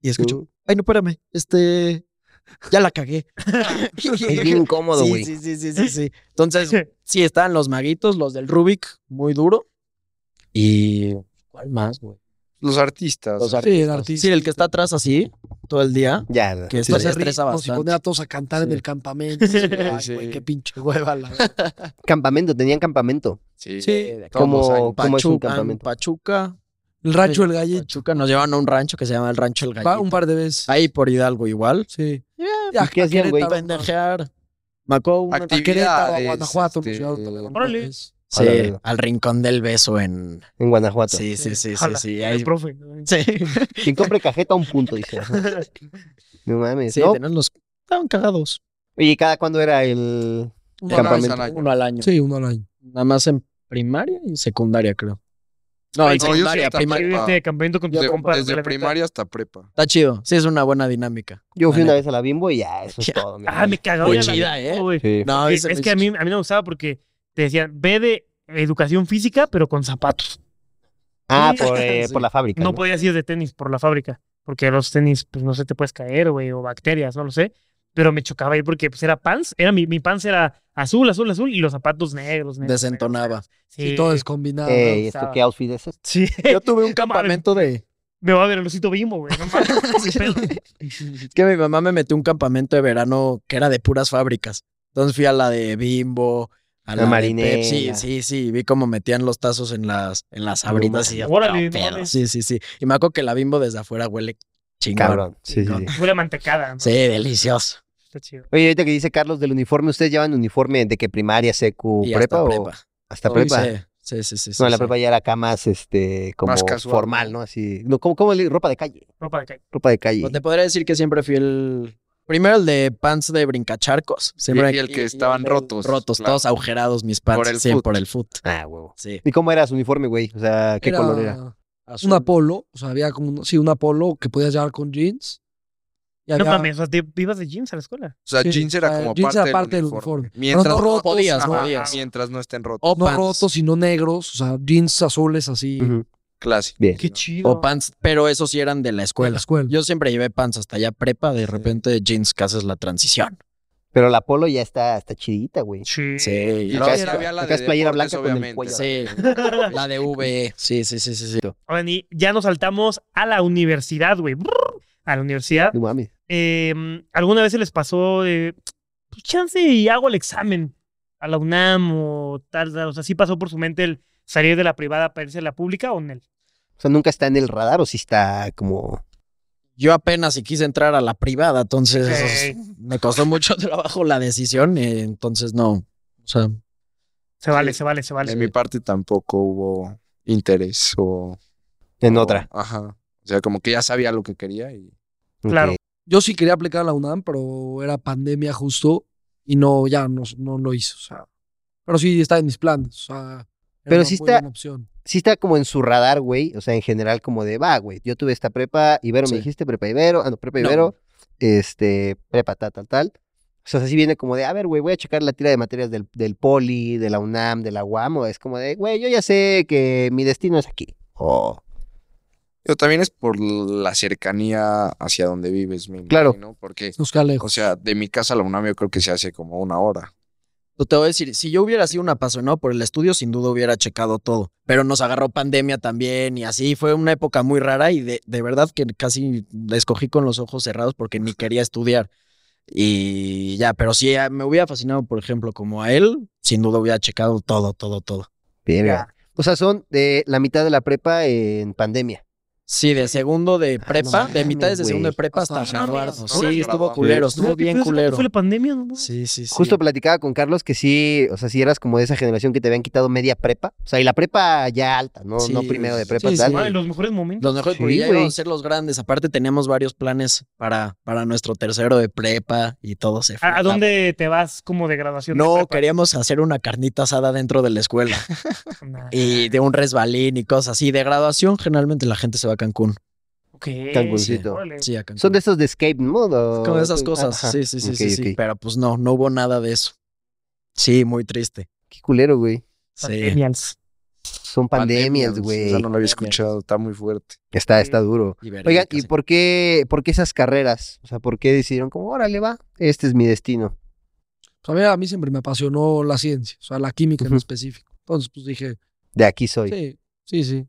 S2: y escucho, ay, no, espérame, este, ya la cagué.
S5: (laughs)
S2: (laughs)
S5: Es bien incómodo,
S2: Sí,
S5: güey.
S2: sí, sí, sí, sí, sí. Entonces, sí, estaban los maguitos, los del Rubik, muy duro. Y, ¿cuál más, güey?
S1: Los artistas.
S2: Los
S3: Sí, el
S2: artistas.
S3: artista.
S2: Sí, el que está atrás así, todo el día,
S5: Ya,
S2: que
S5: sí,
S2: esto
S5: sí.
S2: se estresa
S3: Nos y
S2: bastante.
S3: poner a todos a cantar en
S2: Sí.
S3: el campamento. Sí, ay,
S1: sí.
S3: güey, qué pinche hueva. La verdad.
S5: Campamento, tenían campamento.
S1: sí.
S3: sí,
S1: todos los años.
S5: Como, como es un
S2: Pachuca,
S5: campamento.
S2: Pachuca,
S3: el rancho del gallito.
S2: Pachuca, nos llevan a un rancho que se llama el Rancho El
S3: Va un
S2: Gallito.
S3: par de veces.
S2: Ahí por Hidalgo igual.
S3: Sí.
S5: ¿Y qué hacían, güey?
S2: A pendejear. Me acuerdo
S4: Ah,
S2: una-
S3: A Querétaro, a
S1: Actividades,
S3: Guanajuato.
S1: este,
S3: Ciudad Autónoma. pues.
S4: Órale.
S2: Sí,
S5: Hola, amigo.
S2: al rincón del beso en...
S5: En Guanajuato.
S2: Sí, sí, sí, sí,
S4: Ojalá,
S2: sí.
S4: el
S2: ahí-
S4: profe.
S2: Sí,
S5: Quien compre cajeta, un
S2: (laughs)
S5: punto, dice. No mames.
S2: sí,
S5: ¿no?
S2: tenían los... Estaban cagados.
S5: Oye, ¿cada cuándo era el
S3: Uno al año.
S5: campamento?
S1: al año.
S2: Uno al año.
S3: Sí, uno al año.
S2: Nada más en primaria y secundaria, creo. No, en
S1: No, yo sí
S2: secundaria,
S1: hasta
S2: primaria.
S1: prepa.
S4: Este campamento con tus
S1: De-
S4: compas.
S1: desde
S4: la neta.
S1: primaria hasta prepa.
S2: Está chido. Sí, es una buena dinámica.
S5: Yo fui
S2: La
S5: una
S2: neta.
S5: vez a la bimbo y ya, eso es
S2: Ya.
S5: todo. mi
S4: Ah,
S5: hermano.
S4: me cagaba.
S2: Muy
S4: ya la-
S2: chida, ¿eh?
S4: güey.
S5: Sí.
S2: No,
S4: Que-
S2: ese
S4: es
S2: me
S4: que a
S2: hizo-
S4: mí, a mí no me gustaba porque te decían, ve de educación física, pero con zapatos.
S5: Ah, por, eh,
S2: Sí.
S5: por la fábrica.
S4: No
S5: No,
S4: podías ir de tenis por la fábrica, porque los tenis, pues no sé, te puedes caer, güey, o bacterias, no lo sé. Pero me chocaba ir porque pues era pants, era mi, mi pants era azul, azul, azul, y los zapatos negros, negros.
S2: Desentonaba.
S4: negros.
S3: Sí,
S4: Sí, Eh,
S3: todo descombinado.
S5: Ey,
S4: me
S5: Eh, ¿esto
S4: gustaba.
S5: qué outfit es este?
S4: Sí,
S2: Yo
S4: (laughs)
S2: tuve un
S4: Cámara.
S2: campamento de...
S4: me va a ver el osito bimbo, güey. no mames,
S2: (laughs)
S4: qué pedo.
S2: Es que mi mamá me metió a un campamento de verano que era de puras fábricas. Entonces fui a la de Bimbo, a
S5: La
S2: la, de
S5: marinera.
S2: Pepsi, sí, sí, vi cómo metían los tazos en las en las
S5: No
S2: abritas y
S4: mames.
S2: yo,
S4: Órale,
S2: "No, pedo".
S4: no mames.
S2: Sí, sí, sí. Y me acuerdo que la Bimbo desde afuera huele chingón.
S5: Cabrón. Sí, sí,
S2: Chingón.
S5: sí.
S4: Fue la mantecada, ¿no?
S2: Sí, delicioso.
S4: Está chido.
S5: Oye, ahorita que dice Carlos del uniforme, ¿ustedes llevan uniforme de que primaria, secu,
S2: Y
S5: prepa
S2: hasta
S5: o
S2: prepa.
S5: hasta
S2: Uy,
S5: prepa?
S2: Sí, sí, sí. sí,
S5: No, en la
S2: sí.
S5: prepa ya era acá más, este, como
S1: Más casual,
S5: formal,
S1: ¿no?
S5: ¿no? Así, no, como, como le- ropa de calle,
S4: Ropa de calle.
S5: ropa de calle.
S2: Pues te podría decir que siempre fui el... Primero el de pants de brincacharcos. Siempre
S1: Y- y el que estaban
S2: del-
S1: rotos,
S2: Rotos,
S1: claro.
S2: todos agujerados mis pants.
S1: el
S2: sí,
S1: foot.
S2: por el foot.
S5: Ah, huevo.
S2: Sí.
S5: ¿Y cómo era su uniforme, güey? O sea, ¿qué color era?
S3: Un Apolo. O sea, había como. un- Sí, un Apolo que podías llevar con jeans. Y
S4: No
S3: había-
S4: mames, o sea, te ibas de jeans a la escuela.
S1: O sea,
S3: Sí,
S1: jeans era
S3: o sea,
S1: como
S3: jeans
S1: parte,
S3: era
S1: del
S3: parte del
S1: uniforme.
S3: uniforme. Pero no rotos,
S2: podías,
S1: ajá,
S2: no podías.
S1: mientras no estén rotos.
S2: O
S3: No
S2: pants.
S3: rotos, sino negros. O sea, jeans azules así.
S5: Ujú.
S1: Clásico.
S5: Bien.
S4: Qué chido.
S2: O pants, pero esos sí eran de la
S3: de la
S2: escuela.
S3: escuela.
S2: Yo siempre llevé pants hasta ya prepa, de repente jeans que haces la transición.
S5: Pero la polo ya está, está chidita, güey.
S4: Sí. (laughs)
S2: Sí.
S1: Y
S5: Acá es-
S1: luego había la
S5: acá es
S1: de
S5: playera
S1: deportes,
S5: blanca con el
S1: obviamente.
S5: cuello.
S2: Sí, la de V. E. Sí, sí, sí, sí, sí.
S4: Oigan, y ya nos saltamos a la universidad, güey. Brrr, A la universidad.
S5: No mames.
S4: Eh, ¿Alguna vez se les pasó de, pues chance y hago el examen a la UNAM o tal? tal? O sea, ¿sí pasó por su mente el salir de la privada para irse a la pública o en el?
S5: O sea, nunca está en el radar o si está como.
S2: Yo apenas si quise entrar a la privada, entonces
S4: Sí.
S2: eso es- me costó mucho (laughs) trabajo la decisión, eh, entonces no. O sea,
S4: Se vale, se vale, se vale.
S1: En mi parte tampoco hubo interés o...
S5: En
S1: o-
S5: otra.
S1: Ajá. O sea, como que ya sabía lo que quería y...
S4: Claro.
S5: Ok.
S3: Yo sí quería aplicar a la UNAM, pero era pandemia justo y no, ya no, no lo hice. O sea, pero sí está en mis planes. O sea, era
S5: Pero
S3: una
S5: sí
S3: muy
S5: está-
S3: buena opción.
S5: Sí está como en su radar, güey. O sea, en general, como de, va, güey. Yo tuve esta prepa, Ibero,
S2: Sí.
S5: me dijiste, prepa Ibero. Ah, no, prepa Ibero. Este, prepa tal, tal, tal. O sea, así viene como de, a ver, güey, voy a checar la tira de materias del, del poli, de la UNAM, de la UAM. O es como de, güey, yo ya sé que mi destino es aquí. Oh.
S1: Pero también es por la cercanía hacia donde vives, me
S5: Claro.
S1: imagino, Porque,
S3: Nos queda lejos.
S1: o sea, de mi casa a la UNAM yo creo que se hace como una hora.
S2: Pues, Te voy a decir, si yo hubiera sido un apasionado por el estudio, sin duda hubiera checado todo. Pero nos agarró pandemia también y así. Fue una época muy rara y de, de verdad que casi la escogí con los ojos cerrados porque ni quería estudiar. Y ya, pero si me hubiera fascinado, por ejemplo, como a él, sin duda hubiera checado todo, todo, todo.
S5: Verga. O sea, son de la mitad de la prepa en pandemia.
S2: Sí, de segundo de prepa,
S5: Ah, no
S2: de mitades de
S5: mames,
S2: segundo de
S5: güey.
S2: prepa hasta
S3: Hasta
S2: graduarnos.
S3: mames,
S1: ahora
S2: Sí, estuvo
S1: graduamos.
S2: culero,
S4: Mira,
S2: estuvo
S4: ¿qué
S2: bien
S4: pedo?
S2: culero.
S4: Fue la pandemia, ¿no?
S2: Sí, sí, sí.
S5: Justo platicaba con Carlos que sí, o sea, si eras como de esa generación que te habían quitado media prepa. O sea, y la prepa ya alta, no,
S2: Sí,
S5: no primero de prepa
S2: sí,
S5: tal.
S2: sí.
S4: Ay, los mejores momentos.
S2: Los mejores,
S5: Sí,
S2: porque ya
S5: güey.
S2: iban a ser los grandes. Aparte, teníamos varios planes para, para nuestro tercero de prepa y todo se fue.
S4: ¿A, a dónde te vas como de graduación? de
S2: No,
S4: prepa?
S2: queríamos hacer una carnita asada dentro de la
S5: (laughs)
S2: escuela
S4: Nah.
S2: y de un resbalín y cosas así. De graduación, generalmente la gente se va a Cancún.
S4: Ok.
S5: Cancuncito.
S4: Órale.
S2: Sí, a Cancún.
S5: Son de esos de escape mode. o-
S2: Con esas cosas.
S5: Ajá.
S2: Sí, sí, sí,
S5: Ok,
S2: sí, sí.
S5: ok.
S2: Pero pues no, no hubo nada de eso. Sí, muy triste.
S5: Qué culero, güey.
S2: Sí.
S4: Millennials.
S5: Son pandemias, güey.
S1: Esa no la había escuchado, está muy fuerte.
S5: Está, está duro.
S2: Y
S5: Oigan, ¿y
S2: verídicas.
S5: por qué, por qué esas carreras? O sea, ¿por qué decidieron como, órale, va, este es mi destino?
S3: Pues a, mí, a mí siempre me apasionó la ciencia, o sea, la química en
S5: Ujú.
S3: específico. Entonces, pues dije,
S5: De aquí soy.
S3: sí, sí, sí.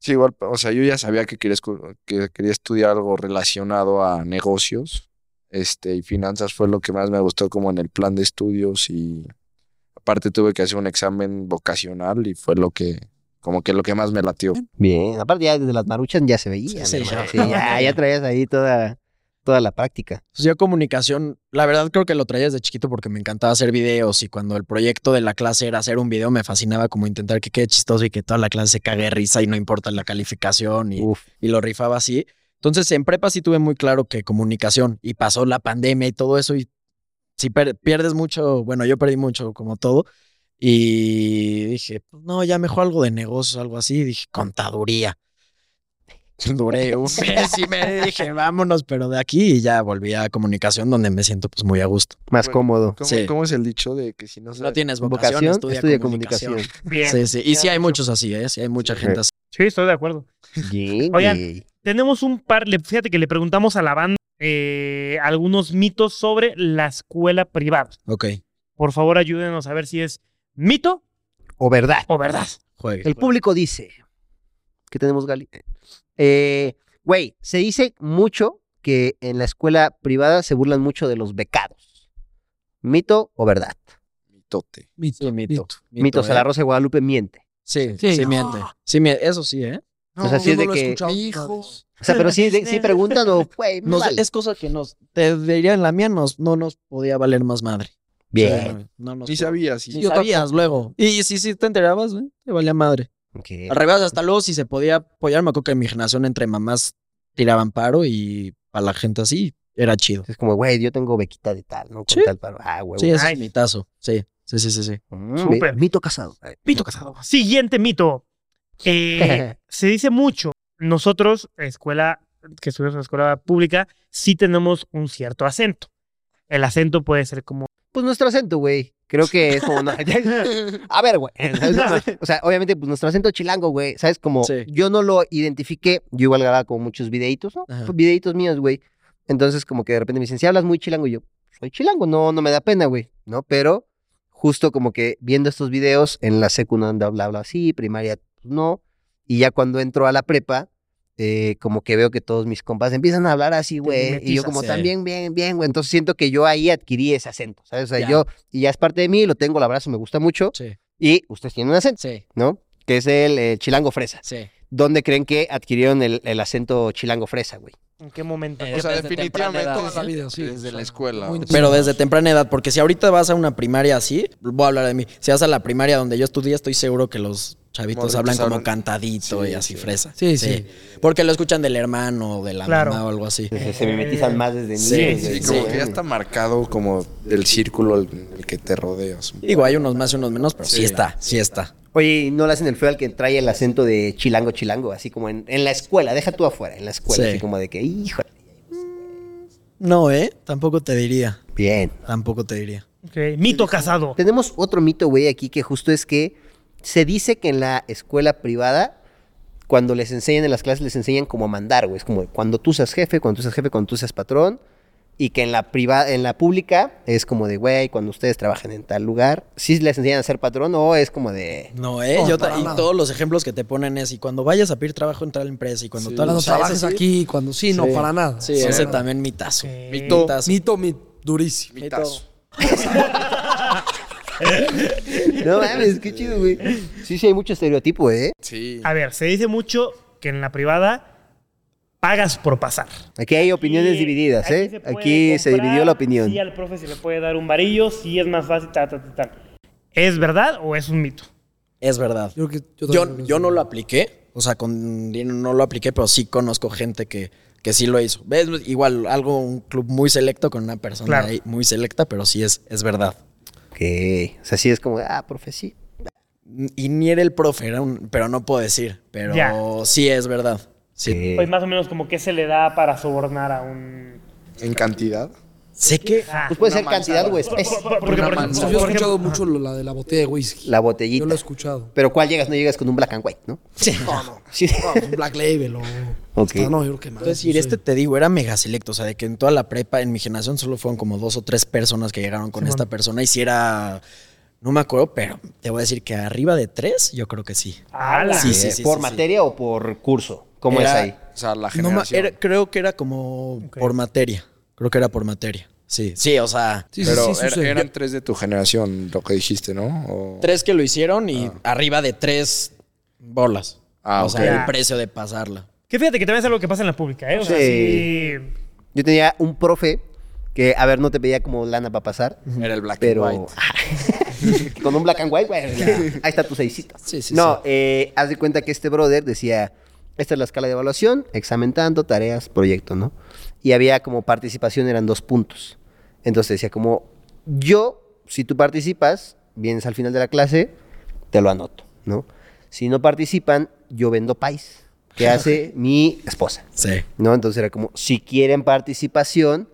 S1: Sí, igual, o sea, yo ya sabía que quería, escu- que quería estudiar algo relacionado a negocios. Este, y finanzas fue lo que más me gustó como en el plan de estudios y aparte tuve que hacer un examen vocacional y fue lo que, como que lo que más me latió.
S5: Bien. Aparte ya desde las maruchas ya se veía.
S2: Sí,
S5: mi
S2: sí,
S5: hermano.
S2: ya.
S5: Sí,
S2: (laughs)
S5: ya, ya traías ahí toda, toda la práctica.
S2: Pues yo comunicación, la verdad creo que lo traía desde chiquito porque me encantaba hacer videos y cuando el proyecto de la clase era hacer un video me fascinaba como intentar que quede chistoso y que toda la clase se cague de risa y no importa la calificación y,
S5: Uf.
S2: y lo rifaba así. Entonces en prepa sí tuve muy claro que comunicación y pasó la pandemia y todo eso y si per- pierdes mucho, bueno, yo perdí mucho como todo y dije, "Pues no, ya mejor algo de negocios, algo así, dije, contaduría. (laughs) Duré un mes y me dije, vámonos, pero de aquí y ya volví a comunicación donde me siento pues muy a gusto.
S5: Más
S1: Bueno,
S5: cómodo.
S1: ¿Cómo,
S2: Sí.
S1: cómo es el dicho de que si no
S2: No
S1: sabes?
S2: tienes vocación,
S5: Vocación,
S2: estudia,
S5: estudia
S2: comunicación.
S5: comunicación.
S4: Bien.
S2: Sí, sí. Y sí hay muchos así, ¿eh? Sí hay mucha
S5: Sí.
S2: gente así.
S4: Sí, estoy de acuerdo.
S2: (laughs)
S5: Bien,
S4: Oigan,
S5: güey.
S4: Tenemos un par, le- fíjate que le preguntamos a la banda eh, algunos mitos sobre la escuela privada.
S2: Ok,
S4: Por favor, ayúdenos a ver si es mito
S5: O verdad.
S4: o verdad.
S2: juegue.
S5: El público dice. ¿Qué tenemos, Gali? Eh, Güey, se dice mucho que en la escuela privada se burlan mucho de los becados. ¿Mito o verdad?
S1: Mitote.
S3: Mito,
S2: Sí, mito.
S3: mito.
S5: Mito, o sea,
S2: ¿eh?
S5: la Rosa de Guadalupe miente.
S2: Sí,
S3: Sí.
S2: sí, miente. Sí, miente. Eso sí, ¿eh?
S5: O sea, sí
S3: yo
S5: es de
S3: lo he
S5: que-
S3: escuchado.
S1: Hijos.
S5: O sea,
S2: (laughs)
S5: pero sí, de- sí preguntan o, güey, me
S2: Nos-
S5: vale.
S2: Es cosa que nos, te diría en la mía, nos, no nos podía valer más madre. O sea,
S5: Bien.
S2: no, no nos
S1: Ni
S2: pudo-
S1: sabías.
S2: Ni sabías luego. Y si sí te enterabas, güey, te valía madre.
S5: Ok.
S2: Al revés, Eh, hasta luego si se podía apoyar, me acuerdo que en mi generación entre mamás tiraban paro y para la gente así era chido.
S5: Es como, güey, yo tengo bequita de tal, ¿no? Con
S2: Sí.
S5: tal paro. Ah, güey.
S2: Sí, ese es mitazo. Sí, sí, sí, sí. sí.
S4: súper.
S5: Mito casado.
S4: Mito casado. Siguiente mito. Eh,
S5: (laughs)
S4: se dice mucho. Nosotros, escuela, que estudiamos en escuela pública, sí tenemos un cierto acento. El acento puede ser como.
S5: pues nuestro acento, güey. Creo que es como. no, (laughs) a ver, güey. (laughs) O sea, obviamente, pues nuestro acento chilango, güey. ¿Sabes? Como
S2: Sí.
S5: yo no lo identifiqué. Yo igual grababa como muchos videitos, ¿no?
S2: Ajá.
S5: Pues, Videitos míos, güey. Entonces, como que de repente me dicen, si hablas muy chilango, y yo, "Pues, soy chilango, no, no me da pena, güey. ¿No? Pero justo como que viendo estos videos, en la secundaria bla, bla, así, primaria, pues, no. Y ya cuando entro a la prepa, eh, como que veo que todos mis compas empiezan a hablar así, güey. Y yo
S2: mimetizas,
S5: como
S2: sí.
S5: también, bien, bien, güey. Entonces siento que yo ahí adquirí ese acento, ¿sabes? O sea,
S2: Ya.
S5: yo, y ya es parte de mí, lo tengo, la abrazo, me gusta mucho.
S2: Sí,
S5: Y ustedes tienen un acento,
S2: sí,
S5: ¿no? Que es el eh, chilango fresa.
S2: sí.
S5: ¿Dónde creen que adquirieron el, el acento chilango fresa, güey?
S4: ¿En qué momento?
S2: Eh,
S1: O sea,
S2: Desde
S1: definitivamente
S2: temprana edad,
S1: toda la
S3: ¿eh?
S1: vida,
S3: Sí,
S1: desde
S3: o sea,
S1: la escuela.
S3: muy
S1: o sea,
S2: Pero desde temprana edad, porque si ahorita vas a una primaria así, voy a hablar de mí. Si vas a la primaria donde yo estudié, estoy seguro que los chavitos
S1: Morritos
S2: hablan como
S1: hablan-
S2: cantadito
S1: Sí,
S2: y así
S1: sí.
S2: fresa.
S3: Sí, sí.
S2: Porque lo escuchan del hermano o de la
S4: Claro.
S2: mamá o algo así.
S5: Se mimetizan más desde
S2: Sí, niños,
S1: Eh, Sí,
S2: güey.
S1: como que ya está marcado como el círculo en el que te rodeas.
S2: Digo, hay unos más y unos menos, pero sí,
S1: Sí.
S2: está, sí está.
S5: Oye, ¿y no le hacen el feo al que trae el acento de chilango, chilango, así como en, en la escuela, deja tú afuera, en la escuela,
S2: Sí.
S5: así como de que, hijo.
S2: No, ¿eh? Tampoco te diría,
S5: Bien.
S2: tampoco te diría.
S4: Ok, Mito casado.
S5: Tenemos otro mito, güey, aquí que justo es que se dice que en la escuela privada, cuando les enseñan en las clases, les enseñan como a mandar, güey. Es como cuando tú seas jefe, cuando tú seas jefe, cuando tú seas patrón, y que en la privada, en la pública es como de, güey, cuando ustedes trabajen en tal lugar, sí les enseñan a ser patrón o es como de,
S2: No, ¿eh?
S3: No,
S2: Yo ta-
S3: para
S2: y
S3: nada.
S2: todos los ejemplos que te ponen es, y cuando vayas a pedir trabajo en tal empresa, y cuando
S1: Sí.
S2: tal...
S3: Cuando
S2: o sea,
S3: trabajes
S2: ese sí-
S3: aquí, cuando sí, no,
S2: Sí.
S3: para nada.
S2: Sí, eh.
S3: Para
S2: ese
S3: nada.
S2: también mitazo.
S4: Eh,
S1: Mito.
S2: Mitazo.
S3: Mito, mit, durísimo.
S1: Mitazo.
S5: no mames, qué chido, güey. Sí, sí, hay mucho estereotipo, ¿eh?
S1: Sí.
S4: A ver, se dice mucho que en la privada pagas por pasar.
S5: Aquí hay opiniones divididas, ¿eh? Aquí se, dividió la opinión.
S4: Si al profe se le puede dar un varillo, si es más fácil, ta, ta, ta, ta. ¿Es verdad o es un mito?
S2: Es verdad.
S3: Yo, creo que- yo también creo
S2: Yo,
S3: que
S2: yo
S3: sí.
S2: no lo apliqué, o sea, con dinero no lo apliqué, pero sí conozco gente que, que sí lo hizo. ¿Ves? Igual, algo, un club muy selecto con una persona
S4: Claro.
S2: ahí muy selecta, pero sí es, es verdad.
S5: Ok. O sea, sí es como, ah, profe, sí.
S2: Y ni era el profe, era un- pero no puedo decir, pero
S4: Ya.
S2: sí es verdad. Sí.
S5: Ok.
S4: Pues más o menos como que se le da para sobornar a un...
S1: En cantidad.
S2: Sé que...
S4: Ah,
S5: Pues puede
S1: Una
S5: ser cantidad
S1: manzana.
S5: o especie.
S4: porque, por
S1: manzana.
S4: ejemplo,
S3: Yo he
S4: por
S3: escuchado
S4: ejemplo,
S3: mucho lo- la de la botella de whisky.
S5: La
S3: Yo lo
S5: botellita.
S3: he escuchado.
S5: Pero ¿cuál llegas? No llegas con un black and white, ¿no?
S2: (laughs)
S5: Sí. (laughs)
S3: Un Black Label o...
S5: Ok.
S3: Ah, no, yo creo que más.
S2: Es decir,
S3: no sé.
S2: este te digo, era mega selecto, o sea, de que en toda la prepa, en mi generación, solo fueron como dos o tres personas que llegaron con
S4: Simón.
S2: esta persona y si era, no me acuerdo, pero te voy a decir que arriba de tres, yo creo que sí.
S4: ala.
S2: Sí, sí.
S5: Eh, ¿Por materia o por curso? ¿Cómo
S2: Era-
S5: es ahí?
S1: O sea, la
S2: No ma-
S1: generación.
S2: era- creo que era como por materia, creo que era por materia, sí, sí, o sea,
S3: Sí, sí,
S1: Pero
S3: sí, sí,
S1: er-
S3: sí.
S1: eran tres de tu generación, lo que dijiste, ¿no? O-
S2: tres que lo hicieron y
S5: Ah.
S2: arriba de tres bolas,
S1: Ah,
S2: o sea,
S1: ok.
S2: el precio de pasarla.
S4: Que fíjate que también es algo que pasa en la pública, ¿eh? O sea, sí...
S5: Sí. Yo tenía un profe que, a ver, no te pedía como lana para pasar,
S1: Era el black
S5: pero...
S1: and white.
S5: (laughs) con un black and white, güey. ya. Ahí está tu seisito.
S2: Sí, sí,
S5: No, eh, haz de cuenta que este brother decía, esta es la escala de evaluación, examentando, tareas, proyecto, ¿no? Y había como participación, eran dos puntos. Entonces decía como, yo, si tú participas, vienes al final de la clase, te lo anoto, ¿no? Si no participan, yo vendo país, que hace mi esposa.
S2: Sí.
S5: ¿no? Entonces era como, si quieren participación,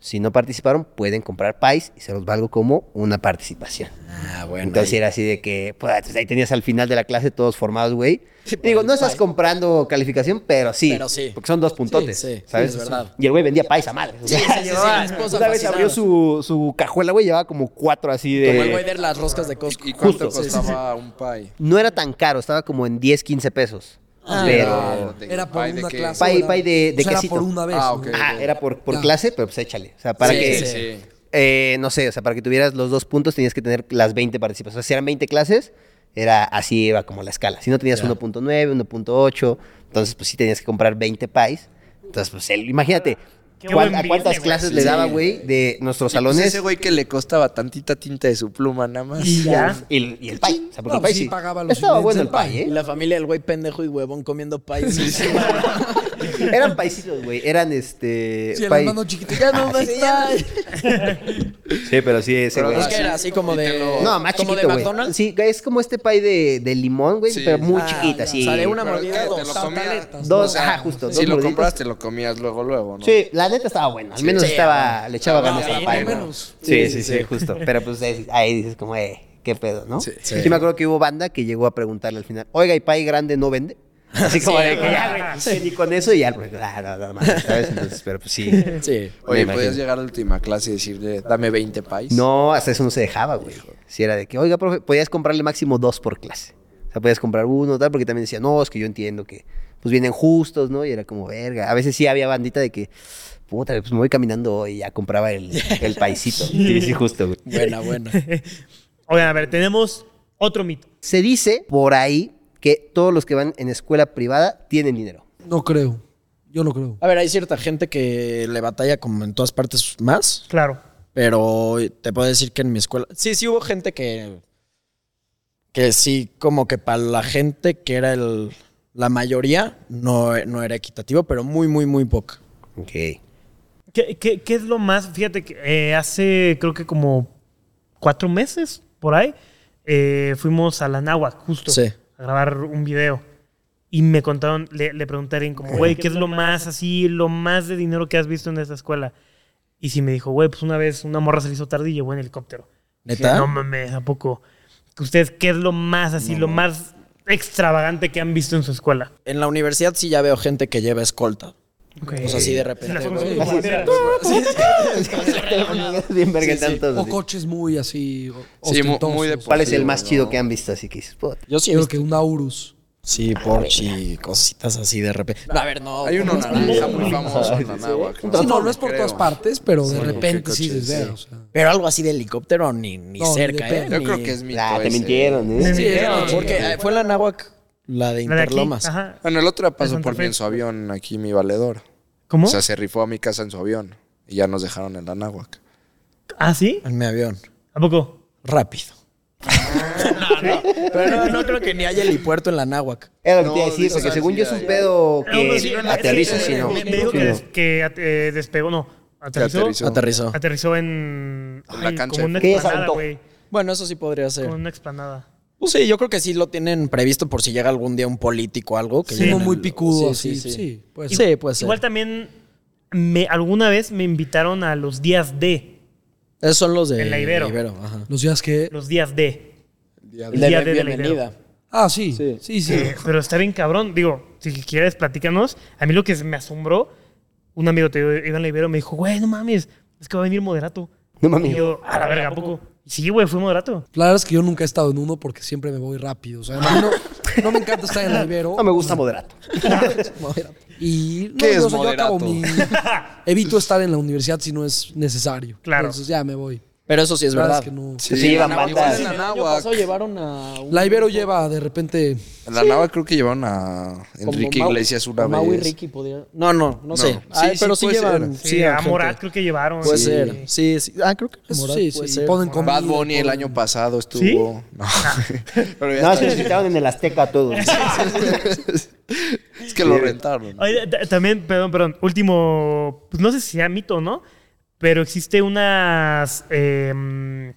S5: si no participaron, pueden comprar PAIS y se los valgo como una participación.
S2: Ah, bueno.
S5: Entonces
S2: ahí-
S5: era así de que, pues ahí tenías al final de la clase todos formados, güey. Digo, no estás comprando calificación, pero sí.
S2: pues, Pero sí.
S5: Porque son dos puntotes,
S2: sí, sí,
S5: ¿sabes?
S2: es verdad.
S5: Y el güey vendía PAIS a madre.
S2: Sí, sí,
S5: (laughs)
S2: sí, sí, mi esposa
S5: una vez
S2: fascinada.
S5: abrió su, su cajuela, güey, llevaba como cuatro así
S2: Como el güey
S5: de...
S2: de las roscas de Costco.
S1: ¿Y cuánto
S5: Justo, pues,
S1: costaba un pie?
S5: No era tan caro, estaba como en 10, 15 pesos.
S2: Ah,
S5: pero...
S1: de-
S3: Era por
S1: pie de
S3: una
S1: que-
S3: clase.
S5: Pay-
S3: ¿verdad?
S5: pay de- de
S3: O sea, era
S5: quesito.
S3: por una vez.
S1: Ah,
S3: ¿no?
S1: ok.
S5: Ah, era por, por
S3: Ya.
S5: clase, pero pues échale. O sea, para
S2: Sí,
S5: que...
S2: sí,
S1: Sí.
S5: Eh, no sé, o sea, para que tuvieras los dos puntos tenías que tener las 20 participaciones. O sea, si eran 20 clases, era así iba como la escala. Si no tenías 1.9, 1.8, entonces pues sí tenías que comprar 20 pais. Entonces, pues él, imagínate,
S4: Qué
S5: ¿cuán-
S4: buen
S5: ¿a cuántas
S4: business,
S5: clases
S4: güey.
S5: le
S4: Sí.
S5: daba, güey, de nuestros
S1: Y, pues,
S5: salones?
S1: ese güey que le costaba tantita tinta de su pluma nada más.
S4: Y ya.
S5: Y el, y el pay. O sea, porque
S3: No,
S5: el pay
S3: pues, sí
S5: sí.
S3: pagaba los
S5: Estaba
S3: ingredientes
S5: bueno
S3: del
S5: el pay,
S3: pay.
S5: ¿eh?
S3: (laughs)
S2: Y la familia del güey pendejo y huevón comiendo pay. (laughs)
S5: Eran paisitos, güey. Eran este.
S3: Sí, el
S5: pay.
S3: hermano chiquito. Ya no
S5: Ah,
S3: me
S5: sí.
S3: está.
S5: Sí, pero sí, ese
S1: Pero
S5: güey.
S2: Es que era así como de.
S5: No, más
S2: como
S5: chiquito,
S2: de
S5: güey.
S2: McDonald's.
S5: Sí, es como este pay de, de limón, güey,
S1: Sí.
S5: pero muy
S2: Ah,
S5: chiquita,
S2: ya.
S5: sí.
S2: O sea, de una
S1: Pero
S2: mordida,
S1: es que te
S2: dos.
S1: lo comías.
S3: Tartaletas,
S5: Dos, ajá, justo.
S1: Si
S5: dos
S1: lo
S5: morditas.
S1: compraste, lo comías luego, luego, ¿no?
S5: Sí, la neta estaba bueno. Al menos
S2: Sí,
S5: estaba, le echaba ganas a
S2: sí,
S5: la paella.
S2: por lo
S5: ¿no?
S3: menos.
S5: Sí, sí, sí, justo. Pero pues ahí, ahí dices como, eh, qué pedo, ¿no? Sí, me acuerdo que hubo banda que llegó a preguntarle al final, oiga, ¿y pay grande no vende? Así como de que ya, güey, que ni con eso y ya, pues, ah, no, no, mames, ¿sabes? Entonces, pero pues sí.
S2: Sí.
S1: Oye, podías
S5: Me imagino.
S1: llegar a la última clase y decirle, dame 20 pies.
S5: No, hasta eso no se dejaba, güey. Si era de que, oiga, profe, podías comprarle máximo dos por clase. O sea, podías comprar uno, tal, porque también decía, no, es que yo entiendo que pues vienen justos, ¿no? Y era como, verga. A veces sí había bandita de que, puta, pues me voy caminando hoy y ya compraba el, el paisito. Sí, sí, justo, güey.
S2: Buena, buena.
S4: Oigan, a ver, tenemos otro mito.
S5: Se dice por ahí que todos los que van en escuela privada tienen dinero.
S3: No creo. Yo no creo.
S2: A ver, hay cierta gente que le batalla como en todas partes más,
S4: Claro.
S2: pero te puedo decir que en mi escuela. Sí, sí hubo gente que. Que sí, como que para la gente que era el. La mayoría no, no era equitativo, pero muy, muy, muy poca.
S5: Ok.
S4: ¿Qué, qué, qué es lo más? Fíjate que eh, hace creo que como cuatro meses por ahí eh, fuimos a la náhuac justo
S2: Sí.
S4: a grabar un video y me contaron, le, le pregunté a alguien como, güey, ¿qué es lo más así, lo más de dinero que has visto en esta escuela? Y si me dijo, güey, pues una vez una morra se le hizo tarde y llegó en helicóptero. Dije,
S2: ¿Neta?
S4: no mames, ¿a poco? ¿Ustedes qué es lo más así, lo más extravagante que han visto en su escuela?
S2: En la universidad sí ya veo gente que lleva escolta. O sea, así de
S4: Se la
S2: repente.
S4: pongo
S2: güey.
S4: como bandera.
S2: Sí, sí.
S5: (laughs) Bien verga
S2: Sí, sí.
S5: tantos
S3: O
S5: así.
S3: coches muy así. o-
S1: Sí, mu-
S3: ostentosos.
S1: muy de
S5: ¿Cuál es el
S1: Sí,
S5: más
S1: no.
S5: chido que han visto? Así que dices, puta.
S2: Yo sí, he
S3: Creo
S2: visto-
S3: que un Aurus.
S2: sí, Porsche y cositas así de repente. No, a ver, no.
S1: Hay uno
S2: no,
S1: naranja muy famoso en Anáhuac.
S3: Sí, no, no es por
S1: Creo.
S3: todas partes, pero de
S1: Sí,
S3: repente sí
S1: qué
S3: se
S1: coches,
S3: ve.
S1: sí.
S3: o sea.
S2: Pero algo así de helicóptero ni, ni
S3: No, ni
S2: cerca,
S3: de
S2: ¿eh?
S1: Yo
S2: Ni-
S1: creo que es mito.
S5: Ah, te
S1: ese.
S5: mintieron, ¿eh?
S2: No,
S4: Sí, mintieron.
S2: porque eh, fue la Nahuac, la de
S4: La de aquí,
S2: Interlomas.
S4: ajá.
S1: Bueno, el otro día pasó
S4: Santa
S1: por mí
S4: Fe.
S1: en su avión, aquí mi valedor.
S4: ¿Cómo?
S1: O sea, se rifó a mi casa en su avión y ya nos dejaron en la náhuac.
S4: ¿Ah, sí?
S2: En mi avión.
S4: ¿A poco?
S2: Rápido.
S4: Ah,
S2: (laughs) Pero no, no creo que ni haya helipuerto en la Nahuac.
S5: Era lo que te iba a
S1: No,
S5: decir,
S1: digo,
S5: porque
S1: o sea,
S5: según
S1: sí,
S5: yo es un
S1: ya,
S5: pedo
S4: No, pero sí,
S5: que
S4: no, es que
S5: aterriza,
S4: me-
S5: si no.
S4: Me, me dijo que, des-
S5: Sí,
S4: que at- eh, despegó, no. Aterrizó.
S1: aterrizó.
S4: Aterrizó,
S2: Aterrizó.
S4: en.
S1: En la
S4: ay,
S1: cancha.
S4: Como una
S5: ¿Qué
S4: explanada,
S5: saltó?
S4: güey.
S2: Bueno, eso sí podría ser.
S4: Como una explanada.
S2: Pues sí, yo creo que sí lo tienen previsto por si llega algún día un político o algo. Que
S4: Sí.
S2: lleven
S3: Uno muy
S2: el-
S3: picudo,
S2: sí, sí, sí.
S3: puede ser.
S2: Sí, puede ser.
S4: Igual también. Me, alguna vez me invitaron a los días D.
S2: Esos son los de
S4: En la Ibero.
S2: ajá.
S3: Los días que.
S4: Los días D.
S2: El
S4: El día de la
S2: bienvenida.
S3: Ah, sí.
S2: Sí.
S3: Sí, sí.
S4: Eh, pero está bien cabrón. Digo, si quieres, platícanos. A mí lo que me asombró, un amigo te digo, Iván Libero me dijo, güey, no mames, es que va a venir moderato.
S5: No
S4: Y
S5: mames.
S4: yo, a la verga, ¿a poco? Sí, güey, fue moderato.
S3: La verdad es que yo nunca he estado en uno porque siempre me voy rápido. O sea, a mí no, no me encanta estar en el Ibero.
S5: No me gusta moderato.
S3: Y no,
S1: ¿Qué
S3: yo,
S1: es
S3: o sea, yo acabo mi.
S1: moderato?
S3: Evito estar en la universidad si no es necesario.
S4: Claro.
S3: Entonces ya me voy.
S2: Pero eso sí es
S3: La verdad
S2: verdad.
S3: es que no.
S5: Se llevan bandas.
S1: En la náhuac.
S2: pasado llevaron a un
S3: La Ibero lleva de repente.
S1: En la náhuac creo que llevaron a Enrique
S2: Mau-
S1: Iglesias una
S2: con Mau y
S1: vez.
S2: Ricky podía- No, no, no sé.
S1: No.
S2: Ay,
S1: Sí,
S2: pero
S1: sí
S2: sí,
S1: puede
S2: llevan.
S4: Sí,
S2: Sí, llevan
S4: a Morat
S2: gente.
S4: creo que llevaron.
S2: Puede
S4: Sí.
S2: ser. Sí, sí. Ah, creo que
S3: Eso
S2: Morat
S3: sí,
S2: puede
S3: sí.
S2: ser.
S3: Ponen comida.
S1: Bad Bunny el
S3: ponen-
S1: año pasado estuvo.
S4: ¿Sí?
S1: No.
S2: Ah.
S1: (laughs) Pero ya
S5: No, se
S1: está.
S5: los quitaron en el Azteca a todos.
S1: es que lo rentaron.
S4: Oye, ta- también, perdón, perdón. Último, pues no sé si sea mito o no, pero existe unas. eh,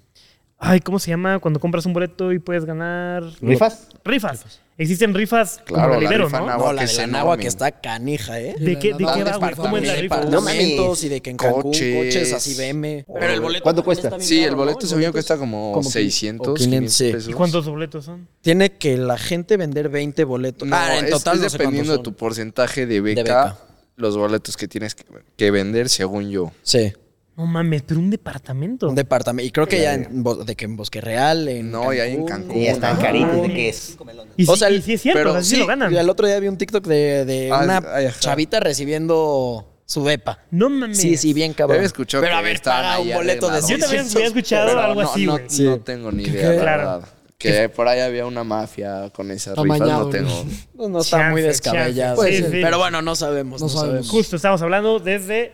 S4: ay, ¿cómo se llama? Cuando compras un boleto y puedes ganar.
S5: ¿Rifas?
S4: Rifas. Existen rifas
S1: Claro,
S4: como
S1: la
S4: la Ibero,
S1: rifa
S4: ¿no?
S1: náhuatl.
S2: No,
S1: Agua
S2: la
S1: que
S2: de
S1: es
S2: la
S1: enorme.
S2: Nahua que está canija, ¿eh.
S4: ¿De qué, de
S3: No,
S4: qué
S3: no,
S4: va, güey? ¿Cómo es la
S2: También
S4: rifa?
S5: No
S2: Apartamentos
S5: mames.
S2: y de que en Cancún
S1: Coches.
S2: coches, así BM. Pero el boleto.
S5: ¿Cuánto cuesta?
S1: Sí, el boleto se vio que está como,
S2: Como
S1: 600,
S2: o 500,
S1: 500
S2: sí.
S1: pesos.
S4: ¿Y cuántos boletos son?
S2: Tiene que la gente vender 20 boletos.
S1: No,
S2: ah, en
S1: es-
S2: total
S1: es,
S2: no sé
S1: dependiendo de
S2: cuántos
S1: tu porcentaje de beca,
S2: beca.
S1: los boletos que tienes que, que vender, según yo.
S2: son. Sí.
S4: No mames, pero un departamento.
S2: Un departamento. Y creo que ya en, Bo- de que en Bosque Real, en.
S1: No, y ahí en Cancún.
S5: Y ya están
S1: ¿no?
S5: caritos, ¿de qué es?
S4: y, sí,
S2: o sea,
S4: y sí es cierto,
S1: pero
S4: o sea, pues sí,
S1: sí,
S4: lo ganan.
S2: Y el otro día vi un TikTok de, de
S1: Ah,
S2: una
S1: ay, ajá.
S2: chavita recibiendo su depa.
S4: No mames.
S2: Sí, sí, bien cabrón.
S1: Yo había escuchado
S2: Pero
S1: que
S2: a ver,
S1: estaban
S2: paga
S1: ahí
S2: un boleto de
S1: arreglados.
S4: Yo también
S2: 600
S4: había escuchado
S1: Pero
S4: algo
S1: no,
S4: así,
S1: no,
S4: güey.
S1: no tengo ni idea,
S3: ¿Qué?
S1: la
S4: Claro.
S1: verdad. Que por ahí había una mafia con esas rifas,
S3: Amañado,
S1: no
S3: ¿no?
S1: tengo.
S2: Pues No, no está
S4: Chance,
S2: muy descabellado.
S4: chance.
S3: Pues Sí,
S2: Sí,
S4: sí.
S2: Pero bueno, no sabemos.
S3: No
S2: No, sabemos.
S3: sabemos.
S4: Justo, estamos hablando desde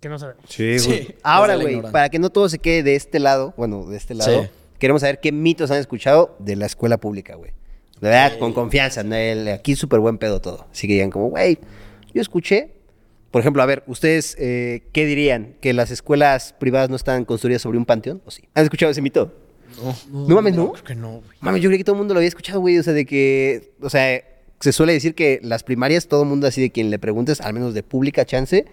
S4: que no sabemos.
S5: Sí,
S2: güey. Sí,
S5: Ahora,
S2: desde la
S5: güey,
S2: ignorancia.
S5: para que no todo se quede de este lado, bueno, de este lado,
S2: Sí.
S5: queremos saber qué mitos han escuchado de la escuela pública, güey. De verdad, con confianza. ¿no? El- Aquí súper buen pedo todo. Así que digan como, güey, yo escuché. Por ejemplo, a ver, ¿ustedes eh, qué dirían? ¿Que las escuelas privadas no están construidas sobre un panteón? ¿O sí? ¿Han escuchado ese mito? No. No mames, ¿no?
S2: Creo que no, güey.
S5: Mami, yo creí que todo el mundo lo había escuchado, güey. O sea, de que. O sea, se suele decir que las primarias, todo el mundo así de quien le preguntes, al menos de pública chance,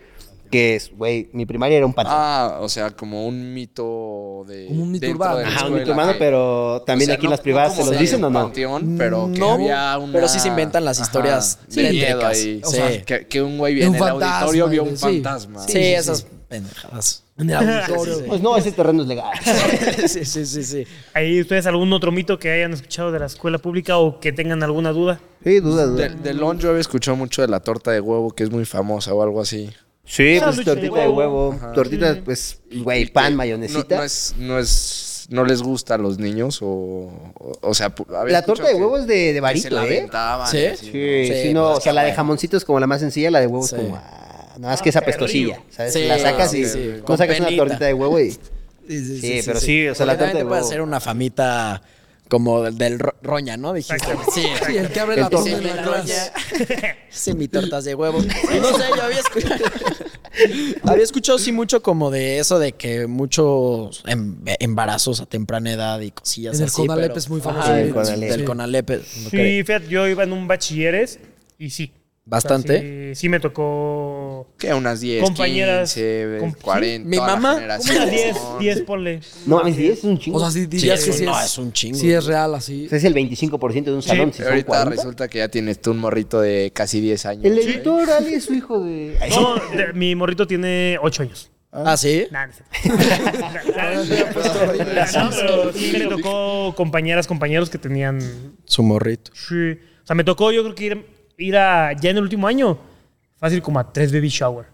S5: que es, güey, mi primaria era un patrón.
S1: Ah, o sea, como un mito de.
S3: Como un mito
S1: dentro
S3: urbano.
S1: de la
S5: Ajá, un
S1: escuela
S5: mito humano,
S1: que-
S5: pero también
S1: o sea,
S5: aquí
S1: no-
S5: las privadas
S1: no
S5: se
S1: como
S5: los dicen o
S1: del
S5: no.
S1: panteón, pero que
S2: No,
S1: había una-
S2: pero sí se inventan las
S1: Ajá,
S2: historias
S1: de miedo
S2: tétricas.
S1: ahí.
S2: O
S1: O
S2: sea,
S1: sea, que, que un güey
S3: de
S1: en
S3: un
S1: el
S3: fantasma,
S1: auditorio vio
S3: de-
S1: un
S3: sí.
S1: fantasma.
S2: Ah, Sí, esas pendejadas.
S3: En el auditorio.
S5: Pues no, ese terreno es legal.
S2: (laughs) sí, sí, sí, sí.
S4: ¿Hay ustedes algún otro mito que hayan escuchado de la escuela pública o que tengan alguna duda?
S5: Sí, duda, duda.
S1: De, de Lon yo había escuchado mucho de la torta de huevo, que es muy famosa o algo así.
S5: Sí,
S4: Ah,
S5: pues
S4: lucha de
S5: tortita de
S4: huevo.
S5: huevo. Tortita, pues, güey, pan, mayonesita.
S1: No, no es, no es, no les gusta a los niños o, o, o sea... pu- había
S5: La torta
S1: escuchado
S5: de
S1: que-
S5: huevo es de,
S1: que se
S5: de varito,
S1: la
S5: ¿eh?
S1: aventaban
S2: ¿Sí?
S1: y así, ¿no?
S5: Sí,
S2: Sí,
S5: sí, no,
S2: pues,
S5: o sea, la de
S2: bueno.
S5: jamoncito es como la más sencilla, la de huevo
S2: Sí.
S5: es como, ah, nada más que esa pestosillo, ¿sabes?
S2: Sí,
S5: la sacas
S2: sí,
S5: y
S2: sí,
S5: no
S2: con
S5: sacas una
S2: penita.
S5: tortita de huevo y...
S2: Sí, sí,
S5: Sí, pero sí, o sea, la
S2: Porque también
S5: torta
S2: te
S5: de
S2: puede
S5: huevo.
S2: hacer una famita como del, del ro- roña, ¿no? Dijiste.
S4: Exacto.
S2: Sí,
S3: Sí, el que abre
S5: El
S3: la
S5: torta.
S3: torta en el clase.
S2: (laughs) Sí, mi tortas de huevo. (laughs) No sé, yo había escuchado. (laughs) había escuchado, sí, mucho como de eso de que muchos em- embarazos a temprana edad y cosillas
S3: En el
S2: así.
S3: Conalep
S2: pero-
S3: es muy
S2: Ajá,
S3: famoso.
S5: el Conalep.
S2: Del Conalep.
S4: Sí, fíjate, yo iba en un bachilleres y sí.
S2: Bastante.
S4: Sí, sí me tocó
S1: Que unas 10,
S4: Compañeras,
S1: 15,
S4: com- sí.
S1: 40.
S2: Mi
S1: toda la
S2: mamá,
S1: generación.
S4: unas 10, 10 ponle.
S5: No, mames, sí, es un chingo.
S3: O sea, sí, dirías
S2: es
S3: que
S2: un-
S3: sí
S2: no,
S3: es,
S2: es un chingo.
S3: sí es real así.
S5: O sea, es el 25% de un
S4: Sí,
S5: salón. si
S1: Pero
S5: son
S1: ahorita
S5: 40.
S1: resulta que ya tienes tú un morrito de casi 10 años.
S5: El
S1: güey.
S5: editor Ali es su hijo de. Ay,
S4: No, de- mi morrito tiene 8 años.
S2: Ah, sí.
S4: Nah, no sé. No, (laughs) pero sí me tocó compañeras, compañeros que tenían
S2: Su morrito.
S4: Sí. O sea, me tocó yo creo que ir, ir a, ya en el último año, fácil como a tres baby shower.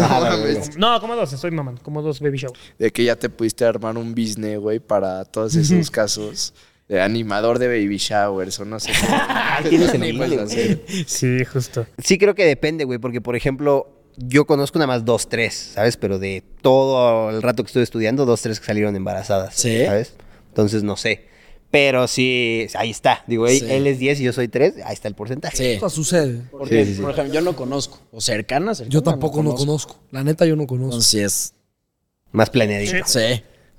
S5: ah, la verga.
S4: No, como a dos, estoy mamando, como dos baby shower.
S1: De que ya te pudiste armar un business, güey, para todos
S5: (laughs)
S1: esos casos. De animador de baby showers o no sé. pues, qué. (laughs)
S5: Ah, tienes el
S1: Ni puedes
S5: hilo, güey.
S1: hacer.
S4: Sí, justo.
S5: Sí, creo que depende, güey, porque por ejemplo, yo conozco nada más dos, tres, ¿sabes? Pero de todo el rato que estuve estudiando, dos, tres que salieron embarazadas.
S2: Sí.
S5: ¿Sabes? Entonces no sé. Pero sí, ahí está. Digo, él-
S2: Sí.
S5: él es 10 y yo soy 3, ahí está el porcentaje.
S2: Ah, Sí.
S3: O sea, sucede.
S2: Porque,
S1: sí, sí.
S2: por ejemplo, yo no conozco. O cercana, cercana,
S3: Yo tampoco no conozco. La neta, yo no conozco.
S2: Entonces,
S5: Más planeadito.
S2: sí.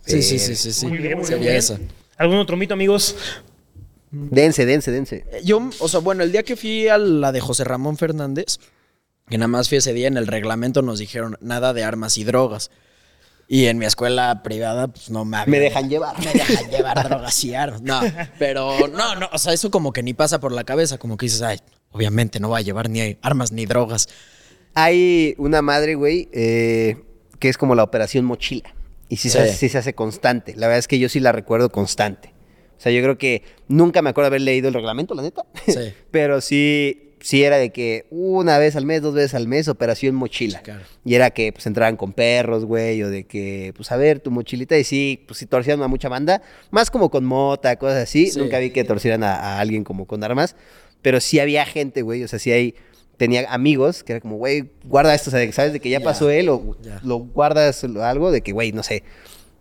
S2: Sí, sí, sí, sí, sí.
S4: Muy bien, muy
S2: Sería
S4: bien.
S2: esa.
S4: ¿Algún otro mito, amigos?
S5: Dense, dense, dense.
S2: Eh, Yo, o sea, bueno, el día que fui a la de José Ramón Fernández, que nada más fui ese día, en el reglamento nos dijeron nada de armas y drogas. Y en mi escuela privada, pues no me habían-
S5: Me dejan llevar.
S2: Me dejan llevar drogas y armas. No, pero no, no, o sea, eso como que ni pasa por la cabeza, como que dices, ay, obviamente no va a llevar ni armas ni drogas.
S5: Hay una madre, güey, eh, que es como la operación mochila. Y sí, Se
S2: Sí.
S5: hace, sí se hace constante. La verdad es que yo sí la recuerdo constante. O sea, yo creo que nunca me acuerdo haber leído el reglamento, la neta.
S2: Sí.
S5: (laughs) Pero sí, sí era de que una vez al mes, dos veces al mes, operación mochila.
S2: claro.
S5: Y era que pues entraban con perros, güey, o de que, pues a ver, tu mochilita. Y sí, pues sí torcían a mucha banda. Más como con mota, cosas así.
S2: Sí.
S5: Nunca vi que torcieran a, a alguien como con armas. Pero sí había gente, güey. O sea, sí hay... Tenía amigos que era como, güey, guarda esto. O sea, de que sabes de que ya
S2: Ya.
S5: pasó él o
S2: Ya.
S5: lo guardas o algo de que, güey, no sé.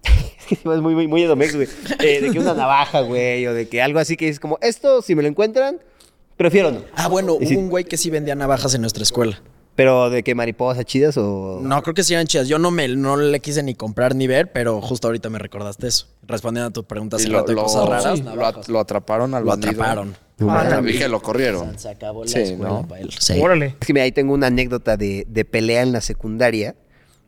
S5: (laughs) Es que sí, es muy, muy, muy edomex, güey. Eh, de que una navaja, güey, o de que algo así que es como, esto, si me lo encuentran, prefiero no.
S2: Ah, bueno,
S5: Y sí.
S2: hubo un güey que sí vendía navajas en nuestra escuela.
S5: Pero de que mariposas chidas o...
S2: No, creo que sí eran chidas. Yo no me no le quise ni comprar ni ver, pero justo ahorita me recordaste eso. Respondiendo a tu pregunta
S1: Y
S2: hace
S1: lo,
S2: rato de
S1: lo-
S2: cosas raras,
S1: sí, lo,
S2: navajas.
S1: at- lo atraparon al
S2: Lo
S1: bandido.
S2: atraparon.
S1: Ah,
S4: Ah,
S1: dije, lo corrieron.
S2: Se acabó la
S1: Sí,
S2: escuela
S1: ¿no?
S2: para él. Sí.
S4: Órale.
S5: Es que mira, ahí tengo una anécdota de, de pelea en la secundaria.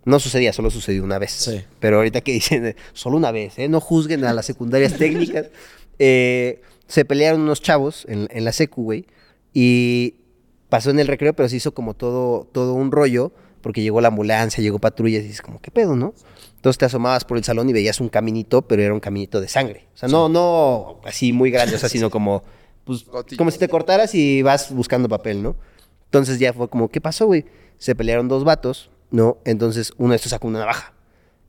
S5: No sucedía, solo sucedió una vez.
S2: Sí.
S5: Pero ahorita que dicen, (laughs) eh, solo una vez, ¿eh? No juzguen a las secundarias técnicas. (laughs) Eh, se pelearon unos chavos en, en la secu, güey. Y pasó en el recreo, pero se hizo como todo, todo un rollo. Porque llegó la ambulancia, llegó patrullas y dices como, ¿qué pedo, no? Entonces te asomabas por el salón y veías un caminito, pero era un caminito de sangre. O sea, no, no así muy grande, o sea, sino como, pues,
S1: Gotitas.
S5: como si te cortaras y vas buscando papel, ¿no? Entonces ya fue como, ¿qué pasó, güey? Se pelearon dos vatos, ¿no? Entonces uno de estos sacó una navaja.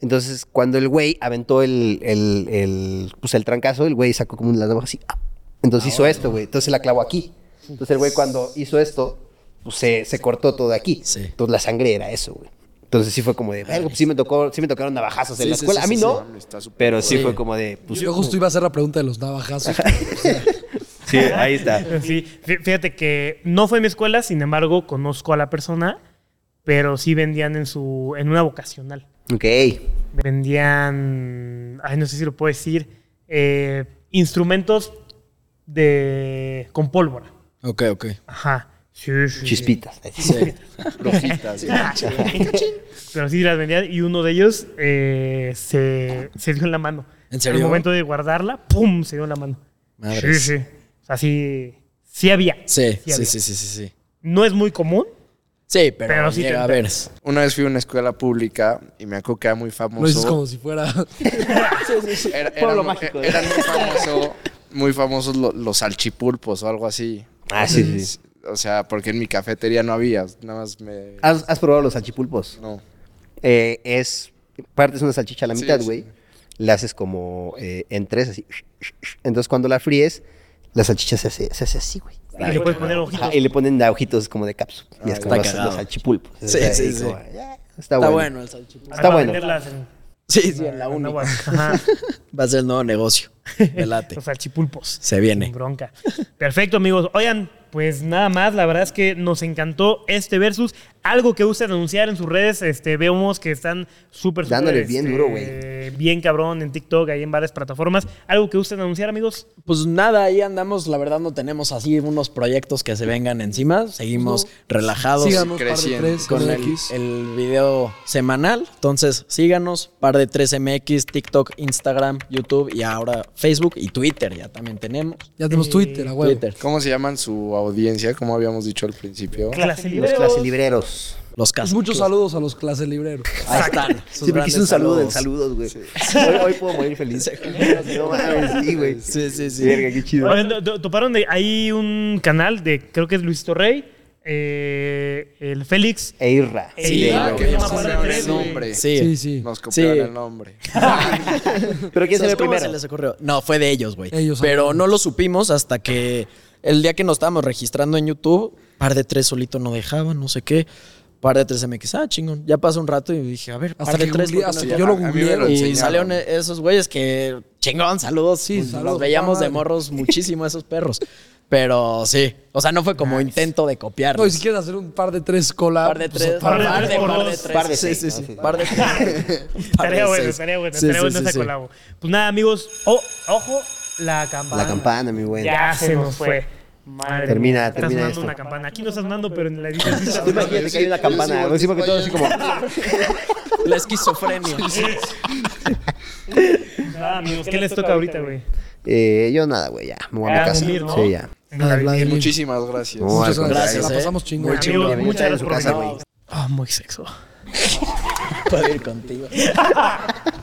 S5: Entonces cuando el güey aventó el, el, el, pues, el trancazo, el güey sacó como una navaja así. ¡ah! Entonces hizo esto, güey. Entonces la clavó aquí. Entonces el güey cuando hizo esto, pues se, se cortó todo aquí.
S2: Sí.
S5: Entonces la sangre era eso, güey. Entonces sí fue como de, "Verga, pues, sí me tocó, sí me tocaron navajazos en
S2: Sí,
S5: la
S2: sí,
S5: escuela.
S2: sí,
S5: a mí
S2: sí,
S5: no,
S1: Está súper
S5: pero sí,
S2: Sí.
S5: fue como de, pues
S3: Yo justo iba a hacer la pregunta de los navajazos.
S5: sí, ahí está.
S4: Sí, fí- fíjate que no fue en mi escuela, sin embargo, conozco a la persona, pero sí vendían en su en una vocacional.
S5: Ok.
S4: Vendían, ay, no sé si lo puedo decir, eh, instrumentos de con pólvora.
S2: Ok, ok.
S4: Ajá. Sí, sí.
S5: Chispitas.
S2: Sí.
S1: (laughs) rojitas, güey.
S4: Pero sí las vendían y uno de ellos eh, se, se dio en la mano.
S2: ¿En serio?
S4: el momento de guardarla, ¡pum! se dio en la mano.
S2: Madres.
S4: Sí, sí. O sea, sí, sí había.
S2: Sí,
S4: Sí
S2: sí,
S4: había.
S2: sí, sí, sí, sí.
S4: No es muy común.
S2: Sí, pero,
S4: Pero sí
S2: llega a
S4: te
S2: ver.
S1: Una vez fui a una escuela pública y me acuerdo que era muy
S3: Lo dices
S1: famoso.
S3: como si fuera.
S1: Era- era
S5: Pueblo
S1: muy-
S5: mágico,
S1: eh, eran muy famoso- muy famosos lo- los salchipulpos o algo así.
S5: Ah, sí, sí.
S1: O sea, porque en mi cafetería no había. Nada más me.
S5: ¿Has, has probado los salchipulpos?
S1: No.
S5: Eh, es, partes una salchicha a la
S1: Sí,
S5: mitad,
S1: sí.
S5: güey. La haces como eh, en tres, así. Entonces cuando la fríes, la salchicha se hace, se hace así, güey.
S4: Y le puedes poner hojitas.
S5: Ajá, y le ponen de hojitos como de cápsula. Y es
S2: Ah, está
S5: como los,
S2: cagado.
S5: los salchipulpos.
S2: Sí,
S5: Ahí
S2: sí, sí.
S5: como, "Ah, está,
S2: Está
S5: bueno.
S2: bueno el salchipulpo.
S5: Está
S4: Para
S5: bueno.
S4: venderlas en-
S2: Sí, sí, en la uni.
S4: agua. Ajá.
S2: (laughs) Va a ser el nuevo negocio. Me
S4: (laughs)
S2: late.
S4: Los salchipulpos.
S2: Se viene.
S4: Sin bronca. Perfecto, amigos. Oigan, pues nada más, la verdad es que nos encantó este versus. Algo que usen anunciar en sus redes, este, vemos que están súper, súper,
S5: Dándole bien
S4: este,
S5: duro, güey.
S4: Bien cabrón en TikTok, ahí en varias plataformas. Algo que usen anunciar, amigos.
S2: Pues nada, ahí andamos. La verdad, no tenemos así unos proyectos que se vengan encima. Seguimos
S3: No.
S2: relajados
S3: Síganos, par de
S1: creciendo.
S3: tres,
S2: con el,
S3: MX.
S2: el video semanal. Entonces, síganos. Par de 3MX, TikTok, Instagram, YouTube y ahora Facebook y Twitter. Ya también tenemos.
S3: Ya tenemos
S4: Eh,
S3: Twitter, a huevo.
S2: Twitter.
S1: ¿Cómo se llaman su audiencia? Como habíamos dicho al principio.
S5: Los claselibreros.
S2: Los
S3: Pues
S2: casos.
S3: muchos saludos a los clases libreros.
S2: Ahí
S5: (laughs)
S2: están. sus
S5: Sí, me
S2: grandes
S5: quise un saludo en
S2: saludos.
S5: saludos, güey. Hoy, hoy puedo morir
S2: (laughs)
S5: feliz. no mames, sí, güey.
S2: Sí, sí, sí.
S5: Verga, qué chido.
S4: Oigan, to- to- toparon de ahí un canal de, creo que es Luis Torrey, eh, el Félix.
S5: Eirra.
S4: Sí,
S1: Ah,
S4: güey.
S1: que nos
S4: Llama por
S1: copiaron
S4: tres,
S1: el
S4: güey.
S1: nombre.
S2: Sí.
S3: Sí, sí.
S1: Nos copiaron
S2: Sí.
S1: el nombre.
S5: Pero ¿quién se ve
S2: ¿Cómo
S5: primero?
S2: se les ocurrió? No, fue de ellos, güey.
S3: Ellos
S2: Pero no lo supimos hasta que el día que nos estábamos registrando en YouTube, par de tres solito no dejaba, no sé qué. Par de tres MX, ah, chingón. Ya pasó un rato y dije, a ver,
S3: Hasta
S2: par de
S3: que
S2: tres.
S3: googleé-
S2: ¿por qué no
S3: hasta
S2: llega?
S3: yo lo
S1: A mí me
S3: googleé.
S1: lo
S2: y
S1: enseñaron.
S2: salieron e- esos güeyes que, chingón, saludos.
S3: Sí,
S2: Pues,
S3: saludos,
S2: Los veíamos
S3: puta
S2: de
S3: madre.
S2: (laughs) morros muchísimo a esos perros. Pero sí, o sea, no fue como intento de copiar.
S3: No, y si quieres hacer un par de tres collab.
S2: Par de
S3: pues,
S2: tres,
S4: par de tres por
S2: par de
S4: dos.
S2: tres.
S5: Par de
S2: Sí,
S5: seis,
S2: sí,
S5: ¿no?
S2: sí.
S5: Sí.
S2: Par de (laughs) tres. Par de
S4: Estaría bueno,
S2: seis.
S4: estaría bueno,
S2: Sí,
S4: estaría
S2: sí,
S4: bueno
S2: sí,
S4: esa
S2: sí.
S4: colabo. Pues nada, amigos, o- ojo, la campana.
S5: La campana, mi güey.
S4: Ya se nos fue. Madre
S5: Termina,
S4: mía. Está
S5: termina
S4: sonando
S5: esto.
S4: una campana. Aquí no estás sonando, pero en la (laughs) edición sí está sonando.
S5: Tú Imagínate que hay una campana. ¿no? Sí, porque todo así como.
S2: La esquizofrenia.
S4: Nada, amigos, ¿qué les toca ahorita, güey?
S5: Eh, yo nada, güey, ya. Me voy a
S4: Ah,
S5: mi casa.
S4: dormir, ¿no?
S5: Sí, ya.
S3: Vladimir.
S4: Vladimir.
S1: Muchísimas gracias.
S5: No, al
S3: Muchas gracias.
S5: contrario.
S2: Gracias,
S3: La
S2: eh.
S3: pasamos chingón.
S5: Muy
S4: Amigos,
S5: chingón.
S4: muchas
S5: Muchas
S4: gracias
S5: gracias
S4: por
S5: por casa,
S4: venir.
S5: güey.
S4: Ah, muy sexo.
S2: Puedo ir contigo.